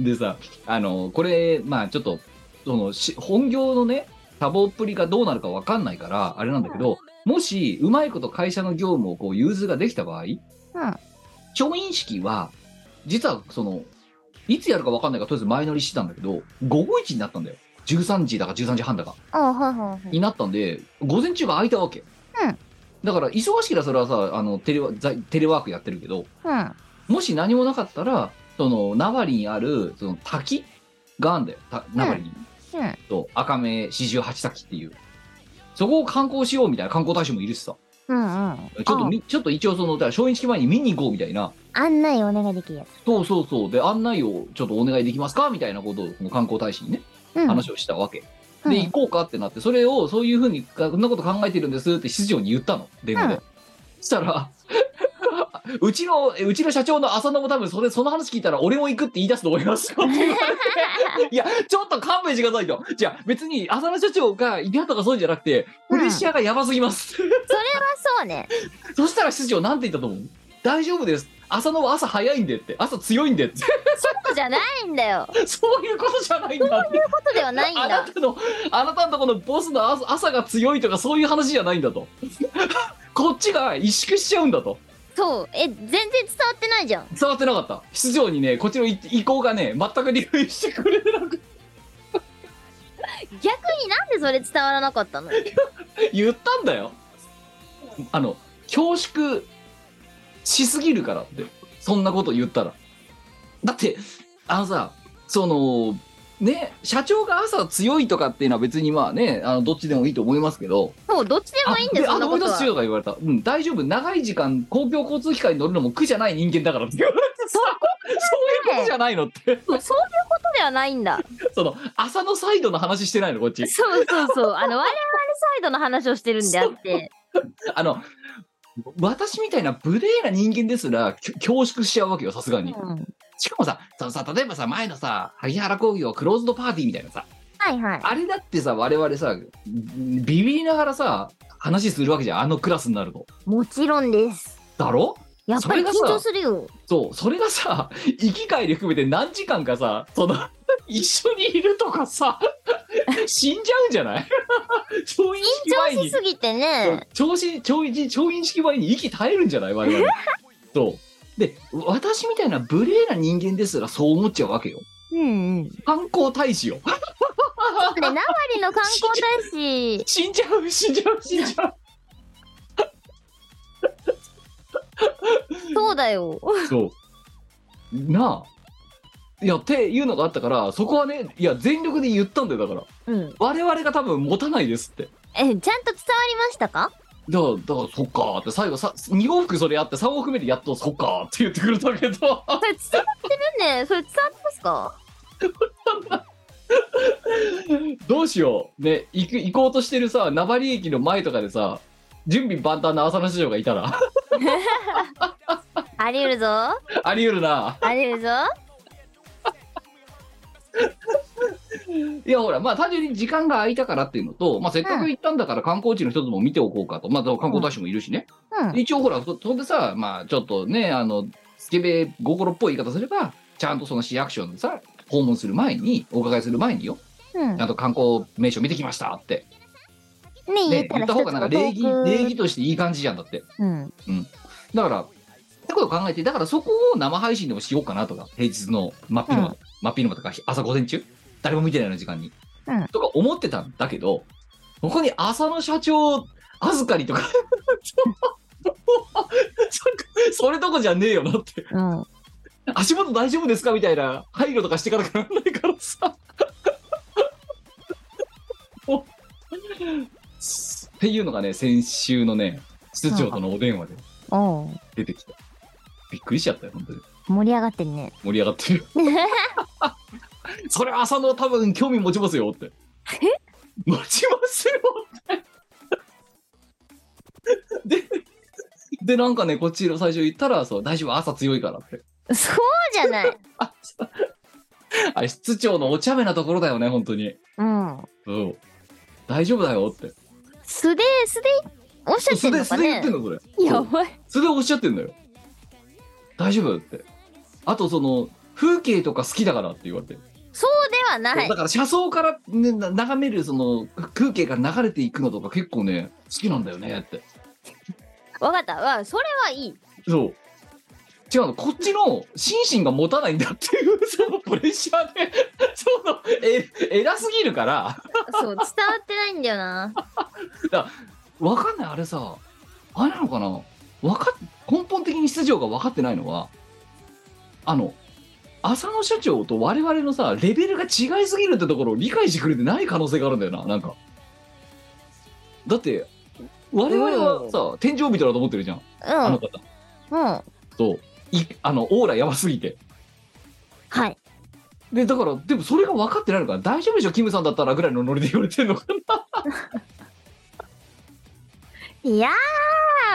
[SPEAKER 3] でさあのこれまあちょっとそのし本業のね多忙っぷりがどうなるかわかんないからあれなんだけどもしうまいこと会社の業務をこう融通ができた場合
[SPEAKER 1] うん。
[SPEAKER 3] 調印式は実はそのいつやるかわかんないからとりあえず前乗りしてたんだけど午後1になったんだよ13時だか13時半だか
[SPEAKER 1] あ、はいはいはい。
[SPEAKER 3] になったんで午前中が空いたわけ、
[SPEAKER 1] うん
[SPEAKER 3] だから忙しければそれはさあのテレワ在テレワークやってるけど
[SPEAKER 1] うん。
[SPEAKER 3] もし何もなかったらその名張にあるその滝があんだよた名張に、
[SPEAKER 1] うん。
[SPEAKER 3] と赤目四十八滝っていうそこを観光しようみたいな観光大使もいるしさ
[SPEAKER 1] うんうん。
[SPEAKER 3] ちょっとみちょっと一応そのだから松陰式前に見に行こうみたいな
[SPEAKER 1] あ案内お願いできるやつ。
[SPEAKER 3] そうそうそうで案内をちょっとお願いできますかみたいなことをこの観光大使にね
[SPEAKER 1] うん。
[SPEAKER 3] 話をしたわけ、
[SPEAKER 1] うん
[SPEAKER 3] で行こうかってなってそれをそういうふうにこんなこと考えてるんですって室長に言ったの電話で、
[SPEAKER 1] うん
[SPEAKER 3] そしたら うちのうちの社長の浅野も多分それその話聞いたら俺も行くって言い出すと思います よって言われていやちょっと勘弁してくださいとじゃあ別に浅野社長が嫌とかそういうんじゃなくてプレッシャーがやばすぎます、
[SPEAKER 1] そうね。
[SPEAKER 3] そしたら室長なんて言ったと思う大丈夫です浅野は朝早いんでって朝強いんでって
[SPEAKER 1] そうじゃないんだよ。
[SPEAKER 3] そういうことじゃないんだって。
[SPEAKER 1] そうではないん
[SPEAKER 3] あな
[SPEAKER 1] だ。
[SPEAKER 3] たの、あなたのとこのボスの朝朝が強いとかそういう話じゃないんだと。 こっちが萎縮しちゃうんだと。
[SPEAKER 1] そう。え、全然伝わってないじゃん。
[SPEAKER 3] 伝わってなかった。室長にね、こっちの意意向がね、全く理由してくれなく
[SPEAKER 1] 逆になんでそれ伝わらなかったの
[SPEAKER 3] 言ったんだよ。あの、恐縮しすぎるからって。そんなこと言ったら。だって、あのさ、その、ね、社長が朝強いとかっていうのは別にまあね、あのどっちでもいいと思いますけど、
[SPEAKER 1] そう、どっちでもいいんです
[SPEAKER 3] あ
[SPEAKER 1] そんな
[SPEAKER 3] であの、
[SPEAKER 1] こ
[SPEAKER 3] 俺
[SPEAKER 1] と
[SPEAKER 3] と
[SPEAKER 1] は。
[SPEAKER 3] しようとか言われた。うん、大丈夫。長い時間、公共交通機関に乗るのも苦じゃない人間だからって言われてさ、そういうことじゃないのって。
[SPEAKER 5] そうそういうことではないんだ。
[SPEAKER 3] その、朝のサイドの話してないの、こっち。
[SPEAKER 5] そうそうそう。 あの、我々サイドの話をしてるんであって。
[SPEAKER 3] あの、私みたいな無礼な人間ですら、きょ恐縮しちゃうわけよ、さすがに。
[SPEAKER 1] うん
[SPEAKER 3] しかもさ、そのさ、例えばさ、前のさ、萩原工業クローズドパーティーみたいなさ、
[SPEAKER 1] はいはい。
[SPEAKER 3] あれだってさ、我々さ、ビビりながらさ、話するわけじゃん、あのクラスになると。
[SPEAKER 1] もちろんです。
[SPEAKER 3] だろ
[SPEAKER 1] やっぱり緊
[SPEAKER 3] それ
[SPEAKER 1] 張
[SPEAKER 3] がさ
[SPEAKER 1] するよ。
[SPEAKER 3] そう、それがさ、行き帰り含めて何時間かさ、その、 一緒にいると かさ、死んじゃうんじゃない 調印式前
[SPEAKER 1] 緊張し
[SPEAKER 3] に
[SPEAKER 1] すぎてね。
[SPEAKER 3] 調子調印調印式前に息絶えるんじゃない我々。そう。で、私みたいな無礼な人間ですらそう思っちゃうわけよ。
[SPEAKER 1] うんうん。
[SPEAKER 3] 観光大使よ。
[SPEAKER 1] で、ナワリの観光大使、
[SPEAKER 3] 死んじゃう、死んじゃう、死んじゃ
[SPEAKER 1] そうだよ。
[SPEAKER 3] う。そう。なあ。いや、っていうのがあったから、そこはね、いや、全力で言ったんだよ、だから。
[SPEAKER 1] うん。
[SPEAKER 3] 我々が多分持たないですって。
[SPEAKER 1] え、ちゃんと伝わりましたか
[SPEAKER 3] だから、だからそっかーって、最後さ、2往復それやって、3往復目でやっとそっかーって言ってくれたけど、
[SPEAKER 1] それ伝わってるね。それ伝わってますか
[SPEAKER 3] どうしよう。ね、行く、行こうとしてるさ、名張駅の前とかでさ、準備万端な浅野市長がいたら、
[SPEAKER 1] あり得るぞ。あ
[SPEAKER 3] あり得るな。
[SPEAKER 1] り得るぞ。
[SPEAKER 3] いや、ほら、まあ単純に時間が空いたからっていうのと、まあせっかく行ったんだから観光地の一つも見ておこうかと。まあ観光大使もいるしね。
[SPEAKER 1] うん。
[SPEAKER 3] 一応ほら、そそんでさ、まあちょっとね、あの、スケベ心っぽい言い方すれば、ちゃんとその市役所のさ、訪問する前に、お伺いする前によ、
[SPEAKER 1] うん。
[SPEAKER 3] ちゃんと観光名所見てきましたって。
[SPEAKER 1] ね、言
[SPEAKER 3] ね
[SPEAKER 1] っ、た
[SPEAKER 3] 言
[SPEAKER 1] ら
[SPEAKER 3] った方がなんか礼儀礼儀
[SPEAKER 1] 儀。
[SPEAKER 3] としていい感じじゃんだって
[SPEAKER 1] うん。
[SPEAKER 3] だからってことを考えてだからそこを生配信でもしようかなとか平日の真っ昼間、
[SPEAKER 1] う
[SPEAKER 3] 真っ昼間とか朝午前中誰も見てないような時間に、
[SPEAKER 1] うん
[SPEAKER 3] とか思ってたんだけどここに浅野社長預かりとか そそれどこじゃねえよなって
[SPEAKER 1] うん。
[SPEAKER 3] 足元大丈夫ですかみたいな配慮とかしてからかなんないからさっていうのがね、先週のね、室長とのお電話で
[SPEAKER 1] おう
[SPEAKER 3] 出てきた。びっくりしちゃったよ、本当に。
[SPEAKER 1] 盛り上がってるね。
[SPEAKER 3] 盛り上がってる。それ浅野多分興味持ちますよって。 持ちますよって。で、で、なんかね、こっちの最初言ったら、そう、大丈夫、朝強いからって。
[SPEAKER 1] そうじゃ ない。
[SPEAKER 3] あ、そうあれ、室長のお茶目なところだよね、本当に。
[SPEAKER 1] うん。
[SPEAKER 3] うん。大丈夫だよって。
[SPEAKER 1] 素で、素で、おっしゃって
[SPEAKER 3] 素
[SPEAKER 1] る
[SPEAKER 3] で、
[SPEAKER 1] のか
[SPEAKER 3] 素で言っ
[SPEAKER 1] ね
[SPEAKER 3] てん。の、それ。
[SPEAKER 5] やばい。
[SPEAKER 3] それでおっしゃってんだよ。大丈夫って。あと、その、風景とか好きだからって言われて。
[SPEAKER 1] そうではない
[SPEAKER 3] だ。から車窓から、ね、な眺めるその風景が流れていくのとか結構ね好きなんだよねって
[SPEAKER 1] わかった。
[SPEAKER 5] わ、それはいい。
[SPEAKER 3] そう違うのこっちの心身が持たないんだっていうそのプレッシャーでそのえ偉すぎるから
[SPEAKER 5] そう、伝わってないんだよな。
[SPEAKER 3] わかんないあれさあれなのかなわかっ根本的に出場が分かってないのはあの浅野社長と我々のさレベルが違いすぎるってところを理解してくれてない可能性があるんだよななんかだって我々はさ天井人だと思ってるじゃんあの方
[SPEAKER 1] うん。うん。
[SPEAKER 3] といあのオーラやばすぎて
[SPEAKER 1] はい。
[SPEAKER 3] でだからでもそれが分かってないのかな大丈夫でしょキムさんだったらぐらいのノリで言われてるのかない
[SPEAKER 5] や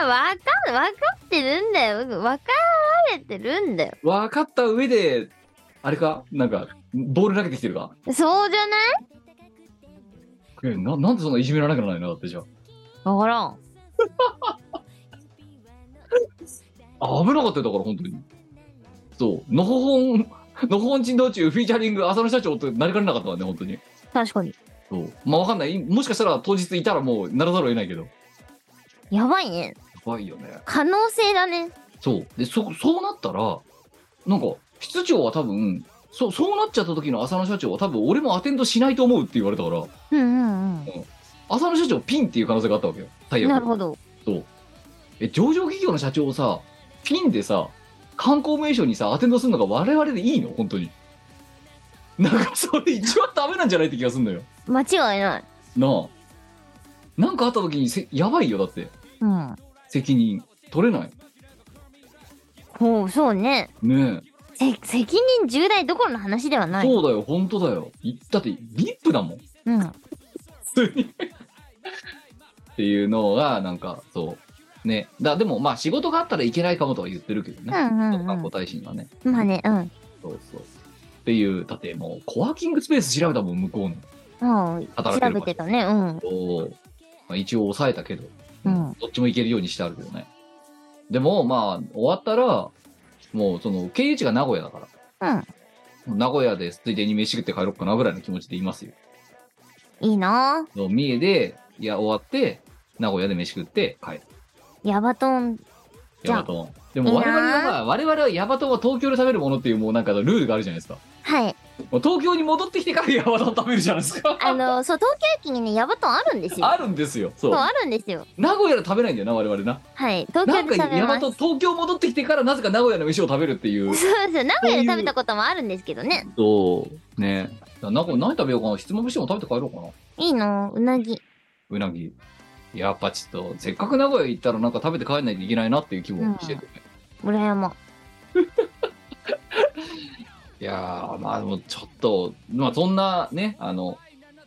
[SPEAKER 5] ー、わかん、わかってるんだよ。わかられてるんだよ。
[SPEAKER 3] 分かった上であれかなんかボール投げてきてるか
[SPEAKER 5] そうじゃない
[SPEAKER 3] えななんでそんないじめられなくなるのだってじゃ
[SPEAKER 5] わからん。
[SPEAKER 3] あ危なかったよだから本当にそうのほほん のほほん珍道中フィーチャリング浅野社長ってなりかねなかったわね本当に
[SPEAKER 1] 確かに。
[SPEAKER 3] そうまあわかんないもしかしたら当日いたらもうならざるを得ないけど
[SPEAKER 1] やばいね。
[SPEAKER 3] 怖いよね
[SPEAKER 1] 可能性だね。
[SPEAKER 3] そうでそそうなったらなんか室長は多分そうそうなっちゃった時の浅野社長は多分俺もアテンドしないと思うって言われたから
[SPEAKER 1] うんうん
[SPEAKER 3] 浅野社長ピンっていう可能性があったわけよ
[SPEAKER 1] う
[SPEAKER 3] 最
[SPEAKER 1] ん。
[SPEAKER 3] 悪
[SPEAKER 1] なるほど。
[SPEAKER 3] そうえ上場企業の社長をさピンでさ観光名所にさアテンドするのが我々でいいの本当になんかそれ一番ダメなんじゃないって気がするのよ
[SPEAKER 1] 間違いない。
[SPEAKER 3] なあなんかあった時にせやばいよだって
[SPEAKER 1] うん。
[SPEAKER 3] 責任取れない
[SPEAKER 1] ほう、そうね。
[SPEAKER 3] ね
[SPEAKER 1] せ責任重大どころの話では
[SPEAKER 3] え、
[SPEAKER 1] ない。
[SPEAKER 3] そうだよ本当だよいだってリップだもん
[SPEAKER 1] うん。
[SPEAKER 3] 普通にっていうのがなんかそうねだでもまあ仕事があったらいけないかもとは言ってるけどね、
[SPEAKER 1] うんうんうん
[SPEAKER 3] 観光大使にはね
[SPEAKER 1] まあね、うん。
[SPEAKER 3] そうそう。っていう、だってもう、コワーキングスペース調べたもん、向こうの。
[SPEAKER 1] うん。
[SPEAKER 3] 働け
[SPEAKER 1] 調
[SPEAKER 3] る場所
[SPEAKER 1] べてたね。うん。
[SPEAKER 3] おーまあ、一応抑えたけど、
[SPEAKER 1] うん
[SPEAKER 3] どっちも行けるようにしてあるけどね。でも、まあ、終わったら、もう、その、経由地が名古屋だか
[SPEAKER 1] うん。
[SPEAKER 3] ら、名古屋でついでに飯食って帰ろうかなぐらいの気持ちでいますよ。
[SPEAKER 1] いいな
[SPEAKER 3] そう三重で、いや、終わって、名古屋で飯食って帰る。
[SPEAKER 1] ヤバトン。じゃ
[SPEAKER 3] ヤ
[SPEAKER 1] あ
[SPEAKER 3] バトン。でも、我々
[SPEAKER 1] い
[SPEAKER 3] はい
[SPEAKER 1] な
[SPEAKER 3] 我々はヤバトンは東京で食べるものっていう、もうなんかルールがあるじゃないですか。
[SPEAKER 1] はい。
[SPEAKER 3] もう東京に戻ってきてからヤバトン食べるじゃないで すか。
[SPEAKER 1] あの、そう、東京駅にね、ヤバトンあるんですよ。
[SPEAKER 3] あるんですよ。そう
[SPEAKER 1] そう、。あるんですよ。
[SPEAKER 3] 名古屋で食べないんだよな我々な
[SPEAKER 1] はい。東
[SPEAKER 3] な
[SPEAKER 1] 京
[SPEAKER 3] ん
[SPEAKER 1] で
[SPEAKER 3] か
[SPEAKER 1] 食べ
[SPEAKER 3] 大
[SPEAKER 1] ま
[SPEAKER 3] 和
[SPEAKER 1] す。そう
[SPEAKER 3] 東京戻ってきてからなぜか名古屋の飯を食べるっていう
[SPEAKER 1] ですよ。名古屋で食べたこともあるんですけどね。
[SPEAKER 3] そうねだから名古屋何食べようかなひつまぶしでも食べて帰ろうかない
[SPEAKER 1] いのうなぎ。
[SPEAKER 3] うなぎやっぱちょっとせっかく名古屋行ったらなんか食べて帰んないといけないなっていう気もしてて、
[SPEAKER 1] 村山。
[SPEAKER 3] いやーまあでもちょっとまあそんなねあの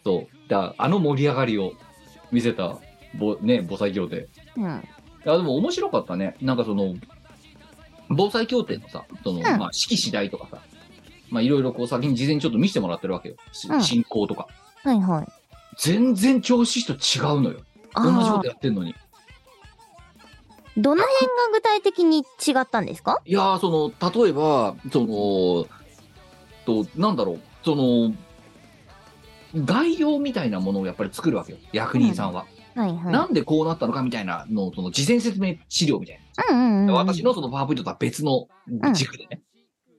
[SPEAKER 3] そうだあの盛り上がりを見せたぼね防災協定
[SPEAKER 1] うん。
[SPEAKER 3] いやでも面白かったね。なんかその、防災協定のさ、その、
[SPEAKER 1] ん
[SPEAKER 3] まあ、指揮次第とかさ、まあ、いろいろこう先に事前にちょっと見せてもらってるわけよ。し
[SPEAKER 1] うん
[SPEAKER 3] 進行とか。
[SPEAKER 1] はいはい。
[SPEAKER 3] 全然調子と違うのよ。同じ
[SPEAKER 1] あ
[SPEAKER 3] こ
[SPEAKER 1] あ
[SPEAKER 3] と。やってんのに。
[SPEAKER 1] どの辺が具体的に違ったんですか
[SPEAKER 3] いやー、その、例えば、その、と、なんだろう、その、概要みたいなものをやっぱり作るわけよ。役人さんは。
[SPEAKER 1] はいは
[SPEAKER 3] なんでこうなったのかみたいなのを、その、事前説明資料みたいな。
[SPEAKER 1] い。うんうんうん。
[SPEAKER 3] 私。のそのパワーポイントとは別の軸でね、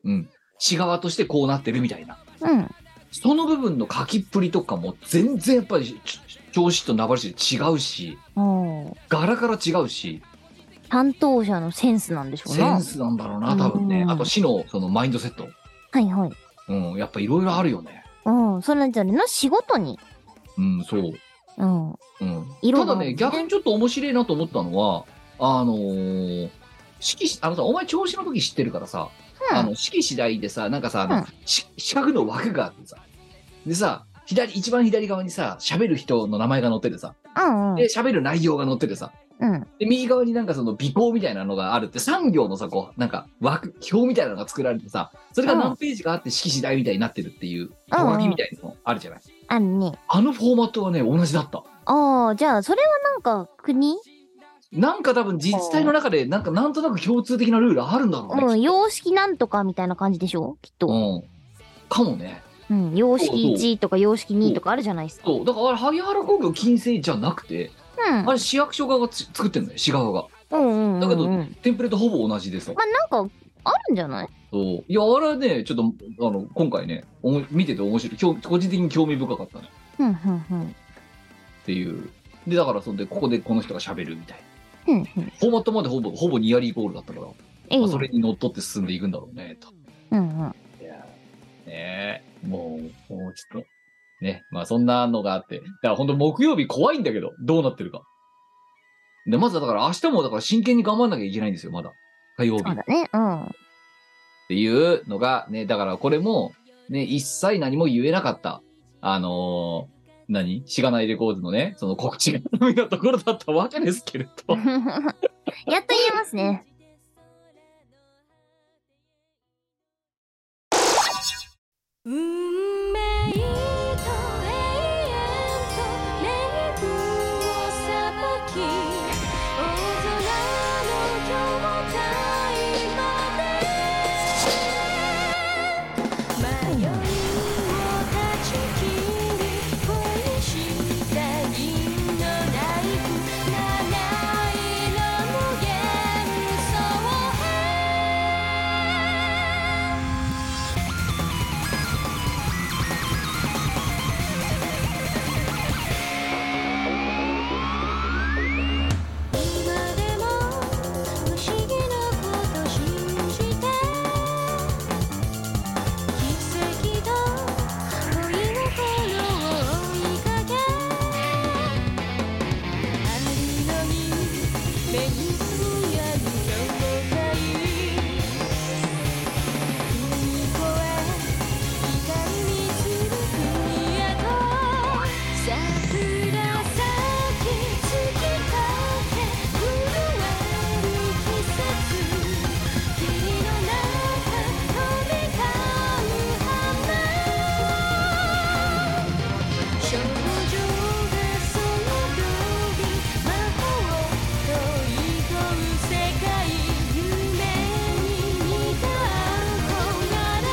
[SPEAKER 3] うん、市側としてこうなってるみたいな、
[SPEAKER 1] うん。
[SPEAKER 3] その部分の書きっぷりとかも全然やっぱりちち調子と名張市で違うし、
[SPEAKER 1] おー
[SPEAKER 3] 柄から違うし、
[SPEAKER 1] 担当者のセンスなんでしょう
[SPEAKER 3] セ
[SPEAKER 1] な
[SPEAKER 3] ン。スなんだろうな、多分ね。
[SPEAKER 1] うん
[SPEAKER 3] あと市のそのマインドセット。
[SPEAKER 1] はいはい。
[SPEAKER 3] うん、やっぱいろいろあるよね。
[SPEAKER 1] うん。それぞれの仕事に。
[SPEAKER 3] うん、そう。
[SPEAKER 1] うん。
[SPEAKER 3] うん、
[SPEAKER 1] 色
[SPEAKER 3] た
[SPEAKER 1] が
[SPEAKER 3] だね逆にちょっと面白いなと思ったのはあのー色紙あのさお前調子の時知ってるからさ、
[SPEAKER 1] うん
[SPEAKER 3] あの式次第でさなんかさあの、
[SPEAKER 1] うん
[SPEAKER 3] し四角の枠があってさでさ左一番左側にさ喋る人の名前が載っててさ
[SPEAKER 1] うんうん
[SPEAKER 3] で。喋る内容が載っててさ
[SPEAKER 1] うん。
[SPEAKER 3] で右側になんかその尾行みたいなのがあるって産業のさこうなんか枠表みたいなのが作られてさそれが何ページかあって式次第みたいになってるってい
[SPEAKER 1] う
[SPEAKER 3] う
[SPEAKER 1] ん
[SPEAKER 3] 小書きみたいなのあるじゃない、
[SPEAKER 1] あのね。
[SPEAKER 3] あのフォーマットはね同じだった
[SPEAKER 1] ああ、じゃあ、それはなんか、国
[SPEAKER 3] なんか多分自治体の中でなんかなんとなく共通的なルールあるんだろうね。
[SPEAKER 1] うん、様式なんとかみたいな感じでしょきっと。
[SPEAKER 3] うん、かもね。
[SPEAKER 1] うん、様
[SPEAKER 3] そう
[SPEAKER 1] 式1とか様式2とかあるじゃないですか。
[SPEAKER 3] そうだからあれ萩原工業金星じゃなくて
[SPEAKER 1] うん
[SPEAKER 3] あ。れ市役所側がつ作ってんだよ市側が。
[SPEAKER 1] うんうんうん、うん。
[SPEAKER 3] だけど
[SPEAKER 1] ま
[SPEAKER 3] テンプレートほぼ同じですよ。
[SPEAKER 1] あ、なんか、あるんじゃない
[SPEAKER 3] そういやあれはねちょっとあの今回ねおも見てて面白い興個人的に興味深かったね
[SPEAKER 1] うん、うん、うん。
[SPEAKER 3] っていう。でだからそんでここでこの人が喋るみたいな。
[SPEAKER 1] うん、うん。
[SPEAKER 3] フォーマットまでほぼほぼニアリーイコールだったから、
[SPEAKER 1] いい
[SPEAKER 3] ま
[SPEAKER 1] ね
[SPEAKER 3] あ、それにのっとって進んでいくんだろうねと。
[SPEAKER 1] うん、うん。
[SPEAKER 3] いやーねえ、もう、もうちょっと、ね、まあそんなのがあって、だから本当木曜日怖いんだけど、どうなってるか。で、まずはだから明日もだから真剣に頑張んなきゃいけないんですよ、まだ。火曜日
[SPEAKER 1] そう
[SPEAKER 3] っ
[SPEAKER 1] だね。うん。
[SPEAKER 3] ていうのが、ね、だからこれも、ね、一切何も言えなかった、あのー何しがないレコードのね、その告知がみたいなところだったわけですけれど。
[SPEAKER 1] やっと言えます ね。
[SPEAKER 6] 運命と永遠と冥府をさばき大空の兄弟まで迷いを断ち切り恋した銀のナイフ七色無限想へ今でも不思議なこと信じて奇跡と恋心を追いかけあるのに目につやるの体海越え光にする踏み跡桜咲く月影震える季節霧の中飛び交う花少女がその通り魔法と憩う世界夢に似た憧れ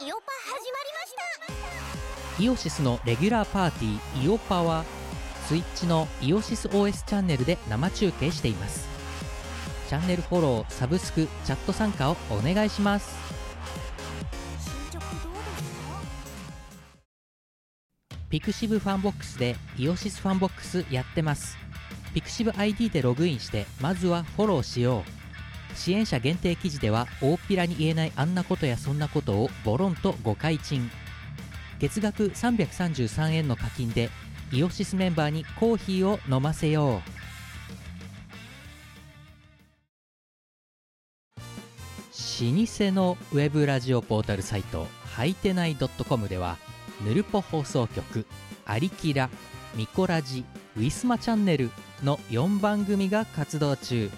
[SPEAKER 7] イオパ始まりました
[SPEAKER 2] イオシスのレギュラーパーティーイオパはスイッチのイオシス OS チャンネルで生中継していますチャンネルフォローサブスクチャット参加をお願いします
[SPEAKER 7] 進捗どうですか
[SPEAKER 2] ピクシブファンボックスでイオシスファンボックスやってますピクシブ ID でログインしてまずはフォローしよう支援者限定記事では大っぴらに言えないあんなことやそんなことをボロンと誤解賃月額333円の課金でイオシスメンバーにコーヒーを飲ませよう老舗のウェブラジオポータルサイトはいてない .com ではぬるぽ放送局「アリキラ」「ミコラジ」「ウィスマチャンネル」の4番組が活動中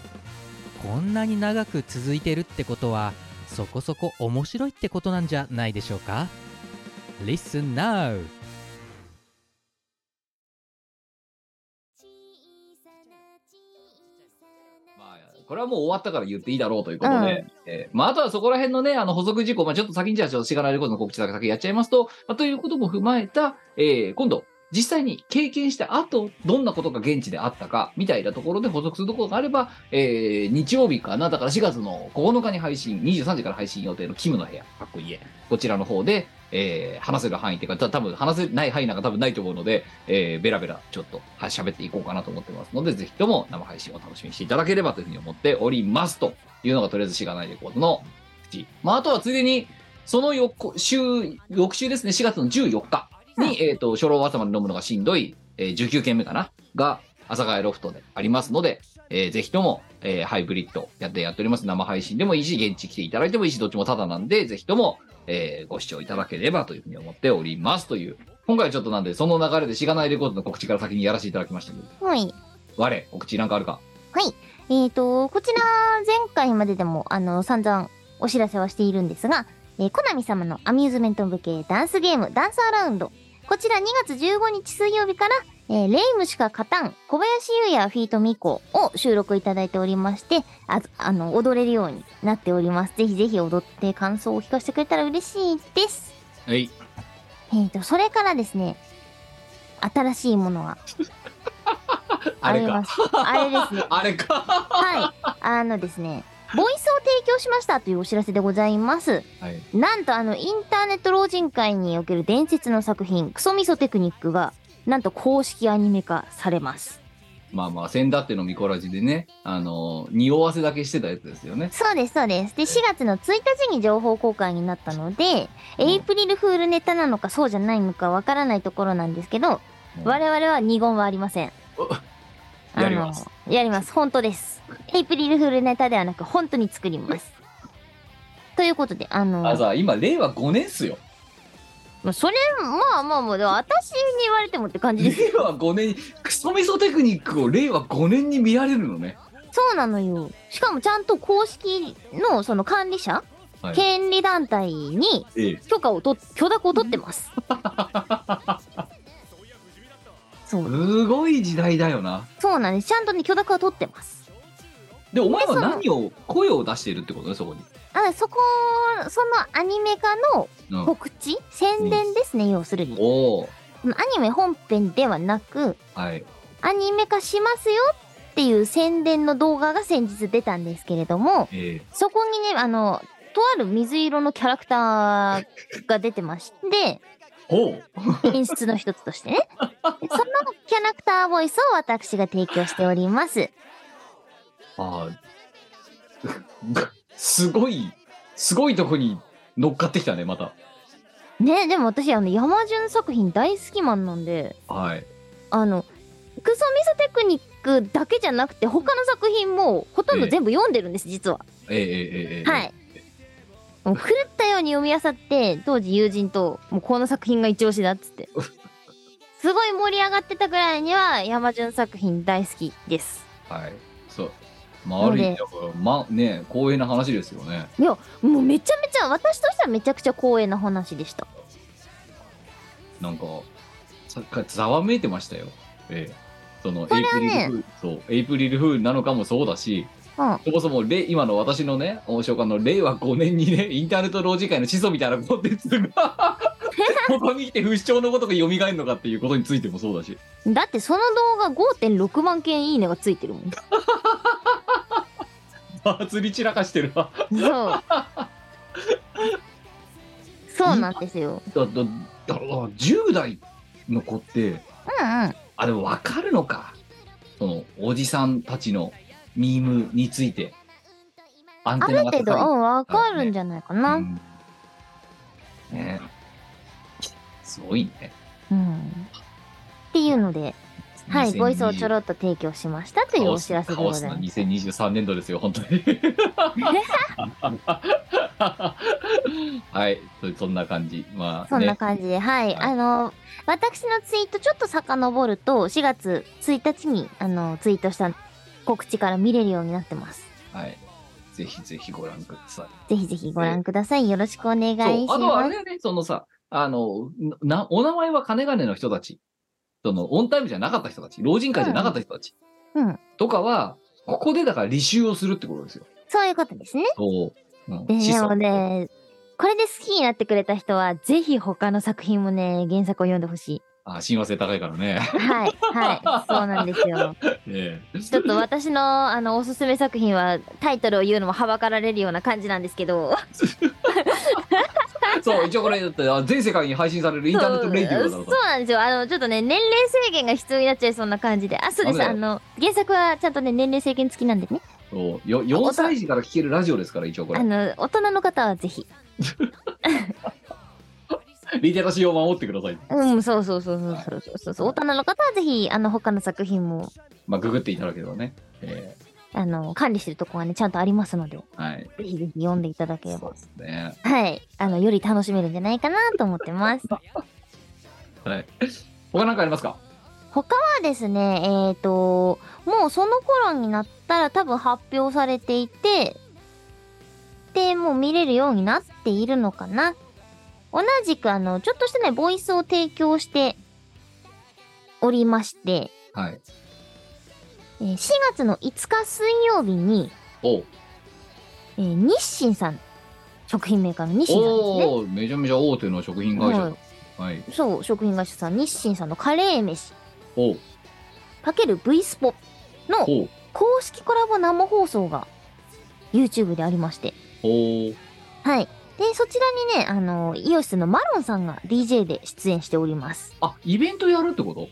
[SPEAKER 2] こんなに長く続いてるってことはそこそこ面白いってことなんじゃないでしょうか Listen now!
[SPEAKER 3] まあ、これはもう終わったから言っていいだろうということで、えーまあ、あとはそこら辺のね、あの補足事項、まあ、ちょっと先にじゃあ、ちょっとしがないレコードの告知だけ先やっちゃいますと、まあ、ということも踏まえた、えー今度、実際に経験した後、どんなことが現地であったか、みたいなところで補足するところがあれば、えー日曜日かな、だから4月の9日に配信、23時から配信予定のキムの部屋、かっこいい家、こちらの方で、えー話せる範囲っていうか、た多分話せない範囲なんか多分ないと思うので、えーベラベラちょっとは喋っていこうかなと思ってますので、ぜひとも生配信を楽しみにしていただければというふうに思っておりますというのがとりあえずしがないレコードの口。まあ、あとはついでに、その翌週、翌週ですね、4月の14日に、えっ、と、初老朝まで飲むのがしんどい、えー19件目かな、が、阿佐ヶ谷ロフトでありますので、えーぜひとも、えーハイブリッドやってやっております。生配信でもいいし、現地来ていただいてもいいし、どっちもタダなんで、ぜひとも、えーご視聴いただければというふうに思っておりますという、今回はちょっとなんで、その流れでしがないレコードの告知から先にやらせていただきましたけど、
[SPEAKER 1] はい。
[SPEAKER 3] 我、お口なんかあるか
[SPEAKER 1] えーと、こちら、前回まででも、あの、散々お知らせはしているんですが、えーコナミ様のアミューズメント向けダンスゲーム、ダンスアラウンド。こちら2月15日水曜日から、えーレイムしか勝たん、小林優也フィートミコを収録いただいておりまして、ああの、踊れるようになっております。ぜひぜひ踊って感想を聞かせてくれたら嬉しいです。
[SPEAKER 3] はい。
[SPEAKER 1] えっ、と、それからですね、新しいものが
[SPEAKER 3] あ
[SPEAKER 1] あ
[SPEAKER 3] れ
[SPEAKER 1] りま
[SPEAKER 3] か。
[SPEAKER 1] す。あれですね。
[SPEAKER 3] あれか。
[SPEAKER 1] はい。あのですね、ボイスを提供しましたというお知らせでございます。
[SPEAKER 3] はい。
[SPEAKER 1] なんとあの、インターネット老人会における伝説の作品、クソミソテクニックが、なんと公式アニメ化されます。
[SPEAKER 3] まあまあ、先だってのミコラジでね、あのー、匂わせだけしてたやつですよね。
[SPEAKER 1] そうです、そうです。で、4月の1日に情報公開になったので、
[SPEAKER 3] うん
[SPEAKER 1] エイプリルフールネタなのかそうじゃないのかわからないところなんですけど、
[SPEAKER 3] うん
[SPEAKER 1] 我々は二言はありません。
[SPEAKER 3] やります
[SPEAKER 1] あの。やります。本当です。エイプリルフールネタではなく、本当に作ります。ということで、あの、
[SPEAKER 3] あ、さ、今、令和5年っすよ。
[SPEAKER 1] まあそれ、まあまあまあ、でも私に言われてもって感じです。
[SPEAKER 3] 令和5年に、クソミソテクニックを令和5年に見られるのね。
[SPEAKER 1] そうなのよ。しかもちゃんと公式のその管理者、
[SPEAKER 3] はい
[SPEAKER 1] 権利団体に
[SPEAKER 3] ええ。
[SPEAKER 1] 許可をと、許諾を取って ます。そう、
[SPEAKER 3] すごい時代だよな。
[SPEAKER 1] そうなんです。ちゃんとね、許諾は取ってます。
[SPEAKER 3] で、お前は
[SPEAKER 1] その
[SPEAKER 3] 何を、声を出しているってことね、そこに。
[SPEAKER 1] あそこ、そのアニメ化の
[SPEAKER 3] うん。
[SPEAKER 1] 告知宣伝ですね、要するに。
[SPEAKER 3] おー
[SPEAKER 1] アニメ本編ではなく、
[SPEAKER 3] はい。
[SPEAKER 1] アニメ化しますよっていう宣伝の動画が先日出たんですけれども、
[SPEAKER 3] ええ。
[SPEAKER 1] そこにね、あの、とある水色のキャラクターが出てまして、
[SPEAKER 3] ほう。
[SPEAKER 1] 演出の一つとしてね。でそのキャラクターボイスを私が提供しております。
[SPEAKER 3] ああ。 すごい、すごいとこに乗っかってきたね、また。
[SPEAKER 1] ね、でも私、あの、山潤作品大好きマンなんで、
[SPEAKER 3] はい。
[SPEAKER 1] あの、クソミソテクニックだけじゃなくて、他の作品もほとんど全部読んでるんです、実は。
[SPEAKER 3] ええええええ。
[SPEAKER 1] はい。もう狂ったように読み漁って当時友人と「もうこの作品が一押しだ」っつって すごい盛り上がってたぐらいには山潤作品大好きです
[SPEAKER 3] はい。そう。まあ、ある意味だから、まあね、光栄な話ですよね。
[SPEAKER 1] もうめちゃめちゃ私としてはめちゃくちゃ光栄な話でした
[SPEAKER 3] なんか、さざわめいてましたよ。ええ。その、
[SPEAKER 1] そ
[SPEAKER 3] エイ
[SPEAKER 1] れは
[SPEAKER 3] プリル
[SPEAKER 1] ね
[SPEAKER 3] フール、そう、エイプリルフールなのかもそうだ
[SPEAKER 1] う
[SPEAKER 3] し、
[SPEAKER 1] ん
[SPEAKER 3] そもそも、れ今の私のね、大正官の令和5年にね、インターネット老人会の始祖みたいなコンテンツ が、ここに来て不死鳥のことが蘇るのかっていうことについてもそうだし。
[SPEAKER 1] だってその動画5.6万件いいねがついてるもん
[SPEAKER 3] あ釣り散らかしてるわ。
[SPEAKER 1] そうそうなんですよ
[SPEAKER 3] だだだだ10代の子って
[SPEAKER 1] うんうん
[SPEAKER 3] あでも分かるのかそのおじさんたちのミームについてアン
[SPEAKER 1] あ
[SPEAKER 3] テ
[SPEAKER 1] る
[SPEAKER 3] ナが
[SPEAKER 1] 程度
[SPEAKER 3] 高
[SPEAKER 1] う
[SPEAKER 3] い
[SPEAKER 1] んわかるんじゃないかな、
[SPEAKER 3] うんねすごいね
[SPEAKER 1] うんっていうので、はい、
[SPEAKER 3] 2020
[SPEAKER 1] ボイスをちょろっと提供しましたというお知らせでござい
[SPEAKER 3] カオ
[SPEAKER 1] ます。
[SPEAKER 3] スな2023年度ですよ本 当にはいそそんな感じまあ
[SPEAKER 1] そん
[SPEAKER 3] ね
[SPEAKER 1] な感じで、はい、
[SPEAKER 3] はい
[SPEAKER 1] あの、私のツイートちょっと遡ると、4月1日に、あの、ツイートした告知から見れるようになってます。
[SPEAKER 3] はいぜひぜひご覧ください
[SPEAKER 1] ぜひぜひご覧ください。よろしくお願いし
[SPEAKER 3] そう
[SPEAKER 1] ます。
[SPEAKER 3] あとはあれだよね、そのさ、あの、なお名前は金金の人たち、そのオンタイムじゃなかった人たち、老人会じゃなかった人たち、
[SPEAKER 1] うんうん
[SPEAKER 3] とかは、ここでだから履修をするってことですよ。
[SPEAKER 1] そういうことですね。
[SPEAKER 3] そう。うん
[SPEAKER 1] で
[SPEAKER 3] 子
[SPEAKER 1] で
[SPEAKER 3] 孫
[SPEAKER 1] もね、これで好きになってくれた人は、ぜひ他の作品もね、原作を読んでほし
[SPEAKER 3] あ親和性高いからね。
[SPEAKER 1] い。はい、はい、そうなんですよ。
[SPEAKER 3] ええ
[SPEAKER 1] ちょっと私のあのおすすめ作品はタイトルを言うのもはばかられるような感じなんですけど
[SPEAKER 3] そう、一応これだってあ全世界に配信されるインターネットレイディオだ
[SPEAKER 1] そう
[SPEAKER 3] から。
[SPEAKER 1] なんですよあのちょっとね年齢制限が必要になっちゃいそうな感じであそうです
[SPEAKER 3] ダ
[SPEAKER 1] あ
[SPEAKER 3] メ
[SPEAKER 1] の原作はちゃんとね年齢制限付きなんでね
[SPEAKER 3] そうよ4歳児から聴けるラジオですから、一応こ
[SPEAKER 1] あ
[SPEAKER 3] れ。
[SPEAKER 1] の大人の方はぜひ
[SPEAKER 3] リテラシーを守ってください。
[SPEAKER 1] うんそうそうそうそうそうそうそう大人の方はぜひあの他の作品も
[SPEAKER 3] まあ、ググっていただければね。え
[SPEAKER 1] あの管理してるとこがねちゃんとありますのでぜ
[SPEAKER 3] ーはい。
[SPEAKER 1] ひぜひ読んでいただけれ
[SPEAKER 3] そ
[SPEAKER 1] ば
[SPEAKER 3] うですね。
[SPEAKER 1] はいあのより楽しめるんじゃないかなと思ってます
[SPEAKER 3] はい。他なんかありますか
[SPEAKER 1] 他はですね、えっ、と、もうその頃になったら多分発表されていて、で、もう見れるようになっているのかな。同じくあの、ちょっとしたね、ボイスを提供しておりまして、
[SPEAKER 3] はい。
[SPEAKER 1] えー4月の5日水曜日に、
[SPEAKER 3] おう
[SPEAKER 1] えー日清さん、食品メーカーの日清さんですね。
[SPEAKER 3] おーめちゃめちゃ大手の食品会社だ。はい。
[SPEAKER 1] そう、食品会社さん、日清さんのカレー飯
[SPEAKER 3] おう
[SPEAKER 1] かける V スポの
[SPEAKER 3] おう
[SPEAKER 1] 公式コラボ生放送が YouTube でありまして、
[SPEAKER 3] おう
[SPEAKER 1] はい。で、そちらにね、あの、イオシスのマロンさんが DJ で出演しております。
[SPEAKER 3] あ、イベントやるってこと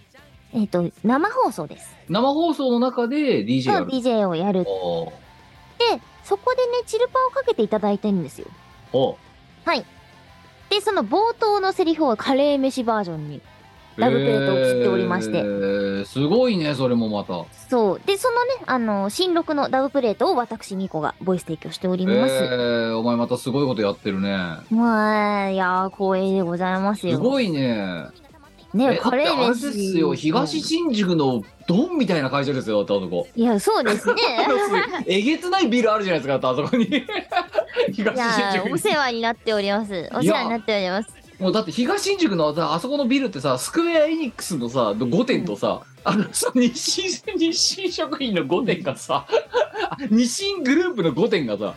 [SPEAKER 1] えっ、と、生放送です。
[SPEAKER 3] 生放送の中で DJ や
[SPEAKER 1] の
[SPEAKER 3] る。
[SPEAKER 1] DJ をやる。で、
[SPEAKER 3] おう
[SPEAKER 1] そこでね、チルパをかけていただいてるんですよ。
[SPEAKER 3] おう
[SPEAKER 1] で、その冒頭のセリフをカレー飯バージョンに。ラブプレートを切っておりまして
[SPEAKER 3] えーすごいね、それもまた。
[SPEAKER 1] そう。で、そのね、あの、新録のダブプレートを私、ミコがボイス提供しており
[SPEAKER 3] え
[SPEAKER 1] ます。
[SPEAKER 3] ー、お前またすごいことやってるね。
[SPEAKER 1] まあ、いやー、光栄でございますよ。
[SPEAKER 3] すごいね。
[SPEAKER 1] ね、
[SPEAKER 3] え
[SPEAKER 1] カレ
[SPEAKER 3] だってあ
[SPEAKER 1] ー
[SPEAKER 3] れ
[SPEAKER 1] 飯。
[SPEAKER 3] ですよ、東新宿のドンみたいな会社ですよ、だってあそこ。
[SPEAKER 1] いや、そうですね。
[SPEAKER 3] えげつないビルあるじゃないですか、だってあそこに。
[SPEAKER 1] い
[SPEAKER 3] 東
[SPEAKER 1] や
[SPEAKER 3] 新宿
[SPEAKER 1] ー、お
[SPEAKER 3] に。
[SPEAKER 1] 世話になっております。お世話になっております。
[SPEAKER 3] もうだって東新宿のああそこのビルってさ、スクウェアエニックスのさ、5店とさ、あのさ日清、日清食品の5店がさ、 あ日清グループの5店がさ、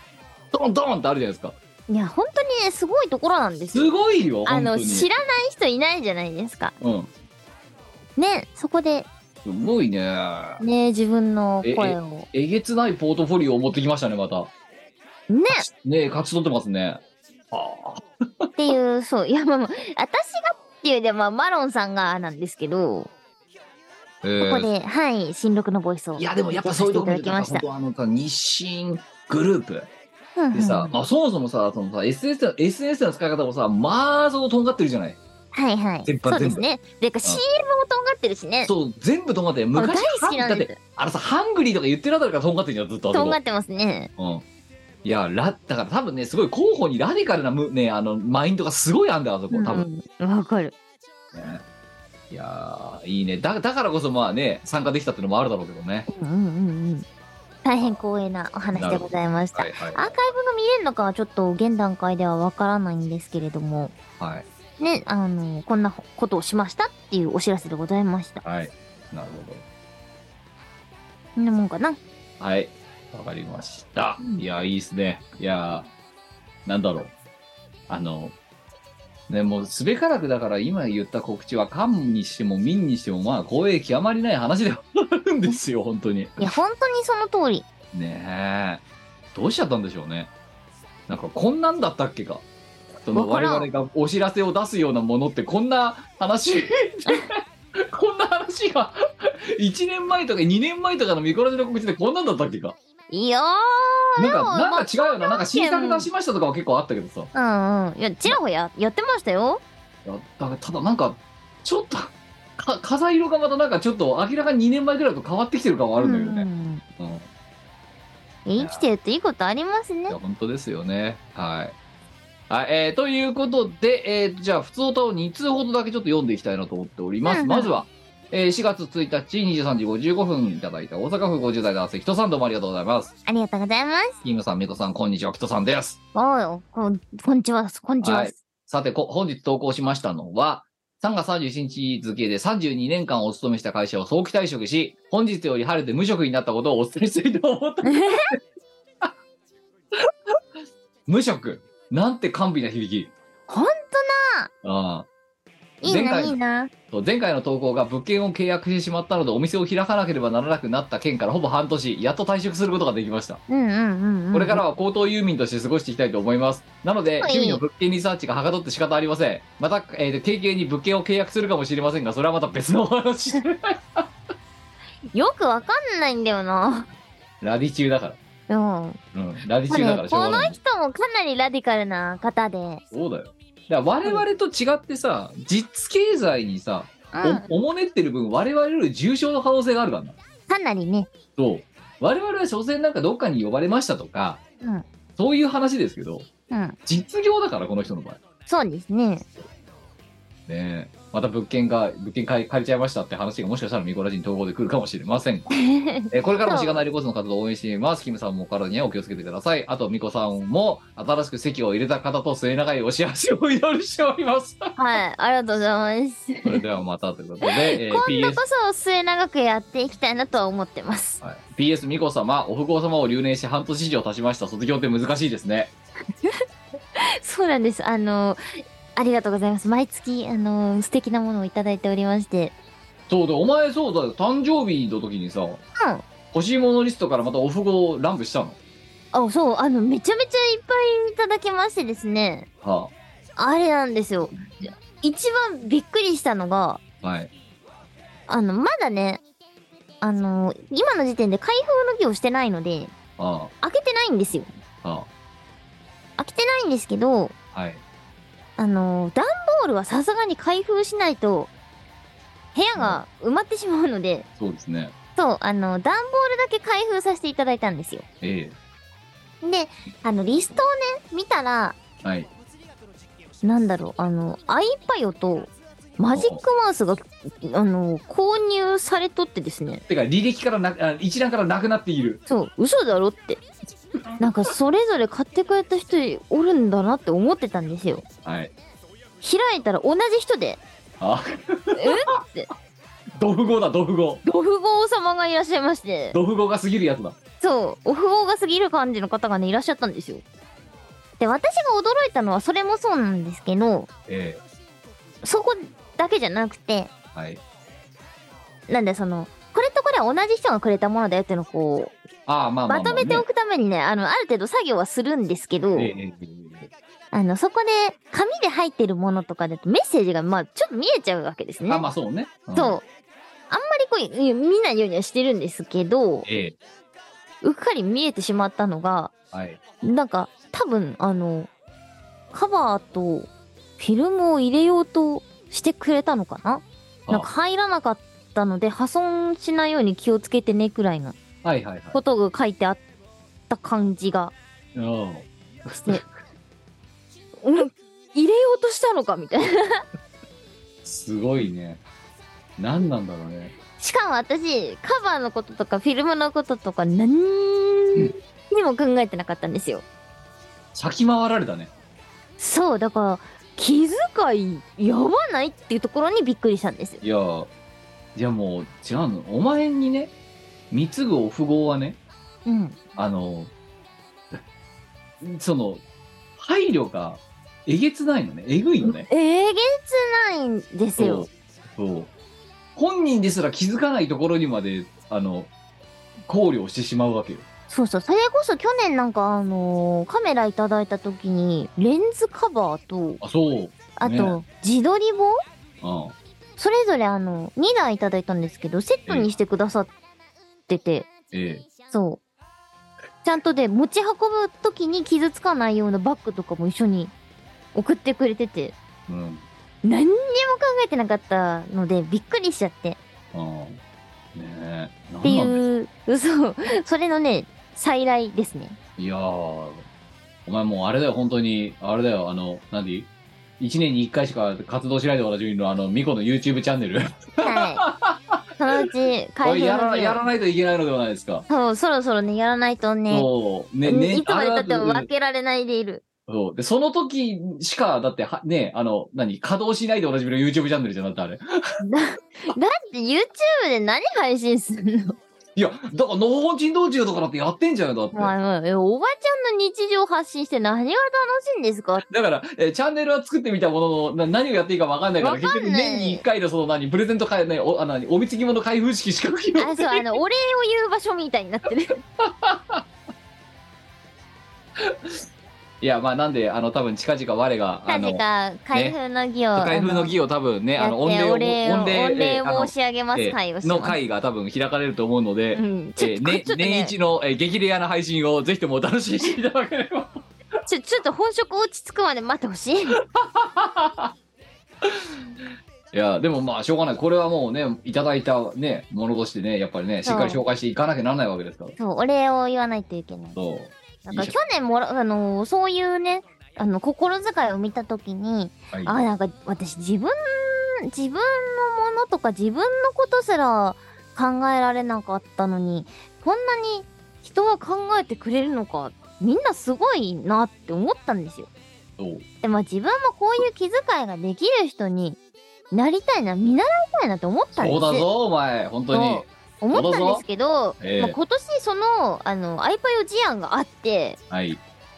[SPEAKER 3] ドンドンってあるじゃないですか。
[SPEAKER 1] いや、本当にね、すごいところなんですよ。
[SPEAKER 3] すごいよ、
[SPEAKER 1] あ
[SPEAKER 3] 本当
[SPEAKER 1] の、
[SPEAKER 3] に。
[SPEAKER 1] 知らない人いないじゃないですか。
[SPEAKER 3] うん。
[SPEAKER 1] ね、そこで、
[SPEAKER 3] すごいね。
[SPEAKER 1] ね、自分の声を。
[SPEAKER 3] えげつないポートフォリオを持ってきましたね、また。
[SPEAKER 1] ね、
[SPEAKER 3] ねえ、勝ち取ってますね。はあ。
[SPEAKER 1] っていう、そう、いや、まあまあ、私がっていうで、まあ、マロンさんがなんですけど、
[SPEAKER 3] え
[SPEAKER 1] ここ
[SPEAKER 3] ー
[SPEAKER 1] で、はい、新録のボイスを。
[SPEAKER 3] いやでもやっぱそういうとこ
[SPEAKER 1] いただき
[SPEAKER 3] 見てたら
[SPEAKER 1] まし
[SPEAKER 3] 本
[SPEAKER 1] た。
[SPEAKER 3] 当あのさ日清グループ
[SPEAKER 1] うん
[SPEAKER 3] でさ、
[SPEAKER 1] うん
[SPEAKER 3] まあ、そもそもさそのさ SNS, の SNS の使い方もさまあそのとんがってるじゃない
[SPEAKER 1] はいはい。
[SPEAKER 3] 全般
[SPEAKER 1] そうですね。でか、CM もとんがってるしね。
[SPEAKER 3] そう全部とんがってる
[SPEAKER 1] あ
[SPEAKER 3] 昔
[SPEAKER 1] 大好きな
[SPEAKER 3] だ
[SPEAKER 1] ん
[SPEAKER 3] っ
[SPEAKER 1] で
[SPEAKER 3] てあのさハングリーとか言ってるあたりからとんがってるじゃんずっとあ
[SPEAKER 1] す。とん
[SPEAKER 3] そこ
[SPEAKER 1] がってますね。
[SPEAKER 3] うんいやラだから多分ねすごい候補にラディカルなむねあのマインドがすごいあんだよあそこ
[SPEAKER 1] う
[SPEAKER 3] 多分、
[SPEAKER 1] んうんわかる。
[SPEAKER 3] ねいやーいいねだだからこそまあね参加できたってのもあるだろうけどね
[SPEAKER 1] うんうんうんうん。大変光栄なお話でございました
[SPEAKER 3] は。いはい
[SPEAKER 1] アーカイブが見れるのかはちょっと現段階ではわからないんですけれども、
[SPEAKER 3] はい
[SPEAKER 1] ね、あの、こんなことをしましたっていうお知らせでございました。
[SPEAKER 3] はいなるほど
[SPEAKER 1] そんなもんかな。
[SPEAKER 3] はい、わかりました
[SPEAKER 1] う。ん
[SPEAKER 3] いや、いいですね。いや、なんだろう。あの、ね、もうすべからくだから今言った告知は、官にしても民にしても、まあ、光栄極まりない話ではあるんですよ、本当に。
[SPEAKER 1] いや、本当にその通り。
[SPEAKER 3] ねえ。どうしちゃったんでしょうね。なんか、こんなんだったっけか。その
[SPEAKER 1] わ
[SPEAKER 3] 我
[SPEAKER 1] からん
[SPEAKER 3] 々がお知らせを出すようなものってこんな 話こんな話が1年前とか2年前とかの見殺しの告知でこんなんだったっけか
[SPEAKER 1] いやー、で
[SPEAKER 3] なん
[SPEAKER 1] も、
[SPEAKER 3] か、
[SPEAKER 1] ま
[SPEAKER 3] なんか違うよな。なんか新作出しましたとかは結構あったけどさ。
[SPEAKER 1] あ、うんうん。いや、ちらほや、やってましたよ。
[SPEAKER 3] いやだからただなんか、ちょっと、 か、風色がまたなんかちょっと明らかに2年前ぐらいと変わってきてる感はあるんだけど
[SPEAKER 1] う
[SPEAKER 3] ね。
[SPEAKER 1] ん
[SPEAKER 3] うん。い
[SPEAKER 1] 生きてるといいことありますね
[SPEAKER 3] や、。本当ですよね。はい。はい、えーということで、えーじゃあ、普通歌を2通ほどだけちょっと読んでいきたいなと思っておりま
[SPEAKER 1] うん
[SPEAKER 3] す。
[SPEAKER 1] うん
[SPEAKER 3] まずは、えー4月1日23時55分いただいた大阪府50代男性、人さんどうもありがとうございます。
[SPEAKER 1] ありがとうございます。
[SPEAKER 3] キムさん、ミコさん、こんにちは、人さんです。
[SPEAKER 1] おいお、こん、こんにちは、こんにちは
[SPEAKER 3] はい。さてこ、本日投稿しましたのは、3月31日付で32年間お勤めした会社を早期退職し、本日より晴れて無職になったことをお伝えしたいと思った。 無職なんて甘美な響き。
[SPEAKER 1] ほんと
[SPEAKER 3] ああ。
[SPEAKER 1] いい
[SPEAKER 3] 前
[SPEAKER 1] な、
[SPEAKER 3] 回
[SPEAKER 1] いいな。
[SPEAKER 3] そう前回の投稿が物件を契約してしまったのでお店を開かなければならなくなった件からほぼ半年やっと退職することができました
[SPEAKER 1] うんうんうん、うん。
[SPEAKER 3] これからは高等遊民として過ごしていきたいと思います。なので、
[SPEAKER 1] はい
[SPEAKER 3] 趣味の物件リサーチがはかどって仕方ありません。また、えー、定期的に物件を契約するかもしれませんが、それはまた別のお話。
[SPEAKER 1] よくわかんないんだよな。
[SPEAKER 3] ラディ中だか
[SPEAKER 1] うん。
[SPEAKER 3] ら。うん。ラディ
[SPEAKER 1] こ
[SPEAKER 3] 中
[SPEAKER 1] れ
[SPEAKER 3] だからしょ
[SPEAKER 1] こ
[SPEAKER 3] うが
[SPEAKER 1] の
[SPEAKER 3] ない。
[SPEAKER 1] 人もかなりラディカルな方で。うん。
[SPEAKER 3] そうだよ。だから我々と違ってさ、実経済にさ、おおもねってる分、我々より重症の可能性があるからな。
[SPEAKER 1] かなりね。
[SPEAKER 3] そう。我々は所詮なんかどっかに呼ばれましたとか、
[SPEAKER 1] うん
[SPEAKER 3] そういう話ですけど、
[SPEAKER 1] うん。
[SPEAKER 3] 実業だから、この人の場合。
[SPEAKER 1] そうですね。
[SPEAKER 3] ねえまた物件が物件借り借りちゃいましたって話がもしかしたらミコラジン統合で来るかもしれません えーこれからもしがないレコーズの活動を応援していますキムさんもお体にはお気をつけてくださいあとミコさんも新しく席を入れた方と末永いお幸せをお祈りしております
[SPEAKER 1] はい。ありがとうございます。
[SPEAKER 3] それではまたということで、えー
[SPEAKER 1] 今度こ
[SPEAKER 3] PS
[SPEAKER 1] そ末長くやっていきたいなとは思ってます。
[SPEAKER 3] はい PS ミコ様お富豪様を留年して半年以上経ちました卒業って難しいですね
[SPEAKER 1] そうなんです。あの、ありがとうございます。毎月、あの、素敵なものをいただいておりまして。
[SPEAKER 3] そうだお前そうだよ誕生日の時にさ、欲しいものリストからまたお富豪を乱舞したの
[SPEAKER 1] あ、そう、あの、めちゃめちゃいっぱいいただきましてですね。
[SPEAKER 3] は
[SPEAKER 1] あれなんですよ。一番びっくりしたのが、
[SPEAKER 3] あはい
[SPEAKER 1] あの、まだね、あの、今の時点で開封の儀をしてないので、
[SPEAKER 3] あ
[SPEAKER 1] 開けてないんですよ。
[SPEAKER 3] ああ
[SPEAKER 1] 開けてないんですけど、
[SPEAKER 3] あはい
[SPEAKER 1] あの、段ボールはさすがに開封しないと、部屋が埋まってしまうので、
[SPEAKER 3] そうですね
[SPEAKER 1] そう、あの、段ボールだけ開封させていただいたんですよ。
[SPEAKER 3] え
[SPEAKER 1] で、あの、リストをね、見たら、
[SPEAKER 3] えはい
[SPEAKER 1] なんだろう、あの、アイパヨと、マジックマウスが、あの、購入されとってですね、
[SPEAKER 3] てか履歴からなあ一覧からなくなっている
[SPEAKER 1] そう、嘘だろって。なんか、それぞれ買ってくれた人おるんだなって思ってたんですよ。
[SPEAKER 3] はい
[SPEAKER 1] 開いたら同じ人で、
[SPEAKER 3] あ
[SPEAKER 1] え って、
[SPEAKER 3] ドフ語だドフ語
[SPEAKER 1] ご富豪様がいらっしゃいまして。
[SPEAKER 3] ドフ語が過ぎるやつだ
[SPEAKER 1] そう、お富豪が過ぎる感じの方がね、いらっしゃったんですよ。で、私が驚いたのは、それもそうなんですけど、
[SPEAKER 3] え
[SPEAKER 1] そこだけじゃなくて、
[SPEAKER 3] えはい
[SPEAKER 1] なんだ、その、これとこれは同じ人がくれたものだよっていうのをこ
[SPEAKER 3] ああまあ
[SPEAKER 1] う、
[SPEAKER 3] まあ
[SPEAKER 1] まとめてお
[SPEAKER 3] く
[SPEAKER 1] くためにね、あの、ある程度作業はするんですけど、
[SPEAKER 3] えええええ
[SPEAKER 1] あの、そこで、紙で入ってるものとかだとメッセージが、まあ、ちょっと見えちゃうわけです
[SPEAKER 3] え
[SPEAKER 1] ね。
[SPEAKER 3] あまあそうね、うん
[SPEAKER 1] そう。あんまりこう、見ないようにはしてるんですけど、
[SPEAKER 3] ええ
[SPEAKER 1] うっかり見えてしまったのが、
[SPEAKER 3] はい
[SPEAKER 1] なんか、多分、あの、カバーとフィルムを入れようとしてくれたのかな
[SPEAKER 3] あ
[SPEAKER 1] なんか入らなかったので、破損しないように気をつけてね、くらいの
[SPEAKER 3] はいはいはい
[SPEAKER 1] ことが書いてあった感じが
[SPEAKER 3] うん
[SPEAKER 1] して、うん 入れようとしたのかみたいな。
[SPEAKER 3] すごいね何なんだろうね
[SPEAKER 1] しかも私、カバーのこととかフィルムのこととか何にも考えてなかったんですよ。
[SPEAKER 3] 先回られたね
[SPEAKER 1] そう、だから、気遣いやばないっていうところにびっくりしたんですよ。
[SPEAKER 3] いやいやもう違うのお前にね貢ぐお富豪はね
[SPEAKER 1] うん。
[SPEAKER 3] あの、その、配慮がえげつないのね。えぐいのね。
[SPEAKER 1] えげつないんですよ。
[SPEAKER 3] そう。そう本人ですら気づかないところにまで、あの、考慮をしてしまうわけよ。
[SPEAKER 1] そうそう。それこそ去年なんかあのーカメラいただいた時に、レンズカバーと、
[SPEAKER 3] あ、そう。
[SPEAKER 1] あと
[SPEAKER 3] ね、
[SPEAKER 1] 自撮り棒
[SPEAKER 3] うん。
[SPEAKER 1] それぞれあの、2台いただいたんですけど、セットにしてくださってて、
[SPEAKER 3] ええ。
[SPEAKER 1] そう。ちゃんとで、持ち運ぶ時に傷つかないようなバッグとかも一緒に送ってくれてて、
[SPEAKER 3] うん。
[SPEAKER 1] 何にも考えてなかったので、びっくりしちゃって。
[SPEAKER 3] うん。ねえ。
[SPEAKER 1] って
[SPEAKER 3] なんなんだ
[SPEAKER 1] いう、そう。それのね、再来ですね。
[SPEAKER 3] いやー、お前もうあれだよ、本当に。あれだよ、あの、なんで一年に一回しか活動しないでおなじみの、あの、ミコの YouTube チャンネル。
[SPEAKER 1] はい。そのうち、
[SPEAKER 3] こ
[SPEAKER 1] 開
[SPEAKER 3] れや
[SPEAKER 1] 封の
[SPEAKER 3] ら
[SPEAKER 1] 儀
[SPEAKER 3] やら
[SPEAKER 1] を
[SPEAKER 3] ないといけないのではないですか。
[SPEAKER 1] そう、そろそろね、やらないとね、
[SPEAKER 3] そう。ね、
[SPEAKER 1] うん
[SPEAKER 3] ね、
[SPEAKER 1] いつまでた
[SPEAKER 3] あれ
[SPEAKER 1] っても
[SPEAKER 3] だ
[SPEAKER 1] 分けられないでいる。
[SPEAKER 3] そう。で、その時しか、だって、は、ね、あの、何、稼働しないでおなじみの YouTube チャンネルじゃなくて、あれ。
[SPEAKER 1] だだって YouTube で何配信すんの
[SPEAKER 3] いや、だから、のほほん珍道中とかだってやってんじゃんよ、だって。
[SPEAKER 5] まあまあえおばちゃんの日常発信して何が楽しいんですか
[SPEAKER 3] だから、えーチャンネルは作ってみたものの、な何をやっていいか分かんないから、
[SPEAKER 5] 分かん
[SPEAKER 3] 結
[SPEAKER 5] ない
[SPEAKER 3] 局年に1回でその何、プレゼント会、ね、お あ何おみつ着物開封式しか着ない
[SPEAKER 5] あ、そう、あの、お礼を言う場所みたいになってる。
[SPEAKER 3] いや、まあなんで、あの、多分近々我が、
[SPEAKER 1] な
[SPEAKER 3] あの
[SPEAKER 1] ぜ、か開封の儀を、
[SPEAKER 3] 開封の儀を多分ね、あの、
[SPEAKER 1] お
[SPEAKER 3] 御礼を、
[SPEAKER 1] 礼を
[SPEAKER 3] 御礼
[SPEAKER 1] 御
[SPEAKER 3] え
[SPEAKER 1] 礼
[SPEAKER 3] ーあの
[SPEAKER 1] を申し上げます
[SPEAKER 3] えー
[SPEAKER 1] 会をしま
[SPEAKER 3] の
[SPEAKER 1] す。
[SPEAKER 3] 会が多分開かれると思うので、
[SPEAKER 5] うん。ち
[SPEAKER 3] え
[SPEAKER 5] ょ
[SPEAKER 3] ー
[SPEAKER 5] っと、
[SPEAKER 3] ね
[SPEAKER 5] ちょっと
[SPEAKER 3] 年
[SPEAKER 5] ね、
[SPEAKER 3] 一の、えー激レアな配信をぜひともお楽しみにしていただければ。
[SPEAKER 5] ちょちょっと本職落ち着くまで待ってほしい。
[SPEAKER 3] いや、でもまあ、しょうがない。これはもうね、いただいたね、ものとしてね、やっぱりね、しっかり
[SPEAKER 1] そ
[SPEAKER 3] 紹介していかなきゃならないわけですから。
[SPEAKER 1] そう、お礼を言わないといけない。
[SPEAKER 3] そう。
[SPEAKER 1] なんか去年もら、あのーそういうね、あの、心遣いを見たときに、
[SPEAKER 3] はい
[SPEAKER 1] あ、なんか私自分、自分のものとか自分のことすら考えられなかったのに、こんなに人は考えてくれるのか、みんなすごいなって思ったんですよ。
[SPEAKER 3] そう
[SPEAKER 1] でも自分もこういう気遣いができる人になりたいな、見習いたいなって思ったんです
[SPEAKER 3] そうだぞ、お前、本当に。
[SPEAKER 1] 思ったんですけど、
[SPEAKER 3] ええ
[SPEAKER 1] まあ、今年そのあの iPad 事案があって
[SPEAKER 3] はい。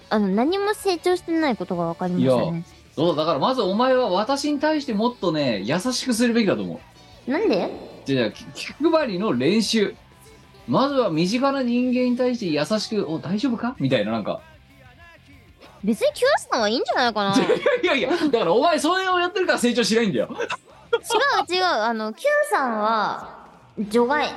[SPEAKER 1] あの何も成長してないことが分かりましたね
[SPEAKER 3] そうだからまずお前は私に対してもっとね優しくするべきだと思う
[SPEAKER 1] なんで
[SPEAKER 3] じゃあき気配りの練習まずは身近な人間に対して優しく「お大丈夫か?」みたいななんか
[SPEAKER 1] 別に Q さんはいいんじゃないかな違
[SPEAKER 3] いやいやだからお前それをやってるから成長しないんだよ
[SPEAKER 1] う違うあの Q さんは除外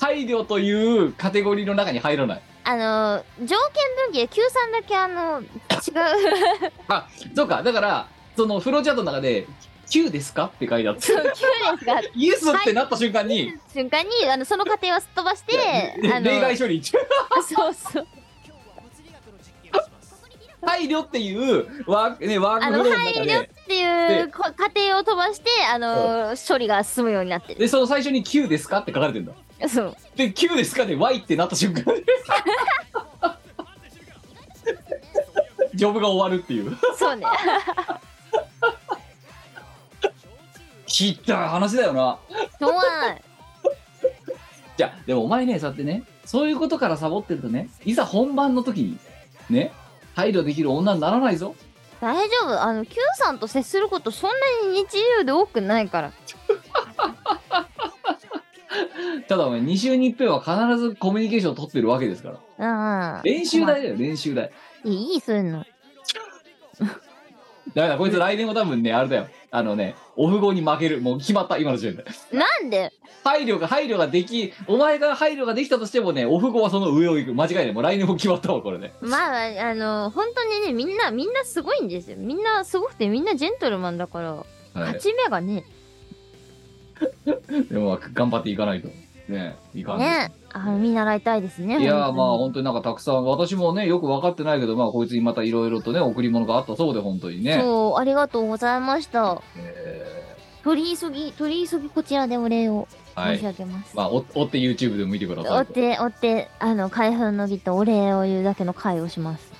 [SPEAKER 3] 配慮というカテゴリーの中に入らない
[SPEAKER 1] あの条件分岐で Q さんだけあの違う
[SPEAKER 3] あそうかだからそのフローチャートの中で「Q ですか?」って書いてあって
[SPEAKER 1] そう Q ですが
[SPEAKER 3] 「イエス」ってなった瞬間に
[SPEAKER 1] 瞬間にあのその過程はすっ飛ばし
[SPEAKER 3] いや
[SPEAKER 1] てあの
[SPEAKER 3] 例外処理
[SPEAKER 1] そうそう
[SPEAKER 3] 配慮っていうワーク,、ね、ワーク
[SPEAKER 1] あ
[SPEAKER 3] フ
[SPEAKER 1] の
[SPEAKER 3] ローの
[SPEAKER 1] 配
[SPEAKER 3] 中
[SPEAKER 1] 慮
[SPEAKER 3] で
[SPEAKER 1] っていうこ過程を飛ばしてあの処理が進むようになってる
[SPEAKER 3] でその最初に「Q ですか?」って書かれてんだ
[SPEAKER 1] そう
[SPEAKER 3] で Q ですかね Y ってなった瞬間 ジョブが終わるっていう
[SPEAKER 1] そうね
[SPEAKER 3] 聞いた話だよな
[SPEAKER 1] しょうがない
[SPEAKER 3] じゃあでもお前ねそうやってねそういうことからサボってるとねいざ本番の時にね配慮できる女にならないぞ
[SPEAKER 1] 大丈夫あの Q さんと接することそんなに日常で多くないから
[SPEAKER 3] ただお前2週に1遍は必ずコミュニケーションを取ってるわけですから
[SPEAKER 1] うんうん
[SPEAKER 3] 練習台だよ練習台
[SPEAKER 1] いいいいそういうの
[SPEAKER 3] だからこいつ来年も多分ねあれだよあのねオフ後に負けるもう決まった今の時点で
[SPEAKER 1] なんで
[SPEAKER 3] 配慮が配慮ができお前が配慮ができたとしてもねオフ後はその上を行く間違いないもう来年も決まったわこれね
[SPEAKER 1] まああの本当にねみんなみんなすごいんですよみんなすごくてみんなジェントルマンだから
[SPEAKER 3] はい
[SPEAKER 1] 勝、ち目がね
[SPEAKER 3] でもまあ頑張っていかないとねいかんね
[SPEAKER 1] ねあ見習いたいですね
[SPEAKER 3] いやーまあ
[SPEAKER 1] 本
[SPEAKER 3] 本当になんかたくさん私もねよく分かってないけどまあこいつにまたいろいろとね贈り物があったそうで本当に
[SPEAKER 1] 当に
[SPEAKER 3] ね、
[SPEAKER 1] そうありがとうございました
[SPEAKER 3] え
[SPEAKER 1] 取り急ぎ取り急ぎこちらでお礼を
[SPEAKER 3] ーは
[SPEAKER 1] 申し
[SPEAKER 3] い
[SPEAKER 1] 上げます、
[SPEAKER 3] まあ追追って YouTube でも見てくだ
[SPEAKER 1] 追
[SPEAKER 3] さ
[SPEAKER 1] っ
[SPEAKER 3] いと
[SPEAKER 1] て追ってあの開封の儀とお礼を言うだけの会をします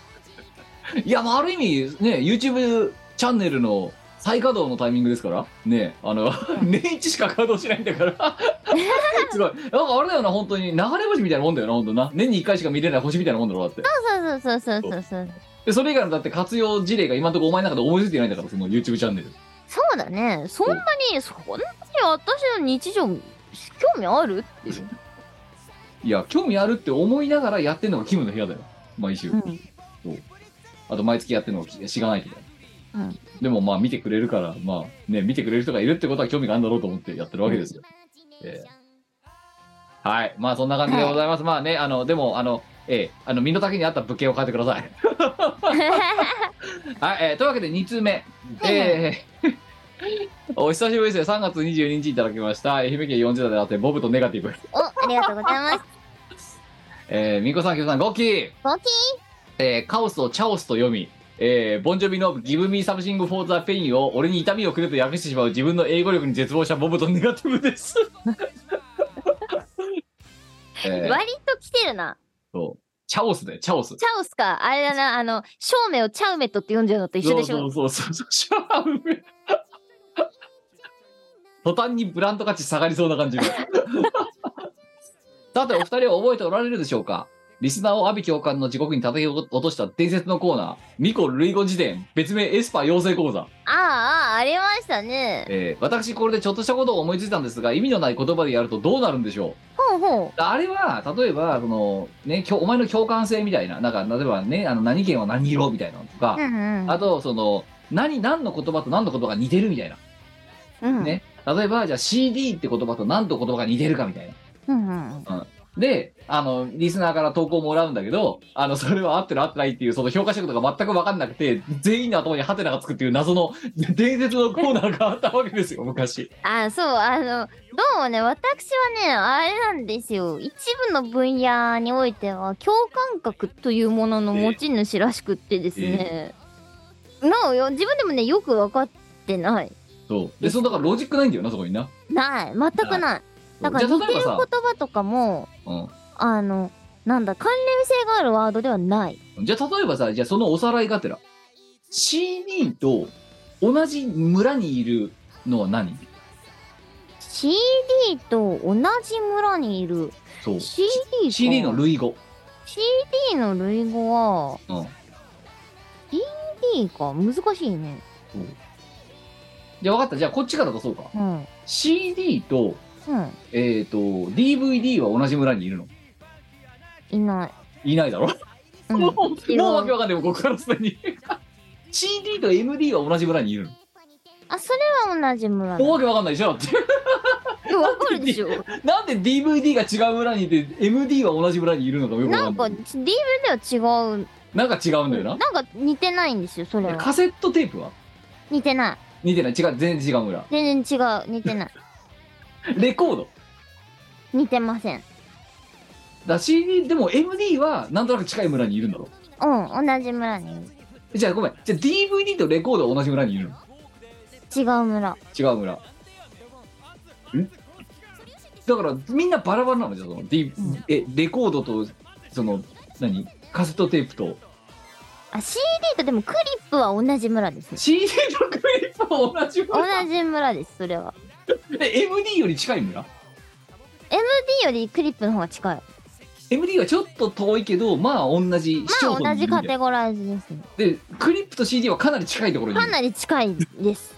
[SPEAKER 3] いやまあある意味ね YouTube チャンネルの再稼働のタイミングですからねあの年一しか稼働しないんだから すごいなんかあれだよな本当に流れ星みたいなもんだよな本当な年に1回しか見れない星みたいなもんだろだって
[SPEAKER 1] そうそうそうそうそうそう
[SPEAKER 3] でそれ以外のだって活用事例が今のところお前の中で思いついてないんだからその YouTube チャンネル
[SPEAKER 1] そうだね。そんなに、そんなに私の日常、興味あるっていう。
[SPEAKER 3] いや、興味あるって思いながらやってんのがキムの部屋だよ。毎週。
[SPEAKER 1] うん
[SPEAKER 3] そうあと、毎月やってんのがしがないけど。
[SPEAKER 1] うん
[SPEAKER 3] でも、まあ、見てくれるから、まあ、ね、見てくれる人がいるってことは興味があるんだろうと思ってやってるわけですよ。ええはい。まあ、そんな感じでございます。まあね、あの、でも、あの、ええ、あの、身の丈に合った物件を買ってくだ さい。はい、えーというわけで2通目。えーお久しぶりですね。3月22日いただきました。愛媛県40代であって、ボブとネガティブ。
[SPEAKER 1] お、ありがとうございます。
[SPEAKER 3] えー、みこさん、きょうさん、ごき
[SPEAKER 1] ごき
[SPEAKER 3] えーカオスをチャオスと読み、えーボンジョビの Give me something for the pain を俺に痛みをくれと訳してしまう自分の英語力に絶望したボブとネガティブです。えー
[SPEAKER 1] 割と来てるな。
[SPEAKER 3] そうチャオスだよ、チャオス。
[SPEAKER 1] チャオスか。あれだな、あの、照明をチャウメットって読んじゃうのと一緒でしょ。
[SPEAKER 3] そうそうそうそう、シャウメ。途端にブランド価値下がりそうな感じがさてお二人は覚えておられるでしょうかリスナーを阿ビ教官の地獄に叩き落とした伝説のコーナー「ミコ類語辞典別名エスパー養成講座」
[SPEAKER 1] ああ、ありましたね。
[SPEAKER 3] えー私これでちょっとしたことを思いついたんですが意味のない言葉でやるとどうなるんでしょう
[SPEAKER 1] ほうほ
[SPEAKER 3] あれは例えばその、ね、きょお前の共感性みたいななんか例えばねあの何県は何色みたいなのとか
[SPEAKER 1] う。う、ん
[SPEAKER 3] あとその何何の言葉と何の言葉が似てるみたいな、
[SPEAKER 1] うん。
[SPEAKER 3] ね例えばじゃあ CD って言葉と何と言葉が似てるかみたいな
[SPEAKER 1] うんうん。
[SPEAKER 3] であのリスナーから投稿もらうんだけどあのそれは合ってる合ってないっていうその評価尺度が全く分かんなくて全員の頭にハテナがつくっていう謎の伝説のコーナーがあったわけですよ昔
[SPEAKER 1] あ、そう、あの、どうもね、私はね、あれなんですよ。一部の分野においては、共感覚というものの持ち主らしくってですね。なおよ、自分でもね、よく分かってない。
[SPEAKER 3] そうでそのだからロジックないんだよなそこにな
[SPEAKER 1] ない、全くない。だから
[SPEAKER 3] じゃ
[SPEAKER 1] 似
[SPEAKER 3] あ
[SPEAKER 1] て
[SPEAKER 3] 例
[SPEAKER 1] る
[SPEAKER 3] えば
[SPEAKER 1] 言
[SPEAKER 3] さ、
[SPEAKER 1] 葉とかも、
[SPEAKER 3] う
[SPEAKER 1] あの、なんだ、関連性があるワードではない。
[SPEAKER 3] ん、じゃあ例えばさじゃあそのおさらいがてら CD と同じ村にいるのは何
[SPEAKER 1] CD と同じ村にいる。
[SPEAKER 3] そう
[SPEAKER 1] CD か
[SPEAKER 3] CD の類語、
[SPEAKER 1] CD の類語は、
[SPEAKER 3] うん、
[SPEAKER 1] CD か、難しいね。
[SPEAKER 3] じゃあ分かったじゃあこっちから出そうか
[SPEAKER 1] うん。うん。
[SPEAKER 3] CD とえっ、と DVD は同じ村にいるの
[SPEAKER 1] いない。
[SPEAKER 3] いないだろ、
[SPEAKER 1] うん、
[SPEAKER 3] もう
[SPEAKER 1] 違う
[SPEAKER 3] もうわけわかんないもうここからすでに CD と MD は同じ村にいるの
[SPEAKER 1] あ、それは同じ村だ。
[SPEAKER 3] もう
[SPEAKER 1] わ
[SPEAKER 3] わけわかんないでしょだって
[SPEAKER 1] かるでしょ。
[SPEAKER 3] なんで DVD が違う村にいて MD は同じ村にいるのかよく
[SPEAKER 1] な
[SPEAKER 3] わか
[SPEAKER 1] ん
[SPEAKER 3] ん
[SPEAKER 1] か
[SPEAKER 3] ない
[SPEAKER 1] DVD は違う。
[SPEAKER 3] なんか違うんだよ
[SPEAKER 1] な
[SPEAKER 3] なん
[SPEAKER 1] か似てないんですよ、それは。
[SPEAKER 3] カセットテープは
[SPEAKER 1] 似てない。
[SPEAKER 3] 似てない違う全然違う村
[SPEAKER 1] 全然違う。似てない。
[SPEAKER 3] レコード
[SPEAKER 1] 似てません。
[SPEAKER 3] だ CD でも MD はなんとなく近い村にいるんだろ
[SPEAKER 1] うん、同じ村にいる。
[SPEAKER 3] じゃあごめんじゃあ DVD とレコードは同じ村にいるの
[SPEAKER 1] 違う村。
[SPEAKER 3] 違う村んだからみんなバラバラなのじゃんその、D
[SPEAKER 1] うん
[SPEAKER 3] えレコードとその何カセットテープと
[SPEAKER 1] あ、CD とでもクリップは同じ村ですね。
[SPEAKER 3] CD とクリップも同じ
[SPEAKER 1] 同
[SPEAKER 3] 村
[SPEAKER 1] じ村です、それは。
[SPEAKER 3] え MD より近い村
[SPEAKER 1] MD よりクリップの方が近い。
[SPEAKER 3] MD はちょっと遠いけどまあ同じ市町
[SPEAKER 1] ま
[SPEAKER 3] 村
[SPEAKER 1] あ、同
[SPEAKER 3] にい
[SPEAKER 1] じ
[SPEAKER 3] るみ
[SPEAKER 1] カ
[SPEAKER 3] たい
[SPEAKER 1] テゴライズですね。
[SPEAKER 3] でクリップと CD はかなり近いところにい
[SPEAKER 1] か
[SPEAKER 3] る
[SPEAKER 1] なり近いです。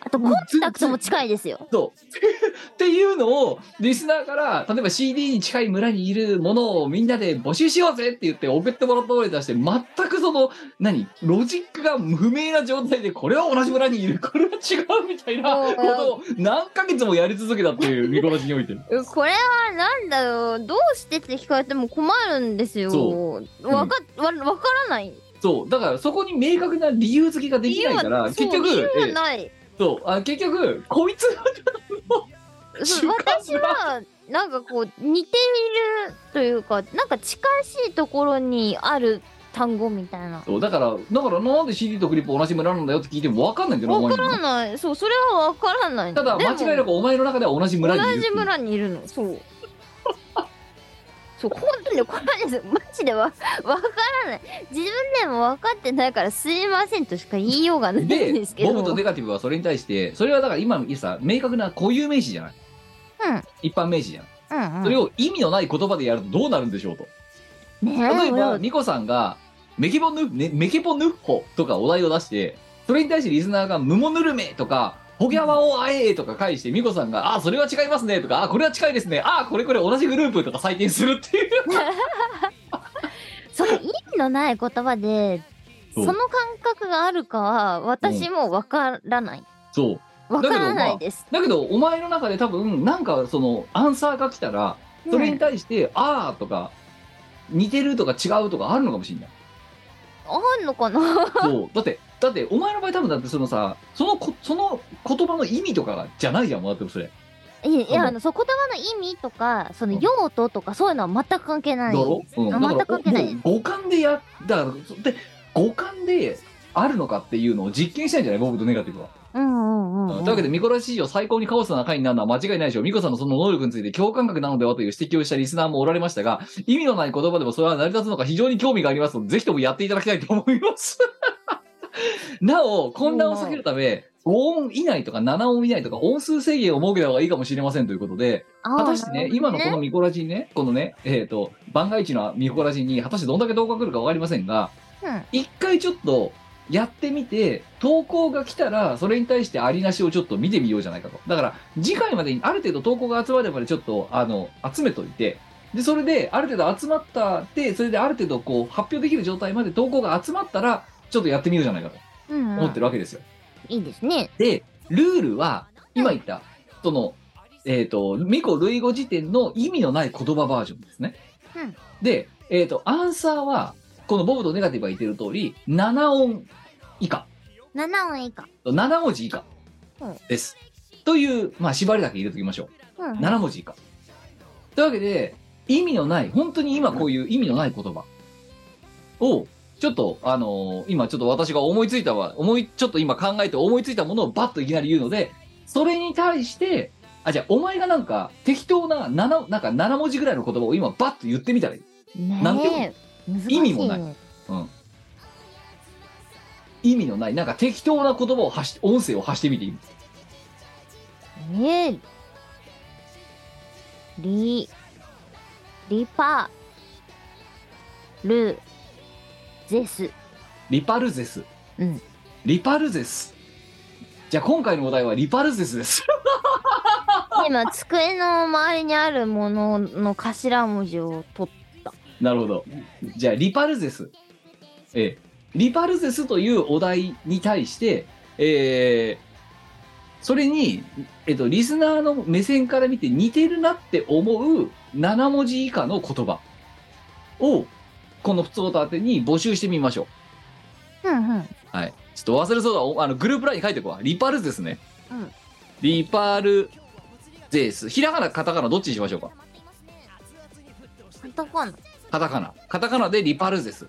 [SPEAKER 1] あと、コンタクトも近いですよ。
[SPEAKER 3] そう っていうのをリスナーから例えば CD に近い村にいるものをみんなで募集しようぜって言って送ってもらったものに対して全くその何ロジックが不明な状態でこれは同じ村にいるこれは違うみたいなことを何ヶ月もやり続けたっていう見殺しにおいて
[SPEAKER 1] うんこれはなんだろうどうしてって聞かれても困るんですよ。
[SPEAKER 3] そ
[SPEAKER 1] わかわわからない。
[SPEAKER 3] そうだからそこに明確な理由付けができないから
[SPEAKER 1] 理由は
[SPEAKER 3] 結局
[SPEAKER 1] そう理由は
[SPEAKER 3] ええ
[SPEAKER 1] ない。
[SPEAKER 3] そうあ結局こいつ
[SPEAKER 1] そう私
[SPEAKER 3] 主観
[SPEAKER 1] はなんかこう似ているというかなんか近しいところにある単語みたいな。
[SPEAKER 3] そうだからだからなんで CD とクリップ同じ村なんだよって聞いても分かんないんだよなお
[SPEAKER 1] わ
[SPEAKER 3] 前
[SPEAKER 1] か
[SPEAKER 3] に
[SPEAKER 1] ら
[SPEAKER 3] も
[SPEAKER 1] ない。そうそれはわからない。
[SPEAKER 3] ただ
[SPEAKER 1] でも
[SPEAKER 3] 間違いなくお前の中では同じ村にいる
[SPEAKER 1] 同じ村にいるの。そう。そう本当にこれですマジでわわからない自分でも分かってないからすいませんとしか言いようがないん
[SPEAKER 3] で
[SPEAKER 1] です、けど
[SPEAKER 3] ボブとネガティブはそれに対して、それはだから今さ、明確な固有名詞じゃない。
[SPEAKER 1] うん
[SPEAKER 3] 一般名詞じゃない。
[SPEAKER 1] うんうん
[SPEAKER 3] それを意味のない言葉でやるとどうなるんでしょうと。
[SPEAKER 1] ね
[SPEAKER 3] 例え
[SPEAKER 1] 俺
[SPEAKER 3] ば、
[SPEAKER 1] は
[SPEAKER 3] ニコさんが、メケボヌ、ね、メケボヌッホとかお題を出して、それに対してリスナーが、ムモヌルメとか、ホギャワオアエーとか返して、ミコさんが、あ、それは違いますねとか、あ、これは近いですね、あ、これこれ同じグループとか採点するっていう。
[SPEAKER 1] その意味のない言葉でそ
[SPEAKER 3] そ
[SPEAKER 1] うの感覚があるかは私もわからない
[SPEAKER 3] そう。
[SPEAKER 1] わからないです、
[SPEAKER 3] だけど、お前の中で多分、なんかその、アンサーが来たら、それに対して、あーとか、似てるとか違うとかあるのかもしれない。
[SPEAKER 1] あんのかな
[SPEAKER 3] そう。だって、だって、お前の場合多分だって、そのさ、そのこ、その言葉の意味とかがじゃないじゃん、もうだってそれ。
[SPEAKER 1] いやいや
[SPEAKER 3] うん
[SPEAKER 1] あのそう言葉の意味とかその用途とかそういうのは全く関係
[SPEAKER 3] だ
[SPEAKER 1] ない
[SPEAKER 3] ろうん。だ
[SPEAKER 1] あ
[SPEAKER 3] から
[SPEAKER 1] 全く関係ない
[SPEAKER 3] もう五感でや、だから、そで、五感で、あるのかっていうのを実験したいんじゃないボブとネガティブは。
[SPEAKER 1] うんうん
[SPEAKER 3] う
[SPEAKER 1] うんん、うん、
[SPEAKER 3] というわけで、ミコラ史上最高にカオスな回になるのは間違いないでしょう。ミコさんのその能力について共感覚なのではという指摘をしたリスナーもおられましたが、意味のない言葉でもそれは成り立つのか非常に興味がありますので、ぜひともやっていただきたいと思います。 なお、混乱を避けるため、5音以内とか7音以内とか音数制限を設けた方がいいかもしれませんということで、
[SPEAKER 1] あ
[SPEAKER 3] 果
[SPEAKER 1] あ
[SPEAKER 3] たしてね、今のこのミコラジンね、このね、えっ、と、番外地のミコラジンに果たしてどんだけ動画来るかわかりませんが、
[SPEAKER 1] うん
[SPEAKER 3] 一回ちょっとやってみて、投稿が来たら、それに対してありなしをちょっと見てみようじゃないかと。だから、次回までにある程度投稿が集まるまでちょっと、あの、集めといて、で、それで、ある程度集まったって、それである程度こう、発表できる状態まで投稿が集まったら、ちょっとやってみようじゃないかと
[SPEAKER 1] うんう
[SPEAKER 3] 思っ
[SPEAKER 1] ん
[SPEAKER 3] てるわけですよ。
[SPEAKER 1] いいですね
[SPEAKER 3] で、ルールは、今言った、その、えっ、と、ミコ類語辞典の意味のない言葉バージョンですね。
[SPEAKER 1] うん
[SPEAKER 3] で、えっ、と、アンサーは、このボブとネガティブが言ってる通り、7音以下、
[SPEAKER 1] 7音以下
[SPEAKER 3] 7文字以下
[SPEAKER 1] うん
[SPEAKER 3] です。という、まあ、縛りだけ入れときましょ
[SPEAKER 1] うんう
[SPEAKER 3] う。
[SPEAKER 1] ん
[SPEAKER 3] 7文字以下。というわけで、意味のない、本当に今こういう意味のない言葉を、ちょっと、あのー今ちょっと私が思いついたわ、思い、ちょっと今考えて思いついたものをバッといきなり言うので、それに対して、あ、じゃあお前がなんか適当な7、なんか7文字ぐらいの言葉を今バッと言ってみたらいい。なんて
[SPEAKER 1] ねえ難しい
[SPEAKER 3] 意味もない意味のない、なんか適当な言葉を発し、音声を発してみていい
[SPEAKER 1] ねえリリパルゼス
[SPEAKER 3] リパルゼス。
[SPEAKER 1] うん
[SPEAKER 3] リパルゼス。じゃあ今回のお題はリパルゼスです。
[SPEAKER 1] 今机の周りにあるものの頭文字を取っ
[SPEAKER 3] なるほど。じゃあリパルゼス。ええ。リパルゼスというお題に対して、えーそれに、えっと、リスナーの目線から見て似てるなって思う7文字以下の言葉を、この普通音宛てに募集してみましょ
[SPEAKER 1] うんうん
[SPEAKER 3] う。はい。ちょっと忘れそうだお。あの、グループラインに書いておくわ。リパルゼスね。
[SPEAKER 1] うん
[SPEAKER 3] リパルゼス。ひらがな、カタカナ、どっちにしましょうか。
[SPEAKER 1] カタカナ
[SPEAKER 3] カタカナ。カタカナでリパルゼス。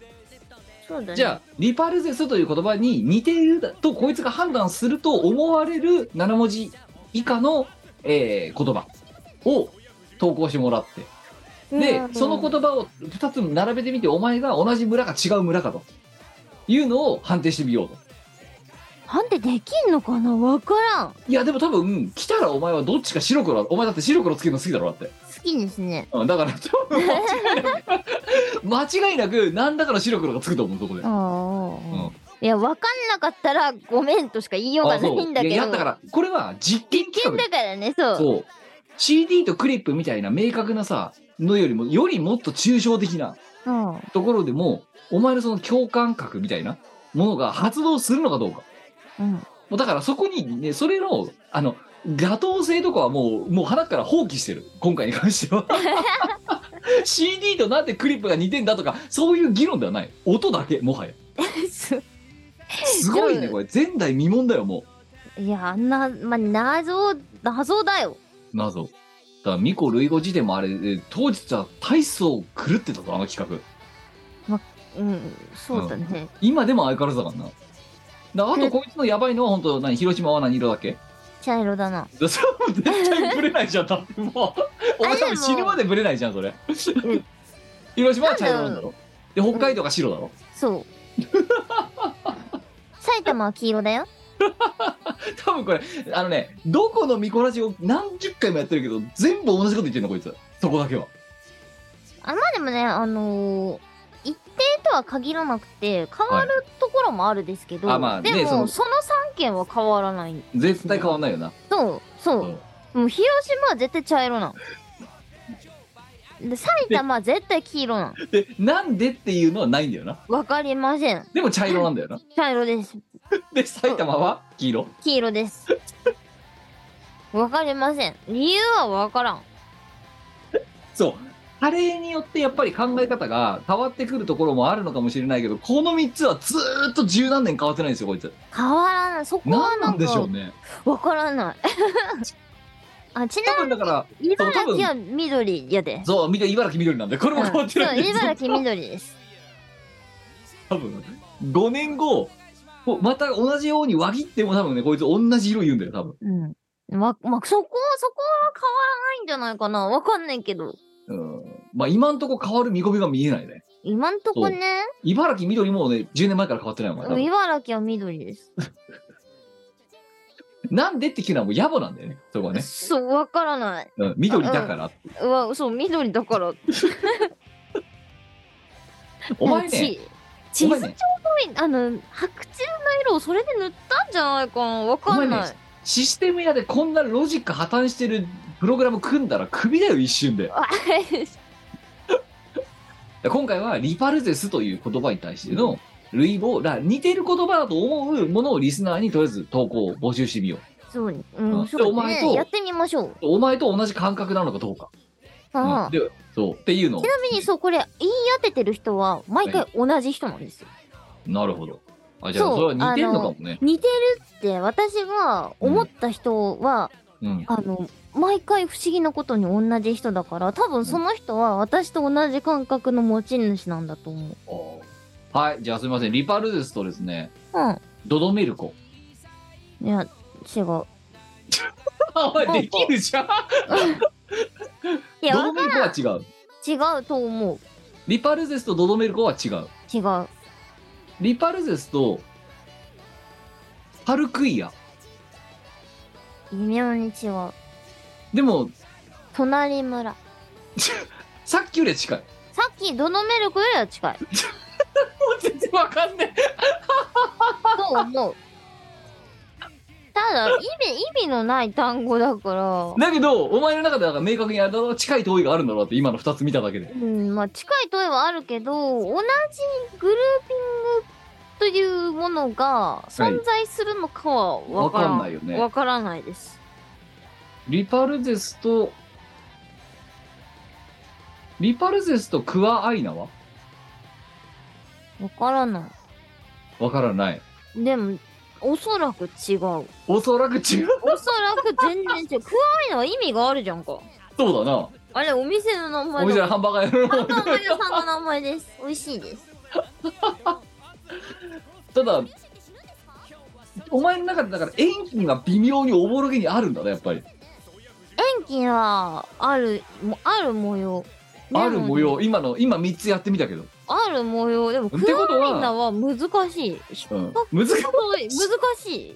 [SPEAKER 1] そうだね
[SPEAKER 3] じゃあ、リパルゼスという言葉に似ているだとこいつが判断すると思われる7文字以下の、えー言葉を投稿してもらって。で、その言葉を2つ並べてみて、お前が同じ村か違う村かというのを判定してみようと。
[SPEAKER 1] 判定できんのかなわからん好
[SPEAKER 3] いや、でも多分、来たらお前はどっちか白黒だ、お前だって白黒つけるの好きだろだって。
[SPEAKER 1] きですね
[SPEAKER 3] うん、だから、多 分間違いなく、間違いなく、何らかの白黒がつくと思う、そこで
[SPEAKER 1] あ。あ、
[SPEAKER 3] うん
[SPEAKER 1] いやわかんなかったらごめんとしか言いようが
[SPEAKER 3] あ
[SPEAKER 1] な
[SPEAKER 3] そう
[SPEAKER 1] いんだけ
[SPEAKER 3] い
[SPEAKER 1] ど
[SPEAKER 3] ややったから、これは実験
[SPEAKER 1] 実験
[SPEAKER 3] 企画
[SPEAKER 1] だからねそう
[SPEAKER 3] そう CD とクリップみたいな明確なさのよりもよりもっと抽象的な
[SPEAKER 1] うん
[SPEAKER 3] ところでもお前のその共感覚みたいなものが発動するのかどうか
[SPEAKER 1] うん
[SPEAKER 3] もうだからそこにねそれのあの妥当性とかはもうもう鼻から放棄してる今回に関しては CD となんでクリップが似てんだとかそういう議論ではない音だけもはやすごいねこれ前代未聞だよも
[SPEAKER 1] いや、あんな、まあ、謎、謎だよ。
[SPEAKER 3] う謎だからミコ類語辞典もあれえー当日は大層狂ってたぞあの企画
[SPEAKER 1] うん、そうだね。
[SPEAKER 3] 今でも相変わらずだからな。だあとこいつのやばいのは本当何広島は何色だっけ
[SPEAKER 1] 茶色だな。
[SPEAKER 3] そう絶対ブレないじゃんだっても うお前多分死ぬまでブレないじゃんそれ、
[SPEAKER 1] ん
[SPEAKER 3] 広島は茶色なんだろで北海道が白だろ、
[SPEAKER 1] そう。埼玉は黄色だよ。
[SPEAKER 3] 多分これあのねどこのミコラジを何十回もやってるけど全部同じこと言ってんのこいつそこだけは
[SPEAKER 1] あ、まあでもね、あのー一定とは限らなくて、変わるところもあるですけど、
[SPEAKER 3] はいあまあね
[SPEAKER 1] でも、
[SPEAKER 3] そ
[SPEAKER 1] そ
[SPEAKER 3] の
[SPEAKER 1] の3件は変わらない。
[SPEAKER 3] 絶対変わんないよな、
[SPEAKER 1] そう、そう。もう広島は絶対茶色なん。で、埼玉は絶対黄色なん。
[SPEAKER 3] でなんでっていうのはないんだよな
[SPEAKER 1] わかりません。
[SPEAKER 3] でも茶色なんだよな
[SPEAKER 1] 茶色です。
[SPEAKER 3] で埼玉は黄色
[SPEAKER 1] 黄色です。わかりません。理由はわからん。
[SPEAKER 3] そう。カレーによってやっぱり考え方が変わってくるところもあるのかもしれないけど、この3つはずーっと十何年変わってないんですよ、こいつ。
[SPEAKER 1] 変わらない。そこは
[SPEAKER 3] 何
[SPEAKER 1] な
[SPEAKER 3] なんんでしょ
[SPEAKER 1] か
[SPEAKER 3] うね。
[SPEAKER 1] わからない。 あち
[SPEAKER 3] 多
[SPEAKER 1] な
[SPEAKER 3] 分だから、
[SPEAKER 1] みに
[SPEAKER 3] そう
[SPEAKER 1] 茨
[SPEAKER 3] 多分
[SPEAKER 1] 城は緑やで。
[SPEAKER 3] そう、見て、茨城緑なんで、これも
[SPEAKER 1] うん
[SPEAKER 3] 変わって
[SPEAKER 1] そ
[SPEAKER 3] な
[SPEAKER 1] う
[SPEAKER 3] いんですよ
[SPEAKER 1] 茨城緑です。
[SPEAKER 3] 多分、5年後、こうまた同じように輪切っても多分ね、こいつ同じ色言 うんだよ、多分。
[SPEAKER 1] うん。ま、ま、そこ、そこは変わらないんじゃないかな。わかんないけど。
[SPEAKER 3] うん。まあ今んとこ変わる見込みが見えないね。
[SPEAKER 1] 今んとこね、
[SPEAKER 3] 茨城緑もうね、10年前から変わってないもんお前。
[SPEAKER 1] 茨城は緑です。
[SPEAKER 3] なんでって聞くのはもう野暮なんだよね、そこはね。
[SPEAKER 5] そう、わからない。
[SPEAKER 3] うん、緑だから。
[SPEAKER 5] うわ、そう、緑だから。
[SPEAKER 3] お前ね、
[SPEAKER 5] ち
[SPEAKER 3] お
[SPEAKER 5] 地図
[SPEAKER 3] 前
[SPEAKER 5] っぽ
[SPEAKER 3] ね、
[SPEAKER 5] い、あの、白昼の色をそれで塗ったんじゃないかな。わかん
[SPEAKER 3] お
[SPEAKER 5] な
[SPEAKER 3] 前
[SPEAKER 5] い
[SPEAKER 3] ね。システム屋でこんなロジック破綻してるプログラム組んだらクビだよ、一瞬で。今回はリパルゼスという言葉に対しての類語だ似てる言葉だと思うものをリスナーにとりあえず投稿募集してみよう
[SPEAKER 1] そうね。う
[SPEAKER 3] うん
[SPEAKER 1] ん、
[SPEAKER 3] で
[SPEAKER 1] そ
[SPEAKER 3] お
[SPEAKER 1] う
[SPEAKER 3] 前と
[SPEAKER 1] ね。やってみましょう。
[SPEAKER 3] お前と同じ感覚なのかどうか、
[SPEAKER 1] あ
[SPEAKER 3] うん
[SPEAKER 1] あ。
[SPEAKER 3] でそうっていうのを
[SPEAKER 1] ちなみにそうこれ言い当ててる人は毎回同じ人なんですよ。
[SPEAKER 3] なるほどあじゃあ
[SPEAKER 1] そう
[SPEAKER 3] それは似てるのかもね
[SPEAKER 1] 似てるって私が思った人は、
[SPEAKER 3] うん
[SPEAKER 1] あの毎回不思議なことに同じ人だから多分その人は私と同じ感覚の持ち主なんだと思う。
[SPEAKER 3] あーはいじゃあすみませんリパルゼスとですね
[SPEAKER 1] う
[SPEAKER 3] ドドメ ルコ
[SPEAKER 1] ん。いや違う。
[SPEAKER 3] あお前できるじゃん
[SPEAKER 1] いや
[SPEAKER 3] ド
[SPEAKER 1] わ
[SPEAKER 3] ドメルコは違う
[SPEAKER 1] 違うと思う。
[SPEAKER 3] リパルゼスとドドメルコは違う
[SPEAKER 1] 違う。
[SPEAKER 3] リパルゼスとパルクイア
[SPEAKER 1] 微妙に違う。
[SPEAKER 3] でも
[SPEAKER 1] 隣村。
[SPEAKER 3] さっきよりは近い
[SPEAKER 1] さっきどのメルクよりは 近い。
[SPEAKER 3] 全然わかんない。
[SPEAKER 1] と思う。ただ意味意味のない単語だから。
[SPEAKER 3] だけど、お前の中でなんか明確にあれだろ近い遠いがあるんだろうって今の2つ見ただけで。
[SPEAKER 1] うん、まあ近い問いはあるけど同じグルーピングというものが存在するのかはわから
[SPEAKER 3] わかんないよね
[SPEAKER 1] わからないです。
[SPEAKER 3] リパルゼスと、リパルゼスとクワアイナは
[SPEAKER 1] わからな
[SPEAKER 3] わからない。
[SPEAKER 1] い。でもおそらく違う。お
[SPEAKER 3] おそらく違う。
[SPEAKER 1] そらく全然違う。クワイのは意味があるじゃんか。
[SPEAKER 3] そうだな。
[SPEAKER 1] あれお店の名
[SPEAKER 3] お
[SPEAKER 1] 前
[SPEAKER 3] 店
[SPEAKER 1] だ。
[SPEAKER 3] のハンバーガー屋
[SPEAKER 1] ハン
[SPEAKER 3] の。
[SPEAKER 1] バーガー屋さんの名前です。美味しいです。
[SPEAKER 3] ただ、お前の中でだから遠近が微妙におぼろげにあるんだね、やっぱり。
[SPEAKER 1] 天気はあるもある模様。
[SPEAKER 3] ある模様。
[SPEAKER 1] でも。
[SPEAKER 3] 今の、今3つやってみたけど。
[SPEAKER 1] ある模様。でも
[SPEAKER 3] て
[SPEAKER 1] ク
[SPEAKER 3] ことは
[SPEAKER 1] ワイナは難しい。
[SPEAKER 3] うん。難しい
[SPEAKER 1] 難しい。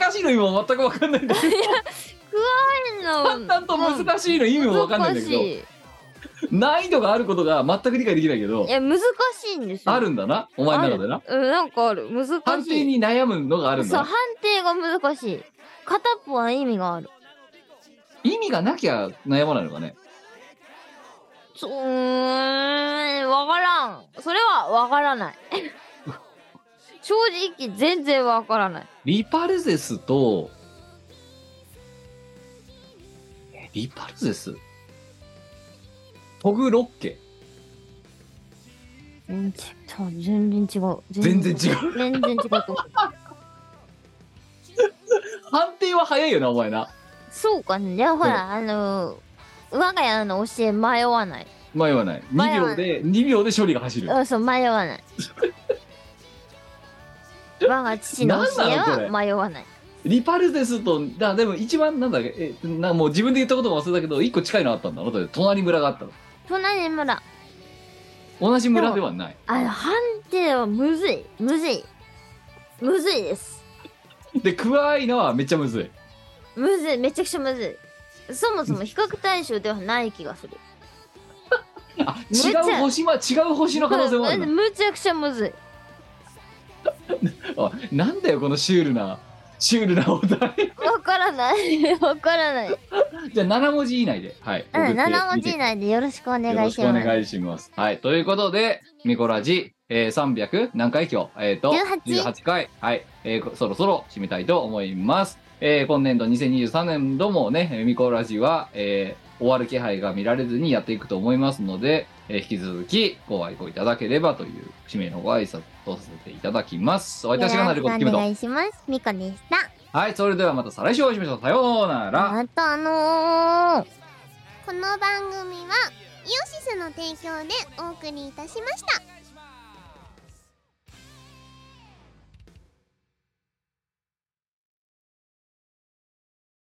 [SPEAKER 3] 難しいの今全くわかんないんだけど。
[SPEAKER 1] なん
[SPEAKER 3] ちゃんと難しいの意味もわかんないんだけど。
[SPEAKER 1] 難しい
[SPEAKER 3] 難易度があることが全く理解できないけど
[SPEAKER 1] い、や難しいんですよ
[SPEAKER 3] あるんだな、お前の中でな。
[SPEAKER 1] うんなんかある難しい
[SPEAKER 3] 判定に悩むのがあるん
[SPEAKER 1] そう
[SPEAKER 3] だ
[SPEAKER 1] 判
[SPEAKER 3] な。
[SPEAKER 1] 定が難しい片っぽは意味がある
[SPEAKER 3] 意味がなきゃ悩まないのかね。
[SPEAKER 1] そううーんわからんそれはわから ない正直全然わからない
[SPEAKER 3] リパルゼスと、えリパルゼストグロッケ。
[SPEAKER 1] うんちそう全然違う
[SPEAKER 3] 全然違
[SPEAKER 1] う全然違うと 思う
[SPEAKER 3] 判定は早いよな、お前な。
[SPEAKER 1] そうかねいやほらあのー我が家の教え迷わない
[SPEAKER 3] 迷わない。2
[SPEAKER 1] 迷わな
[SPEAKER 3] 秒
[SPEAKER 1] い
[SPEAKER 3] で、2秒で処理が走る。
[SPEAKER 1] うん、そう、迷わ ない。我が父の教えは迷わない。
[SPEAKER 3] リパルゼスと、だでも一番なんだっけ、えなもう自分で言ったことも忘れたけど、1個近いのあったんだろだって隣村があったの。
[SPEAKER 1] 隣村。
[SPEAKER 3] 同じ村ではない。
[SPEAKER 1] あの、判定はむずい。むずい。むずいです。
[SPEAKER 3] で、クワアイナはめっちゃむずい。
[SPEAKER 1] むずい。めちゃくちゃむずい。そもそも比較対象ではない気がする。
[SPEAKER 3] あ
[SPEAKER 1] めち
[SPEAKER 3] 違
[SPEAKER 1] ゃ
[SPEAKER 3] う星は違う星の可能性もあるな
[SPEAKER 1] むちゃくちゃむずい。
[SPEAKER 3] あなんだよこのシュールなシュールなお題
[SPEAKER 1] わからない。わからない。うん、
[SPEAKER 3] じゃあ7文字以内ではい送って
[SPEAKER 1] 7文字以
[SPEAKER 3] みて
[SPEAKER 1] 内でよろしくお願
[SPEAKER 3] よろ
[SPEAKER 1] い
[SPEAKER 3] し
[SPEAKER 1] し
[SPEAKER 3] くお
[SPEAKER 1] ます。
[SPEAKER 3] 願いしますはいということでミコラジ、えー、300何回今日えっ、と
[SPEAKER 1] 18
[SPEAKER 3] 18回はい、えーこそろそろ締めたいと思いますえー今年度2023年度もねえーミコラジは、えー終わる気配が見られずにやっていくと思いますので、えー引き続きご愛顧いただければという締めのご挨拶とさせていただきますお相手はシガナルコッキム
[SPEAKER 1] よろしく
[SPEAKER 3] と
[SPEAKER 1] お願いします。みこでした。
[SPEAKER 3] はい、それではまた再来週お会いしましょう。さようなら。
[SPEAKER 1] またあのー。
[SPEAKER 7] この番組はイオシスの提供でお送りいたしました